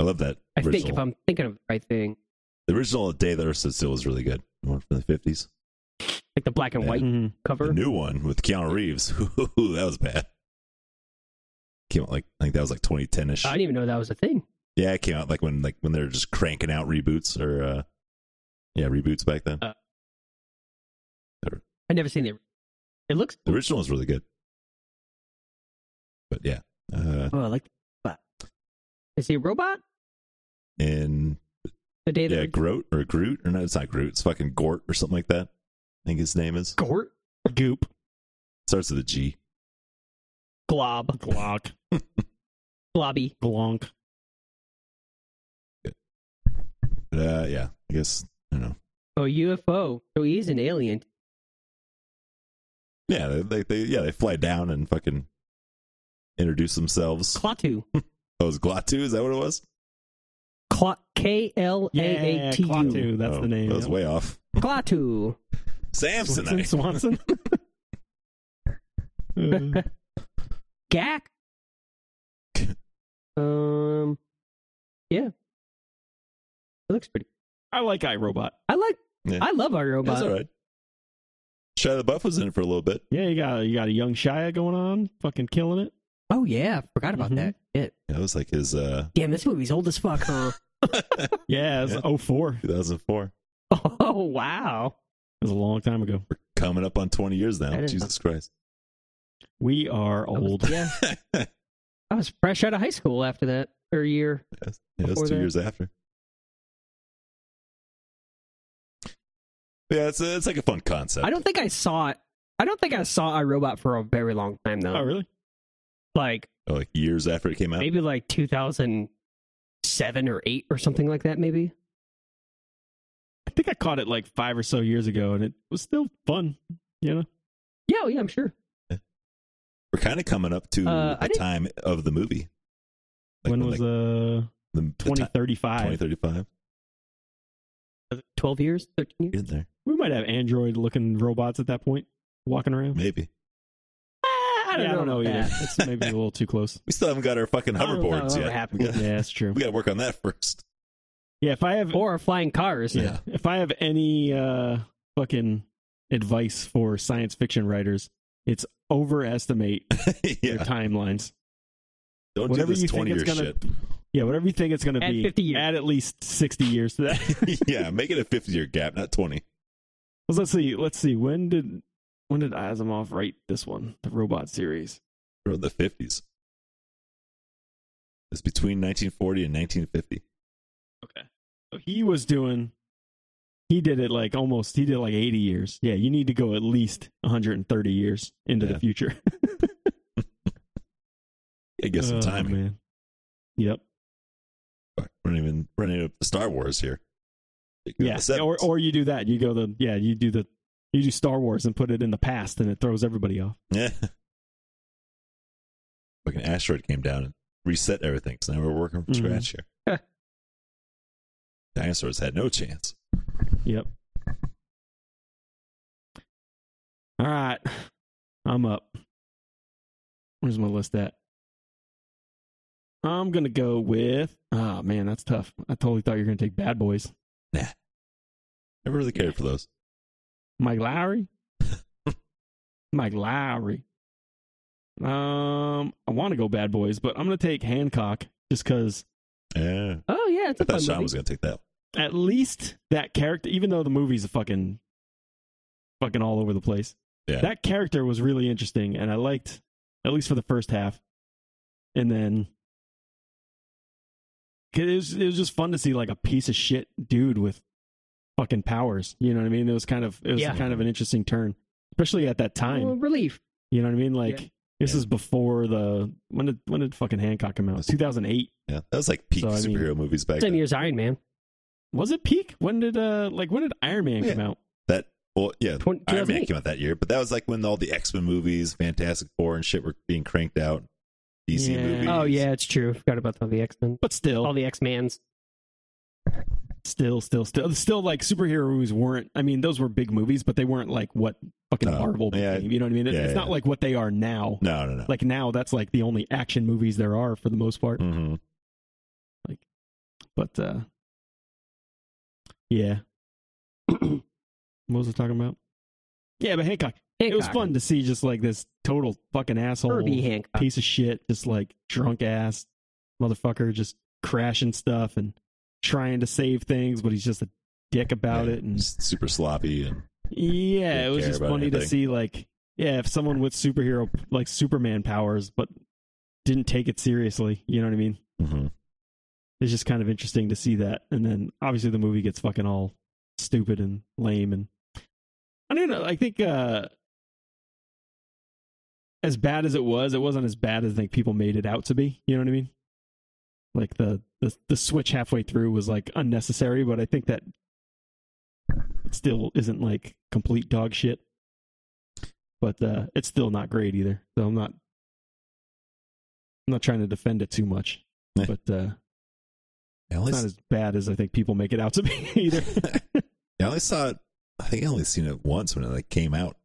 [SPEAKER 3] I love that.
[SPEAKER 4] I
[SPEAKER 3] original.
[SPEAKER 4] think if I'm thinking of the right thing,
[SPEAKER 3] The original Day the Earth Stood Still was really good. The one from the fifties.
[SPEAKER 4] like the black and
[SPEAKER 3] Yeah.
[SPEAKER 4] white
[SPEAKER 2] Mhm.
[SPEAKER 4] cover.
[SPEAKER 3] The new one with Keanu Reeves. *laughs* Ooh, that was bad. Came out like I think that was like twenty ten ish.
[SPEAKER 4] I didn't even know that was a thing.
[SPEAKER 3] Yeah, it came out like when like when they were just cranking out reboots or uh yeah, reboots back then.
[SPEAKER 4] Uh, I never seen it. It looks.
[SPEAKER 3] the original was really good. But yeah. Uh
[SPEAKER 4] Oh, I like. But is he a robot?
[SPEAKER 3] in
[SPEAKER 4] The day that
[SPEAKER 3] Yeah, Groot or Groot or no, it's not Groot. It's fucking Gort or something like that. I think his name is.
[SPEAKER 4] Gort
[SPEAKER 2] Goop.
[SPEAKER 3] Starts with a G.
[SPEAKER 4] Glob
[SPEAKER 2] Glock.
[SPEAKER 4] Globby.
[SPEAKER 2] Glonk.
[SPEAKER 3] But, uh, yeah, I guess I don't know.
[SPEAKER 4] Oh UFO. So Oh, he's an alien.
[SPEAKER 3] Yeah, they, they, they yeah they fly down and fucking introduce themselves.
[SPEAKER 4] Klaatu.
[SPEAKER 3] Oh, it was Glatu? Is that what it was?
[SPEAKER 4] Kla- K L A
[SPEAKER 2] Yeah,
[SPEAKER 4] A T U.
[SPEAKER 2] Klaatu. That's
[SPEAKER 3] Oh,
[SPEAKER 2] the name.
[SPEAKER 3] That was
[SPEAKER 2] yep.
[SPEAKER 3] way off.
[SPEAKER 4] Klaatu.
[SPEAKER 2] Swanson.
[SPEAKER 3] Samsonite.
[SPEAKER 2] Swanson. Uh,
[SPEAKER 3] *laughs*
[SPEAKER 4] *laughs* Gak. um. Yeah. It looks pretty.
[SPEAKER 2] *laughs* I like iRobot.
[SPEAKER 4] I like.
[SPEAKER 3] Yeah.
[SPEAKER 4] I love our
[SPEAKER 3] That's
[SPEAKER 4] robot.
[SPEAKER 3] all right. Shia the Buff was in it for a little bit.
[SPEAKER 2] Yeah, you got you got a young Shia going on, fucking killing it.
[SPEAKER 4] Oh yeah, I forgot
[SPEAKER 3] Mm-hmm.
[SPEAKER 4] about
[SPEAKER 2] Mhm.
[SPEAKER 4] that. Yeah.
[SPEAKER 3] That was like his uh,
[SPEAKER 4] Damn, this movie's old as
[SPEAKER 3] *laughs*
[SPEAKER 4] fuck, huh?
[SPEAKER 2] Yeah, it was
[SPEAKER 3] Yeah.
[SPEAKER 2] 04. It
[SPEAKER 3] 2004.
[SPEAKER 4] oh wow.
[SPEAKER 2] was a long time ago.
[SPEAKER 3] Coming up on 20 years now.
[SPEAKER 4] That is-
[SPEAKER 3] Jesus Christ.
[SPEAKER 2] We are
[SPEAKER 4] I was-
[SPEAKER 2] old.
[SPEAKER 3] *laughs*
[SPEAKER 4] yeah. I was fresh out of high school after that, or a year.
[SPEAKER 3] Yes. Yeah, that's
[SPEAKER 4] Before
[SPEAKER 3] two
[SPEAKER 4] that.
[SPEAKER 3] years after. Yeah, it's a, it's like a fun concept.
[SPEAKER 4] I don't think I saw it. I don't think I saw iRobot for a very long time though.
[SPEAKER 2] Oh, really?
[SPEAKER 4] Like
[SPEAKER 3] Oh, like years after it came out.
[SPEAKER 4] maybe like 2007 or 8 or something like that maybe.
[SPEAKER 2] I think I caught it like five or so years ago, and it was still fun. You know,
[SPEAKER 4] Yeah, oh, yeah, I'm sure.
[SPEAKER 3] We're kind of coming up to
[SPEAKER 4] Uh, I
[SPEAKER 3] the
[SPEAKER 4] didn't-
[SPEAKER 3] time of the movie. Like
[SPEAKER 2] when
[SPEAKER 3] the-
[SPEAKER 2] was
[SPEAKER 3] like,
[SPEAKER 2] uh
[SPEAKER 3] the, the
[SPEAKER 2] twenty
[SPEAKER 3] ti-
[SPEAKER 2] thirty five?
[SPEAKER 3] 2035?
[SPEAKER 4] 12 years, 13 years.
[SPEAKER 3] You're in there.
[SPEAKER 2] We might have android looking robots at that point walking around.
[SPEAKER 3] Maybe.
[SPEAKER 4] Ah, I don't
[SPEAKER 2] yeah,
[SPEAKER 4] know.
[SPEAKER 2] I don't know
[SPEAKER 4] about
[SPEAKER 2] either.
[SPEAKER 4] that.
[SPEAKER 2] It's maybe a little too
[SPEAKER 3] *laughs*
[SPEAKER 2] close.
[SPEAKER 3] We still haven't got our fucking
[SPEAKER 4] I don't know
[SPEAKER 3] *laughs*
[SPEAKER 4] if that'll
[SPEAKER 3] hoverboards
[SPEAKER 4] ever
[SPEAKER 3] yet.
[SPEAKER 4] happen.
[SPEAKER 3] We got,
[SPEAKER 2] Yeah, that's true.
[SPEAKER 3] we got to work on that *laughs* first.
[SPEAKER 2] Yeah, if I have
[SPEAKER 4] Or flying cars.
[SPEAKER 2] yeah,
[SPEAKER 3] Yeah.
[SPEAKER 2] if I have any uh fucking advice for science fiction writers, it's
[SPEAKER 3] *laughs*
[SPEAKER 2] overestimate their
[SPEAKER 3] yeah.
[SPEAKER 2] timelines.
[SPEAKER 3] Don't do
[SPEAKER 2] Whatever
[SPEAKER 3] this
[SPEAKER 2] you
[SPEAKER 3] 20
[SPEAKER 2] think
[SPEAKER 3] year
[SPEAKER 2] it's gonna
[SPEAKER 3] shit.
[SPEAKER 2] Yeah, whatever you think it's gonna
[SPEAKER 4] Add
[SPEAKER 2] be,
[SPEAKER 4] 50 years.
[SPEAKER 2] add at least sixty years to that.
[SPEAKER 3] *laughs* yeah, make it a 50 year gap, not 20.
[SPEAKER 2] Well, let's see. Let's see. When did when did Asimov write this one, the robot series?
[SPEAKER 3] From the 50s. It's between 1940 and 1950.
[SPEAKER 2] Okay. So he was doing. He did it like almost. He did like eighty years. Yeah, you need to go at least one hundred and thirty years into
[SPEAKER 3] Yeah.
[SPEAKER 2] the future.
[SPEAKER 3] Yeah, *laughs* get some
[SPEAKER 2] Oh,
[SPEAKER 3] timing.
[SPEAKER 2] man. Yep.
[SPEAKER 3] Fuck, we're not even running up to Star Wars here. It could
[SPEAKER 2] Yeah.
[SPEAKER 3] be the
[SPEAKER 2] Or
[SPEAKER 3] 70s.
[SPEAKER 2] or you do that. You go the yeah. You do the you do Star Wars and put it in the past, and it throws everybody off.
[SPEAKER 3] yeah. *laughs* Fucking asteroid came down and reset everything. So now we're working from
[SPEAKER 2] Mhm.
[SPEAKER 3] scratch here. *laughs* Dinosaurs had no chance.
[SPEAKER 2] Yep. All right. I'm up. Where's my list at? I'm going to go with. Oh, man, that's tough. I totally thought you were going to take Bad Boys.
[SPEAKER 3] Never really cared for those.
[SPEAKER 2] Mike Lowry? Mike Lowry. Um, I want to go Bad Boys, but I'm going to take Hancock just because
[SPEAKER 3] Yeah.
[SPEAKER 4] Oh yeah, it's
[SPEAKER 3] I
[SPEAKER 4] a fun
[SPEAKER 3] thought Sean
[SPEAKER 4] movie.
[SPEAKER 3] was going to take that.
[SPEAKER 2] at least that character, even though the movie's a fucking, fucking all over the place.
[SPEAKER 3] Yeah.
[SPEAKER 2] That character was really interesting, and I liked at least for the first half, and then 'cause it was it was just fun to see like a piece of shit dude with fucking powers. You know what I mean? It was kind of it was
[SPEAKER 4] Yeah.
[SPEAKER 2] kind of an interesting turn, especially at that time.
[SPEAKER 4] Well, relief.
[SPEAKER 2] You know what I mean? Like
[SPEAKER 4] Yeah.
[SPEAKER 2] this
[SPEAKER 3] Yeah.
[SPEAKER 2] is before the when did when did fucking Hancock come out?
[SPEAKER 3] That's-
[SPEAKER 2] Two thousand eight.
[SPEAKER 3] Yeah. That was like peak
[SPEAKER 2] So, I mean-
[SPEAKER 3] superhero movies back
[SPEAKER 4] Same
[SPEAKER 3] then.
[SPEAKER 4] year as Iron Man.
[SPEAKER 2] Was it peak? When did uh like when did Iron Man come
[SPEAKER 3] Yeah.
[SPEAKER 2] out?
[SPEAKER 3] That well, yeah,
[SPEAKER 4] Twen-
[SPEAKER 3] Iron Man
[SPEAKER 4] 2008.
[SPEAKER 3] came out that year, but that was like when all the X Men movies, Fantastic Four, and shit were being cranked out. DC
[SPEAKER 2] Yeah.
[SPEAKER 3] movies.
[SPEAKER 4] Oh yeah, it's true. Forgot about all the X Men.
[SPEAKER 2] But still,
[SPEAKER 4] All the X *clears throat* Mans.
[SPEAKER 2] still, still, still, still, like superhero movies weren't. I mean, those were big movies, but they weren't like what fucking
[SPEAKER 3] No.
[SPEAKER 2] Marvel
[SPEAKER 3] Yeah.
[SPEAKER 2] became. You know what I mean? It-
[SPEAKER 3] Yeah,
[SPEAKER 2] it's
[SPEAKER 3] yeah.
[SPEAKER 2] not like what they are now.
[SPEAKER 3] No, no, no.
[SPEAKER 2] Like now, that's like the only action movies there are for the most part.
[SPEAKER 3] Mhm.
[SPEAKER 2] But uh yeah, what was I talking about? Yeah, but Hancock. It was
[SPEAKER 4] Hancock.
[SPEAKER 2] fun to see just like this total fucking asshole
[SPEAKER 4] Herbie Hancock.
[SPEAKER 2] piece of shit, just like drunk ass motherfucker, just crashing stuff and trying to save things, but he's just a dick about
[SPEAKER 3] Yeah,
[SPEAKER 2] it and
[SPEAKER 3] just super sloppy and
[SPEAKER 2] Yeah,
[SPEAKER 3] Didn't
[SPEAKER 2] it was
[SPEAKER 3] care
[SPEAKER 2] just
[SPEAKER 3] about
[SPEAKER 2] funny to
[SPEAKER 3] anything.
[SPEAKER 2] see like yeah, if someone with superhero like Superman powers but didn't take it seriously, you know what I mean?
[SPEAKER 3] Mhm.
[SPEAKER 2] it's just kind of interesting to see that. And then obviously the movie gets fucking all stupid and lame. And I don't know. I think uh, as bad as it was, it wasn't as bad as I think people made it out to be. You know what I mean? Like the the, the switch halfway through was like unnecessary, but I think that it still isn't like complete dog shit. But uh, it's still not great either. So I'm not I'm not trying to defend it too much.
[SPEAKER 3] Yeah.
[SPEAKER 2] But uh
[SPEAKER 3] I
[SPEAKER 2] it's
[SPEAKER 3] only,
[SPEAKER 2] not as bad as I think people make it out to be *laughs* either.
[SPEAKER 3] I only saw it. I think I only seen it once when it like came out.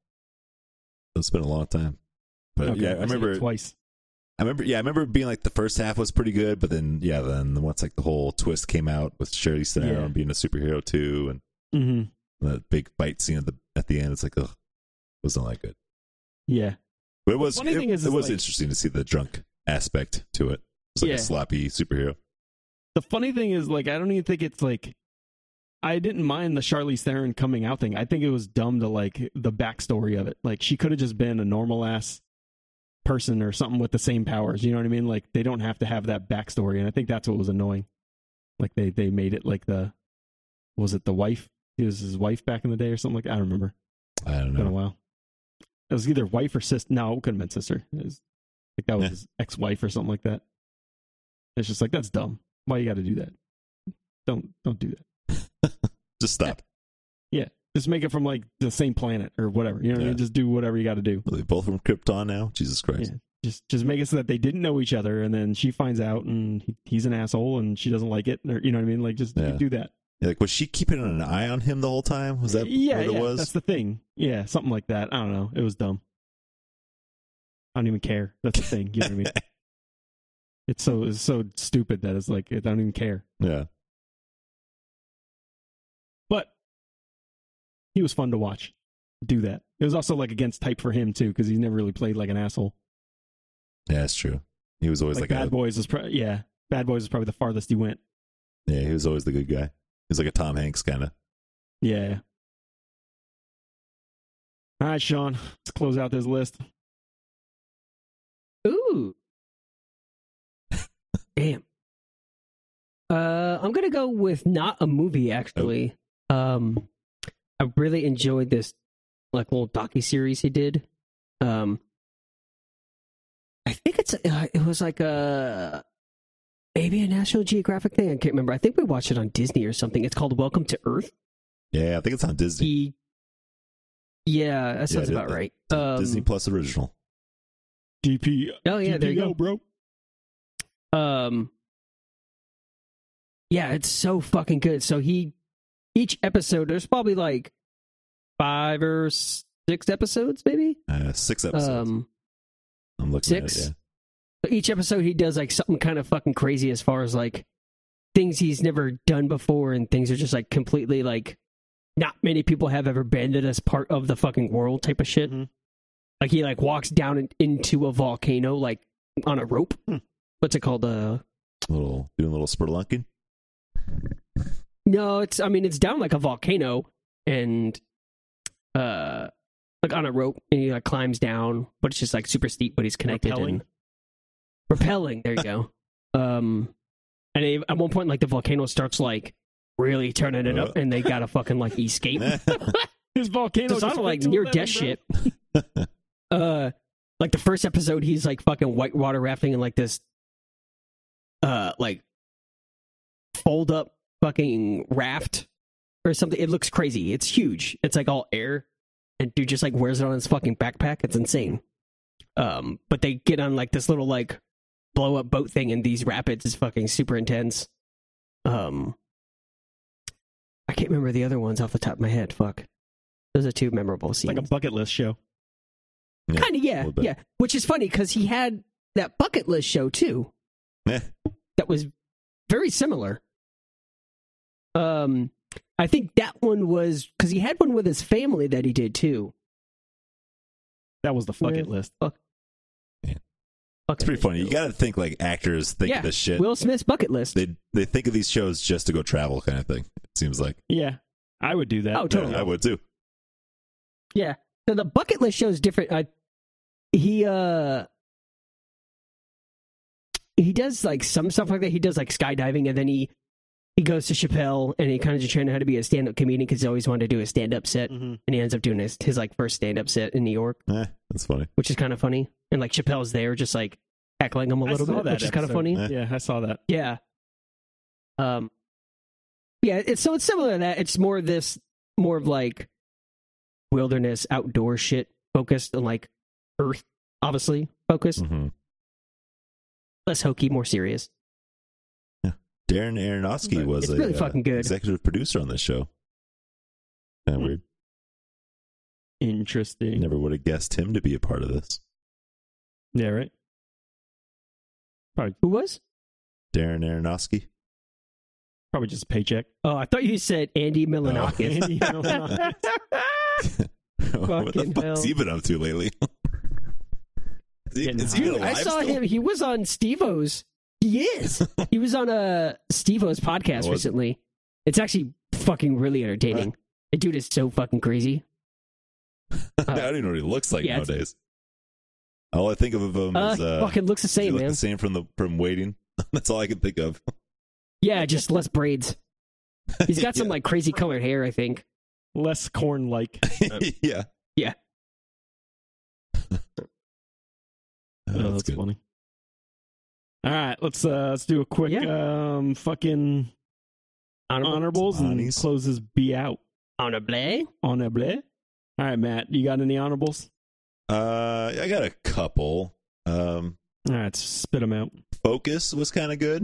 [SPEAKER 3] It's been a long time. But
[SPEAKER 2] Okay,
[SPEAKER 3] yeah, I
[SPEAKER 2] I've seen it
[SPEAKER 3] remember.
[SPEAKER 2] twice.
[SPEAKER 3] I remember. Yeah, I remember being like the first half was pretty good, but then yeah, then once like the whole twist came out with Shirley Theron
[SPEAKER 2] Yeah.
[SPEAKER 3] being a superhero too, and
[SPEAKER 2] hmm
[SPEAKER 3] that big fight scene at the at the end, it's like, ugh, wasn't that good.
[SPEAKER 2] Yeah,
[SPEAKER 3] But it was.
[SPEAKER 2] funny
[SPEAKER 3] it,
[SPEAKER 2] thing is,
[SPEAKER 3] it
[SPEAKER 2] is,
[SPEAKER 3] was
[SPEAKER 2] like-
[SPEAKER 3] interesting to see the drunk aspect to it. It's like
[SPEAKER 2] Yeah.
[SPEAKER 3] a sloppy superhero.
[SPEAKER 2] the funny thing is, like, I don't even think it's like I didn't mind the Charlize Theron coming out thing. I think it was dumb to like the backstory of it. Like, she could have just been a normal ass person or something with the same powers. You know what I mean? Like, they don't have to have that backstory, and I think that's what was annoying. Like, they they made it like the was it the wife? It was his wife back in the day or something like I don't remember.
[SPEAKER 3] I don't
[SPEAKER 2] been a
[SPEAKER 3] know.
[SPEAKER 2] while. It was either wife or sister. No, it couldn't have been sister. It was, I think that was
[SPEAKER 3] Yeah.
[SPEAKER 2] his ex-wife or something like that. It's just like that's dumb. Why you got to do that? Don't don't do that.
[SPEAKER 3] Just
[SPEAKER 2] *laughs*
[SPEAKER 3] stop.
[SPEAKER 2] Just make it from like the same planet or whatever. You know what I
[SPEAKER 3] Yeah.
[SPEAKER 2] mean? Just do whatever you got to do.
[SPEAKER 3] Are they both from Krypton now? Jesus Christ.
[SPEAKER 2] Yeah. Just just make it so that they didn't know each other, and then she finds out, and he, he's an asshole, and she doesn't like it, or you know what I mean? Like just
[SPEAKER 3] Yeah.
[SPEAKER 2] do that.
[SPEAKER 3] Like, was she keeping an eye on him the whole time? Was that
[SPEAKER 2] yeah,
[SPEAKER 3] what it
[SPEAKER 2] yeah,
[SPEAKER 3] was?
[SPEAKER 2] That's the thing. Yeah, something like that. I don't know. It was dumb. I don't even care. That's the thing. You know what I
[SPEAKER 3] *laughs*
[SPEAKER 2] mean? It's so it's so stupid that it's like I don't even care.
[SPEAKER 3] yeah.
[SPEAKER 2] But he was fun to watch do that. It was also like against type for him too because he's never really played like an asshole.
[SPEAKER 3] Yeah, that's true. He was always
[SPEAKER 2] Like,
[SPEAKER 3] like,
[SPEAKER 2] Bad
[SPEAKER 3] a,
[SPEAKER 2] Boys was pro- yeah. Bad Boys was probably the farthest he went.
[SPEAKER 3] yeah, he was always the good guy. He was like a Tom Hanks kind of.
[SPEAKER 2] Yeah. All right, Sean. Let's close out this list.
[SPEAKER 4] Ooh. Damn. Uh, I'm gonna go with not a
[SPEAKER 3] Oh.
[SPEAKER 4] movie actually. Um, I really enjoyed this like little docu series he did. Um, I think it's uh, it was like a maybe a National Geographic thing. I can't remember. I think we watched it on Disney or something. It's called Welcome to Earth.
[SPEAKER 3] Yeah, I think it's on Disney.
[SPEAKER 4] He, yeah, that sounds
[SPEAKER 3] it-
[SPEAKER 4] about right.
[SPEAKER 3] Disney
[SPEAKER 4] Um,
[SPEAKER 3] Plus original.
[SPEAKER 2] DP.
[SPEAKER 4] oh yeah, there you go.
[SPEAKER 2] bro.
[SPEAKER 4] um yeah it's so fucking good so he each episode there's probably like five or s- six episodes maybe
[SPEAKER 3] Uh, six episodes.
[SPEAKER 4] um
[SPEAKER 3] I'm looking
[SPEAKER 4] six?
[SPEAKER 3] at it.
[SPEAKER 4] but each episode he does like something kind of fucking crazy as far as like things he's never done before and things are just like completely like not many people have ever been to this part of the fucking world type of shit
[SPEAKER 2] Mhm.
[SPEAKER 4] like he like walks down in, into a volcano like on a rope
[SPEAKER 2] Hmm.
[SPEAKER 4] what's it called uh
[SPEAKER 3] Yeah. Little doing a little *laughs*
[SPEAKER 4] *laughs*
[SPEAKER 3] spurlunking.
[SPEAKER 4] No, it's I mean it's down like a volcano and uh like on a rope and he like climbs down, but it's just like super steep, but he's connected
[SPEAKER 2] Rappelling?
[SPEAKER 4] and repelling. There you go. um and they, at one point like the volcano starts like really turning it up
[SPEAKER 3] Uh.
[SPEAKER 4] and they gotta fucking like escape.
[SPEAKER 3] *laughs*
[SPEAKER 2] His volcano.
[SPEAKER 4] So it's
[SPEAKER 2] just
[SPEAKER 4] not
[SPEAKER 2] went
[SPEAKER 4] like
[SPEAKER 2] to
[SPEAKER 4] near
[SPEAKER 2] 11,
[SPEAKER 4] death
[SPEAKER 2] bro.
[SPEAKER 4] shit.
[SPEAKER 2] *laughs*
[SPEAKER 4] uh, like the first episode, he's like fucking whitewater rafting in like this, uh, like fold up fucking raft or something. It looks crazy. It's huge. It's like all air, and dude just like wears it on his fucking backpack. It's insane. Um, but they get on like this little like blow up boat thing in these rapids. It's fucking super intense. Um, I can't remember the other ones off the top of my head. Fuck. Those are two memorable
[SPEAKER 2] It's
[SPEAKER 4] scenes.
[SPEAKER 2] like a bucket list show.
[SPEAKER 3] *laughs* Yeah,
[SPEAKER 4] kind of, yeah,
[SPEAKER 3] little bit.
[SPEAKER 4] yeah. Which is funny because he had that bucket list show too.
[SPEAKER 3] Yeah.
[SPEAKER 4] That was very similar. Um, I think that one was because he had one with his family that he did too.
[SPEAKER 2] That was the fuck
[SPEAKER 4] Yeah.
[SPEAKER 2] it list.
[SPEAKER 4] Bucket
[SPEAKER 3] It's pretty
[SPEAKER 4] list
[SPEAKER 3] funny. You
[SPEAKER 4] show.
[SPEAKER 3] got to think like actors think
[SPEAKER 4] Yeah,
[SPEAKER 3] of this shit.
[SPEAKER 4] Will Smith's bucket list.
[SPEAKER 3] They they think of these shows just to go travel, kind of thing. It seems like
[SPEAKER 2] Yeah, I would do that.
[SPEAKER 4] Oh, totally.
[SPEAKER 3] I would too.
[SPEAKER 4] So the bucket list show is different. I, he uh he does like some stuff like that. He does like skydiving, and then he he goes to Chappelle, and he kind of just trained how to be a stand up comedian because he always wanted to do a stand up
[SPEAKER 2] Mm.
[SPEAKER 4] set,
[SPEAKER 2] Mm-hmm.
[SPEAKER 4] and he ends up doing his his like first stand up set in New York,
[SPEAKER 3] Eh, that's funny.
[SPEAKER 4] which is kind of funny. And like Chappelle's there, just like heckling him a
[SPEAKER 2] I
[SPEAKER 4] little
[SPEAKER 2] saw
[SPEAKER 4] bit,
[SPEAKER 2] that
[SPEAKER 4] which is kind of
[SPEAKER 2] episode.
[SPEAKER 4] funny.
[SPEAKER 3] Eh.
[SPEAKER 2] Yeah, I saw that.
[SPEAKER 4] Yeah. Um. Yeah. It's so it's similar to that. It's more of this, more of like wilderness, outdoor shit focused, and like Earth, obviously focused.
[SPEAKER 3] hmm
[SPEAKER 4] Less hokey, more serious.
[SPEAKER 3] Darren Aronofsky
[SPEAKER 4] But
[SPEAKER 3] was
[SPEAKER 4] it's
[SPEAKER 3] a
[SPEAKER 4] really
[SPEAKER 3] uh,
[SPEAKER 4] fucking good.
[SPEAKER 3] executive producer on this show. Kind of
[SPEAKER 2] Hmm.
[SPEAKER 3] weird.
[SPEAKER 2] Interesting.
[SPEAKER 3] Never would have guessed him to be a part of this.
[SPEAKER 2] Yeah, right. Probably,
[SPEAKER 4] Who was?
[SPEAKER 3] Darren Aronofsky. *laughs*
[SPEAKER 2] probably just a
[SPEAKER 4] *laughs*
[SPEAKER 2] paycheck.
[SPEAKER 4] Oh, I thought you said
[SPEAKER 3] *laughs*
[SPEAKER 4] Andy
[SPEAKER 2] *laughs*
[SPEAKER 4] Milanakis.
[SPEAKER 2] Andy
[SPEAKER 4] *laughs*
[SPEAKER 2] Milonakis.
[SPEAKER 3] what the
[SPEAKER 4] Fucking
[SPEAKER 3] fuck's
[SPEAKER 4] hell.
[SPEAKER 3] he been up to lately? *laughs* is he,
[SPEAKER 2] Getting
[SPEAKER 3] is he
[SPEAKER 2] high.
[SPEAKER 4] Dude,
[SPEAKER 3] alive
[SPEAKER 4] I saw
[SPEAKER 3] still?
[SPEAKER 4] him. He was on Steve-O's. He
[SPEAKER 3] *laughs*
[SPEAKER 4] is. he was on a Steve-O's podcast
[SPEAKER 3] Oh, was-
[SPEAKER 4] recently. It's actually fucking really entertaining. The dude is so fucking crazy.
[SPEAKER 3] *laughs* I don't even know what he looks like
[SPEAKER 4] yeah, it's-
[SPEAKER 3] nowadays. All I think of him
[SPEAKER 4] Uh,
[SPEAKER 3] is
[SPEAKER 4] he
[SPEAKER 3] uh,
[SPEAKER 4] fucking looks the
[SPEAKER 3] he
[SPEAKER 4] same,
[SPEAKER 3] looked
[SPEAKER 4] man.
[SPEAKER 3] the same from the from waiting. *laughs* That's all I can think of. *laughs*
[SPEAKER 4] Yeah, just less braids. He's got some like crazy colored hair, I think.
[SPEAKER 2] Less corn *laughs* like.
[SPEAKER 3] yeah. *laughs*
[SPEAKER 4] Yeah.
[SPEAKER 3] Oh,
[SPEAKER 2] Oh,
[SPEAKER 3] that's,
[SPEAKER 2] that's
[SPEAKER 3] good.
[SPEAKER 2] funny. All right, let's uh let's do a quick um fucking
[SPEAKER 4] Honorable.
[SPEAKER 2] honorables and
[SPEAKER 3] Honorees.
[SPEAKER 2] close this B out.
[SPEAKER 4] Honorable.
[SPEAKER 2] Honorable. All right, Matt, you got any honorables?
[SPEAKER 3] Uh, I got a couple. Um,
[SPEAKER 2] All right, spit them out.
[SPEAKER 3] Focus was kind of good.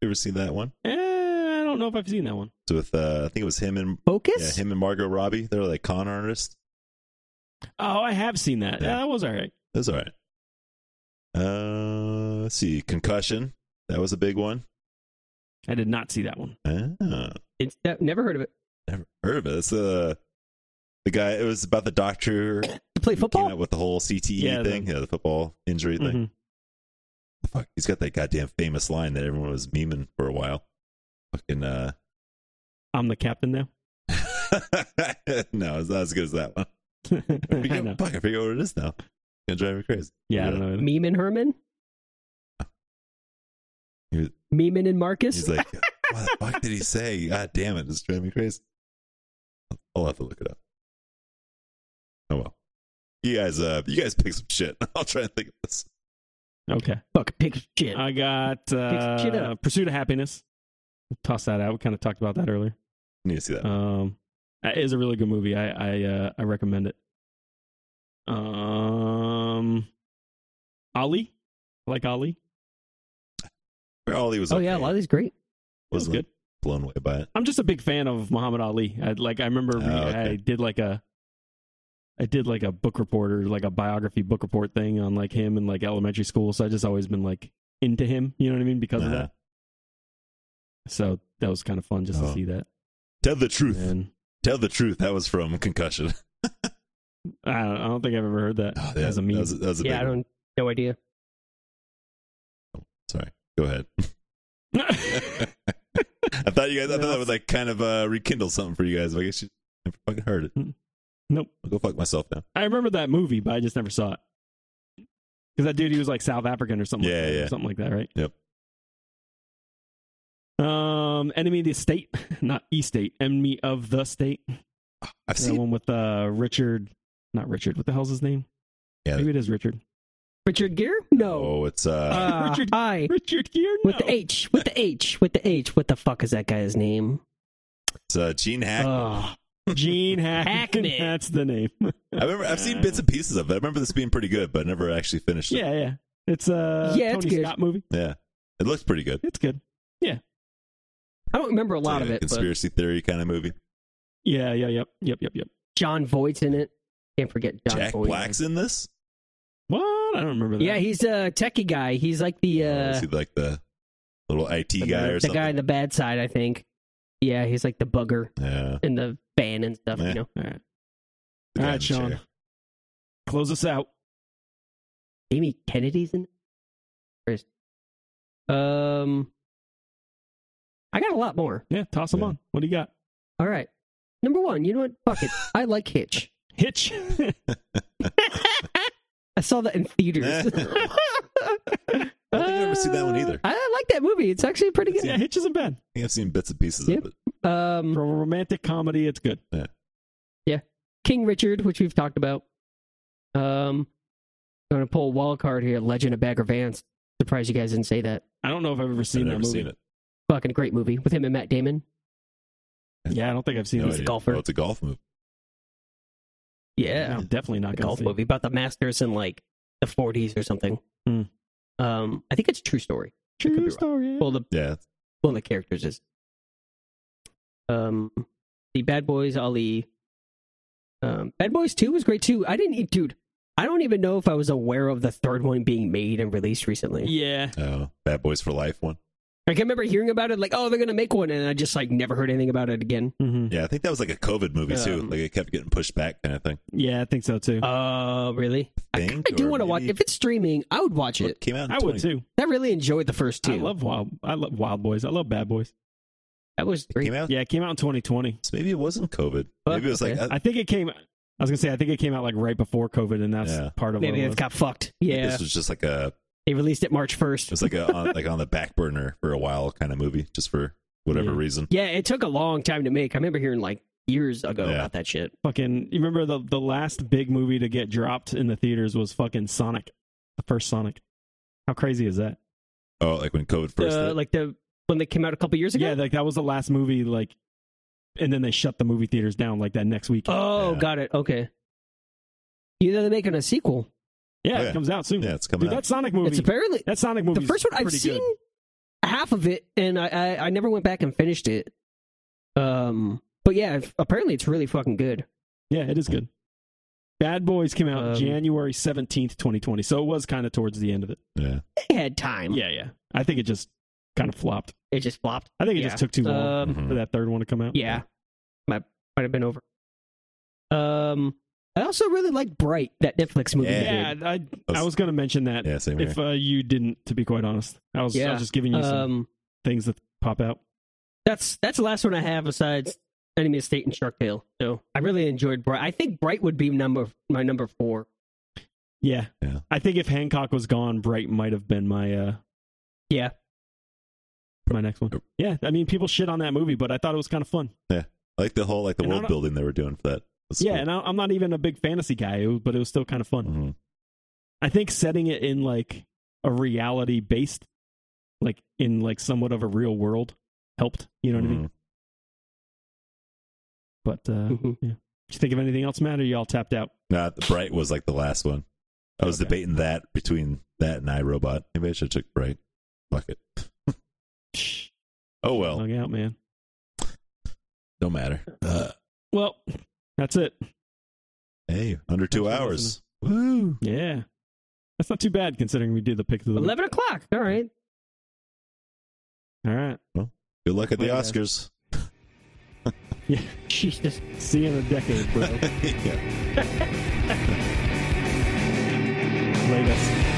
[SPEAKER 3] You ever seen that one?
[SPEAKER 2] Eh, I don't know if I've seen that one.
[SPEAKER 3] It's with uh, I think it was him and yeah,
[SPEAKER 4] Focus?
[SPEAKER 3] him and Margot Robbie. They're like con artists.
[SPEAKER 2] Oh, I have seen that. Yeah,
[SPEAKER 3] Yeah.
[SPEAKER 2] that was all right.
[SPEAKER 3] It was all right. Uh, let's see, concussion. That was a big one.
[SPEAKER 2] I did not see that one.
[SPEAKER 3] Ah.
[SPEAKER 4] It's that, never heard of it.
[SPEAKER 3] Never heard of it. It's uh, the guy. It was about the doctor
[SPEAKER 4] You play
[SPEAKER 3] who came
[SPEAKER 4] football?
[SPEAKER 3] out with the whole CTE
[SPEAKER 2] Yeah, the-
[SPEAKER 3] thing, yeah, the football injury thing.
[SPEAKER 4] Mm-hmm.
[SPEAKER 2] Mhm.
[SPEAKER 3] Fuck, he's got that goddamn famous line that everyone was memeing for a while. Fucking uh, *laughs*
[SPEAKER 2] I'm the captain *laughs* now.
[SPEAKER 3] no, it's not as good as that one.
[SPEAKER 2] *laughs* I
[SPEAKER 3] I forget,
[SPEAKER 2] know.
[SPEAKER 3] fuck, I forget what it is now. It's gonna drive me crazy.
[SPEAKER 2] Yeah, I don't know.
[SPEAKER 4] Meeman Herman?
[SPEAKER 3] He was-
[SPEAKER 4] Meeman
[SPEAKER 3] He's
[SPEAKER 4] and *laughs* Marcus?
[SPEAKER 3] like, what the fuck did he say? God damn it, it's driving me crazy. I'll have to look it up. Oh well. You guys, uh, you guys pick some shit. *laughs* I'll try and think of this.
[SPEAKER 2] Okay.
[SPEAKER 4] Fuck, pick shit.
[SPEAKER 2] I got
[SPEAKER 4] shit
[SPEAKER 2] uh,
[SPEAKER 4] up.
[SPEAKER 2] Pursuit of Happiness. Toss that out. We kind of talked about that earlier.
[SPEAKER 3] need to see that.
[SPEAKER 2] Um, it is a really good movie. I I uh, I recommend it. Um, Ali, I like Ali,
[SPEAKER 3] Ollie was
[SPEAKER 4] oh,
[SPEAKER 3] okay.
[SPEAKER 4] yeah, a lot of these great.
[SPEAKER 2] was
[SPEAKER 3] wasn't
[SPEAKER 2] good.
[SPEAKER 3] blown away by it.
[SPEAKER 2] I'm just a big fan of Muhammad Ali. I, like I remember re-
[SPEAKER 3] Oh, okay.
[SPEAKER 2] I did like a I did like a book report or like a biography book report thing on like him in like elementary school. So I just always been like into him. You know what I mean? Because of
[SPEAKER 3] Uh-huh.
[SPEAKER 2] that. So that was kind of fun just to
[SPEAKER 3] Oh.
[SPEAKER 2] see
[SPEAKER 3] *laughs*
[SPEAKER 2] that.
[SPEAKER 3] Tell the truth.
[SPEAKER 2] And
[SPEAKER 3] Tell the truth. That was from Concussion.
[SPEAKER 2] I don't, I don't think I've ever heard that
[SPEAKER 3] Oh, yeah,
[SPEAKER 2] as a meme.
[SPEAKER 3] That was, that was a
[SPEAKER 4] Yeah, I
[SPEAKER 3] big one.
[SPEAKER 4] don't, no idea.
[SPEAKER 3] Sorry. Go ahead. *laughs*
[SPEAKER 2] *laughs*
[SPEAKER 3] I thought you guys. I
[SPEAKER 2] No.
[SPEAKER 3] thought that would like kind of uh, rekindle something for you guys. But I guess you never fucking heard it.
[SPEAKER 2] nope.
[SPEAKER 3] I'll go fuck myself now.
[SPEAKER 2] I remember that movie, but I just never saw it. Because that dude, he was like South African or something.
[SPEAKER 3] Yeah,
[SPEAKER 2] like that,
[SPEAKER 3] yeah.
[SPEAKER 2] something like that, right?
[SPEAKER 3] Yep.
[SPEAKER 2] Um, enemy of the state, *laughs* not E state. Enemy of the state.
[SPEAKER 3] I've
[SPEAKER 2] That
[SPEAKER 3] seen.
[SPEAKER 2] one with uh Richard, not Richard. What the hell's his name?
[SPEAKER 3] Yeah.
[SPEAKER 2] maybe it is Richard.
[SPEAKER 4] Richard Gere? No.
[SPEAKER 3] Oh, it's uh,
[SPEAKER 4] *laughs* Uh,
[SPEAKER 2] Richard-
[SPEAKER 4] I.
[SPEAKER 2] Richard Gere. No.
[SPEAKER 4] With the H, with the H, with the H. What the fuck is that guy's name?
[SPEAKER 3] it's uh, Gene Hack.
[SPEAKER 4] Oh,
[SPEAKER 2] Gene Hackman.
[SPEAKER 4] Hackman.
[SPEAKER 2] *laughs* That's the
[SPEAKER 3] *laughs*
[SPEAKER 2] name.
[SPEAKER 3] I remember. I've seen bits and pieces of it. I remember this being pretty good, but I never actually finished it.
[SPEAKER 2] yeah, yeah. It's a
[SPEAKER 4] Yeah, it's
[SPEAKER 2] Tony
[SPEAKER 4] good.
[SPEAKER 2] Scott movie.
[SPEAKER 3] Yeah. It looks pretty good.
[SPEAKER 2] It's good.
[SPEAKER 4] I don't remember a
[SPEAKER 3] It's like
[SPEAKER 4] lot of it, but
[SPEAKER 3] Conspiracy theory kind of movie.
[SPEAKER 2] Yeah, yeah, yep, yep, yep, yep.
[SPEAKER 4] John Voight's in it. Can't forget John
[SPEAKER 3] Jack
[SPEAKER 4] Voight.
[SPEAKER 3] Black's in this.
[SPEAKER 2] What? I don't remember that.
[SPEAKER 4] Yeah, he's a techie guy. He's like the
[SPEAKER 3] Oh,
[SPEAKER 4] uh,
[SPEAKER 3] is he like the little IT guy or
[SPEAKER 4] the
[SPEAKER 3] something?
[SPEAKER 4] guy on the bad side, I think. Yeah, he's like the bugger
[SPEAKER 3] yeah.
[SPEAKER 4] in the van and stuff.
[SPEAKER 3] Yeah.
[SPEAKER 4] You know,
[SPEAKER 2] All right,
[SPEAKER 3] The
[SPEAKER 2] all
[SPEAKER 3] guy in
[SPEAKER 2] right,
[SPEAKER 3] the
[SPEAKER 2] Sean.
[SPEAKER 3] chair.
[SPEAKER 2] Close us out.
[SPEAKER 4] Amy Kennedy's in. Or is- Um, I got a lot more.
[SPEAKER 2] Yeah, toss them
[SPEAKER 3] Yeah.
[SPEAKER 2] on. What do you got?
[SPEAKER 4] All right, number one. You know what? Fuck it. I like Hitch.
[SPEAKER 2] Hitch. *laughs*
[SPEAKER 4] I saw that in theaters. *laughs*
[SPEAKER 3] I don't think I've never seen that one either.
[SPEAKER 4] I, I like that movie. It's actually pretty
[SPEAKER 2] Yeah,
[SPEAKER 4] good.
[SPEAKER 2] Hitch isn't bad.
[SPEAKER 3] I think I've seen bits and pieces
[SPEAKER 4] Yep.
[SPEAKER 3] of it.
[SPEAKER 4] Um,
[SPEAKER 2] For a romantic comedy, it's good.
[SPEAKER 4] King Richard, which we've talked about. Um, I'm gonna pull a wild card here. Legend of Bagger Vance. Surprised you guys didn't say that.
[SPEAKER 2] I don't know if I've ever seen
[SPEAKER 3] I've
[SPEAKER 2] that
[SPEAKER 3] never
[SPEAKER 2] movie.
[SPEAKER 3] seen it.
[SPEAKER 4] Fucking great movie with him and Matt Damon.
[SPEAKER 2] Yeah, I don't think I've seen
[SPEAKER 3] No
[SPEAKER 2] it.
[SPEAKER 3] idea.
[SPEAKER 4] golfer.
[SPEAKER 3] Oh, it's a golf movie.
[SPEAKER 2] I'm definitely
[SPEAKER 4] a
[SPEAKER 2] not going
[SPEAKER 4] golf
[SPEAKER 2] to see. it.
[SPEAKER 4] movie about the Masters in like the 40s or something.
[SPEAKER 2] Hmm.
[SPEAKER 4] Um, I think it's a true story. could be
[SPEAKER 2] True
[SPEAKER 4] wrong.
[SPEAKER 2] story.
[SPEAKER 4] Well, the
[SPEAKER 3] Yeah, it's
[SPEAKER 4] one of the characters is. Um, the Bad Boys Ali. Um, Bad Boys Two was great too. I didn't eat, dude. I don't even know if I was aware of the third one being made and released recently.
[SPEAKER 2] yeah,
[SPEAKER 3] uh, Bad Boys for Life
[SPEAKER 4] Mm-hmm.
[SPEAKER 3] one.
[SPEAKER 4] Like, I remember hearing about it, like, oh, they're gonna make one, and I just like never heard anything about it again.
[SPEAKER 2] hmm
[SPEAKER 3] Yeah, I think that was like a COVID movie too.
[SPEAKER 4] Um,
[SPEAKER 3] like it kept getting pushed back kind of thing.
[SPEAKER 2] yeah, I think so too.
[SPEAKER 4] Oh, really? I
[SPEAKER 3] Think,
[SPEAKER 4] kind of do
[SPEAKER 3] or
[SPEAKER 4] want to watch.
[SPEAKER 3] maybe-
[SPEAKER 4] If it's streaming, I would watch
[SPEAKER 3] Well,
[SPEAKER 4] it.
[SPEAKER 3] it came out. In
[SPEAKER 2] I would
[SPEAKER 3] 20.
[SPEAKER 2] too.
[SPEAKER 4] I really enjoyed the first two.
[SPEAKER 2] I love wild. I love Wild Boys. I love Bad Boys.
[SPEAKER 4] that was
[SPEAKER 3] It
[SPEAKER 4] great.
[SPEAKER 3] came out.
[SPEAKER 2] Yeah, it came out in 2020.
[SPEAKER 3] So maybe it wasn't COVID.
[SPEAKER 4] Fuck,
[SPEAKER 3] maybe it was like
[SPEAKER 4] okay.
[SPEAKER 3] I,
[SPEAKER 2] I think it came. I was gonna say I think it came out like right before COVID, and that's
[SPEAKER 3] Yeah.
[SPEAKER 2] part of what
[SPEAKER 4] Maybe
[SPEAKER 2] it
[SPEAKER 4] it
[SPEAKER 2] was.
[SPEAKER 4] got fucked.
[SPEAKER 3] I think
[SPEAKER 4] Yeah,
[SPEAKER 3] this was just like a
[SPEAKER 4] they released it March
[SPEAKER 3] it
[SPEAKER 4] first.
[SPEAKER 3] was like a on, like on the back burner for a while kind of movie just for whatever
[SPEAKER 2] Yeah.
[SPEAKER 3] reason.
[SPEAKER 4] Yeah, it took a long time to make. I remember hearing like years ago
[SPEAKER 3] Yeah.
[SPEAKER 4] about that shit.
[SPEAKER 2] fucking. You remember the the last big movie to get dropped in the theaters was fucking Sonic, the first Sonic. How crazy is that?
[SPEAKER 3] Oh, like when COVID first
[SPEAKER 4] Uh,
[SPEAKER 3] hit.
[SPEAKER 4] like the when they came out a couple years ago.
[SPEAKER 2] Yeah, like that was the last movie. Like, and then they shut the movie theaters down like that next week.
[SPEAKER 4] oh,
[SPEAKER 3] Yeah.
[SPEAKER 4] got it. Okay. You know they're making a sequel.
[SPEAKER 2] yeah,
[SPEAKER 3] yeah.
[SPEAKER 2] it comes out soon.
[SPEAKER 3] yeah, it's coming
[SPEAKER 2] Dude,
[SPEAKER 3] out.
[SPEAKER 2] that Sonic movie.
[SPEAKER 4] It's apparently
[SPEAKER 2] that Sonic movie.
[SPEAKER 4] the first one. I've seen half of it, and I, I I never went back and finished it. Um, but yeah, if- apparently it's really fucking good.
[SPEAKER 2] Yeah, it is good. Bad Boys came out
[SPEAKER 4] Um,
[SPEAKER 2] January 17th, 2020. So it was kind of towards the end of it.
[SPEAKER 3] Yeah.
[SPEAKER 4] They had time.
[SPEAKER 2] Yeah, yeah. I think it just kind of flopped.
[SPEAKER 4] it just flopped.
[SPEAKER 2] I think it
[SPEAKER 4] Yeah.
[SPEAKER 2] just took too long
[SPEAKER 4] Um,
[SPEAKER 3] Mhm.
[SPEAKER 2] for that third one to come out.
[SPEAKER 4] Yeah. Might might have been over. Um I also really like Bright, that Netflix movie.
[SPEAKER 3] Yeah.
[SPEAKER 4] we did.
[SPEAKER 2] Yeah, I, I was going to mention that
[SPEAKER 3] Yeah, same here.
[SPEAKER 2] if uh, you didn't, to be quite honest. I was, I
[SPEAKER 4] Yeah.
[SPEAKER 2] was just giving you some
[SPEAKER 4] Um
[SPEAKER 2] things that pop out.
[SPEAKER 4] that's that's the last one I have besides Enemy of State and Shark Tale. So I really enjoyed Bright. I think Bright would be number my number four.
[SPEAKER 2] Yeah.
[SPEAKER 3] Yeah.
[SPEAKER 2] I think if Hancock was gone, Bright might have been my uh,
[SPEAKER 4] Yeah.
[SPEAKER 2] my next one. Yeah, I mean, people shit on that movie, but I thought it was kind of fun.
[SPEAKER 3] I like the whole like the
[SPEAKER 2] And I
[SPEAKER 3] world
[SPEAKER 2] don't-
[SPEAKER 3] building they were doing for that. That's
[SPEAKER 2] yeah,
[SPEAKER 3] cool.
[SPEAKER 2] and I, I'm not even a big fantasy guy, it was- but it was still kind of fun.
[SPEAKER 3] Mhm.
[SPEAKER 2] I think setting it in like a reality based, like in like somewhat of a real world helped. You know what I mean?
[SPEAKER 3] Mhm.
[SPEAKER 2] But uh,
[SPEAKER 4] Mhm.
[SPEAKER 2] yeah. Did you think of anything else, Matt? Or y'all tapped out?
[SPEAKER 3] Mm-hmm. Nah, the Bright was like the last one. I was
[SPEAKER 2] Okay.
[SPEAKER 3] debating that between that and iRobot. Maybe I should have took Bright. Fuck it.
[SPEAKER 2] Shh,
[SPEAKER 3] Oh well,
[SPEAKER 2] hung out, man.
[SPEAKER 3] don't matter. Uh,
[SPEAKER 2] Well, that's it.
[SPEAKER 3] Hey, under two
[SPEAKER 2] Thanks for
[SPEAKER 3] hours. Woo!
[SPEAKER 2] Yeah, that's not too bad considering we did the pick of the week.
[SPEAKER 4] Eleven o'clock. All right.
[SPEAKER 2] All right.
[SPEAKER 3] Good luck at the
[SPEAKER 2] Later, guys.
[SPEAKER 3] Oscars. *laughs*
[SPEAKER 2] Yeah.
[SPEAKER 4] Jesus.
[SPEAKER 2] See you in a
[SPEAKER 4] *laughs*
[SPEAKER 2] decade, bro.
[SPEAKER 3] yeah.
[SPEAKER 2] Latest.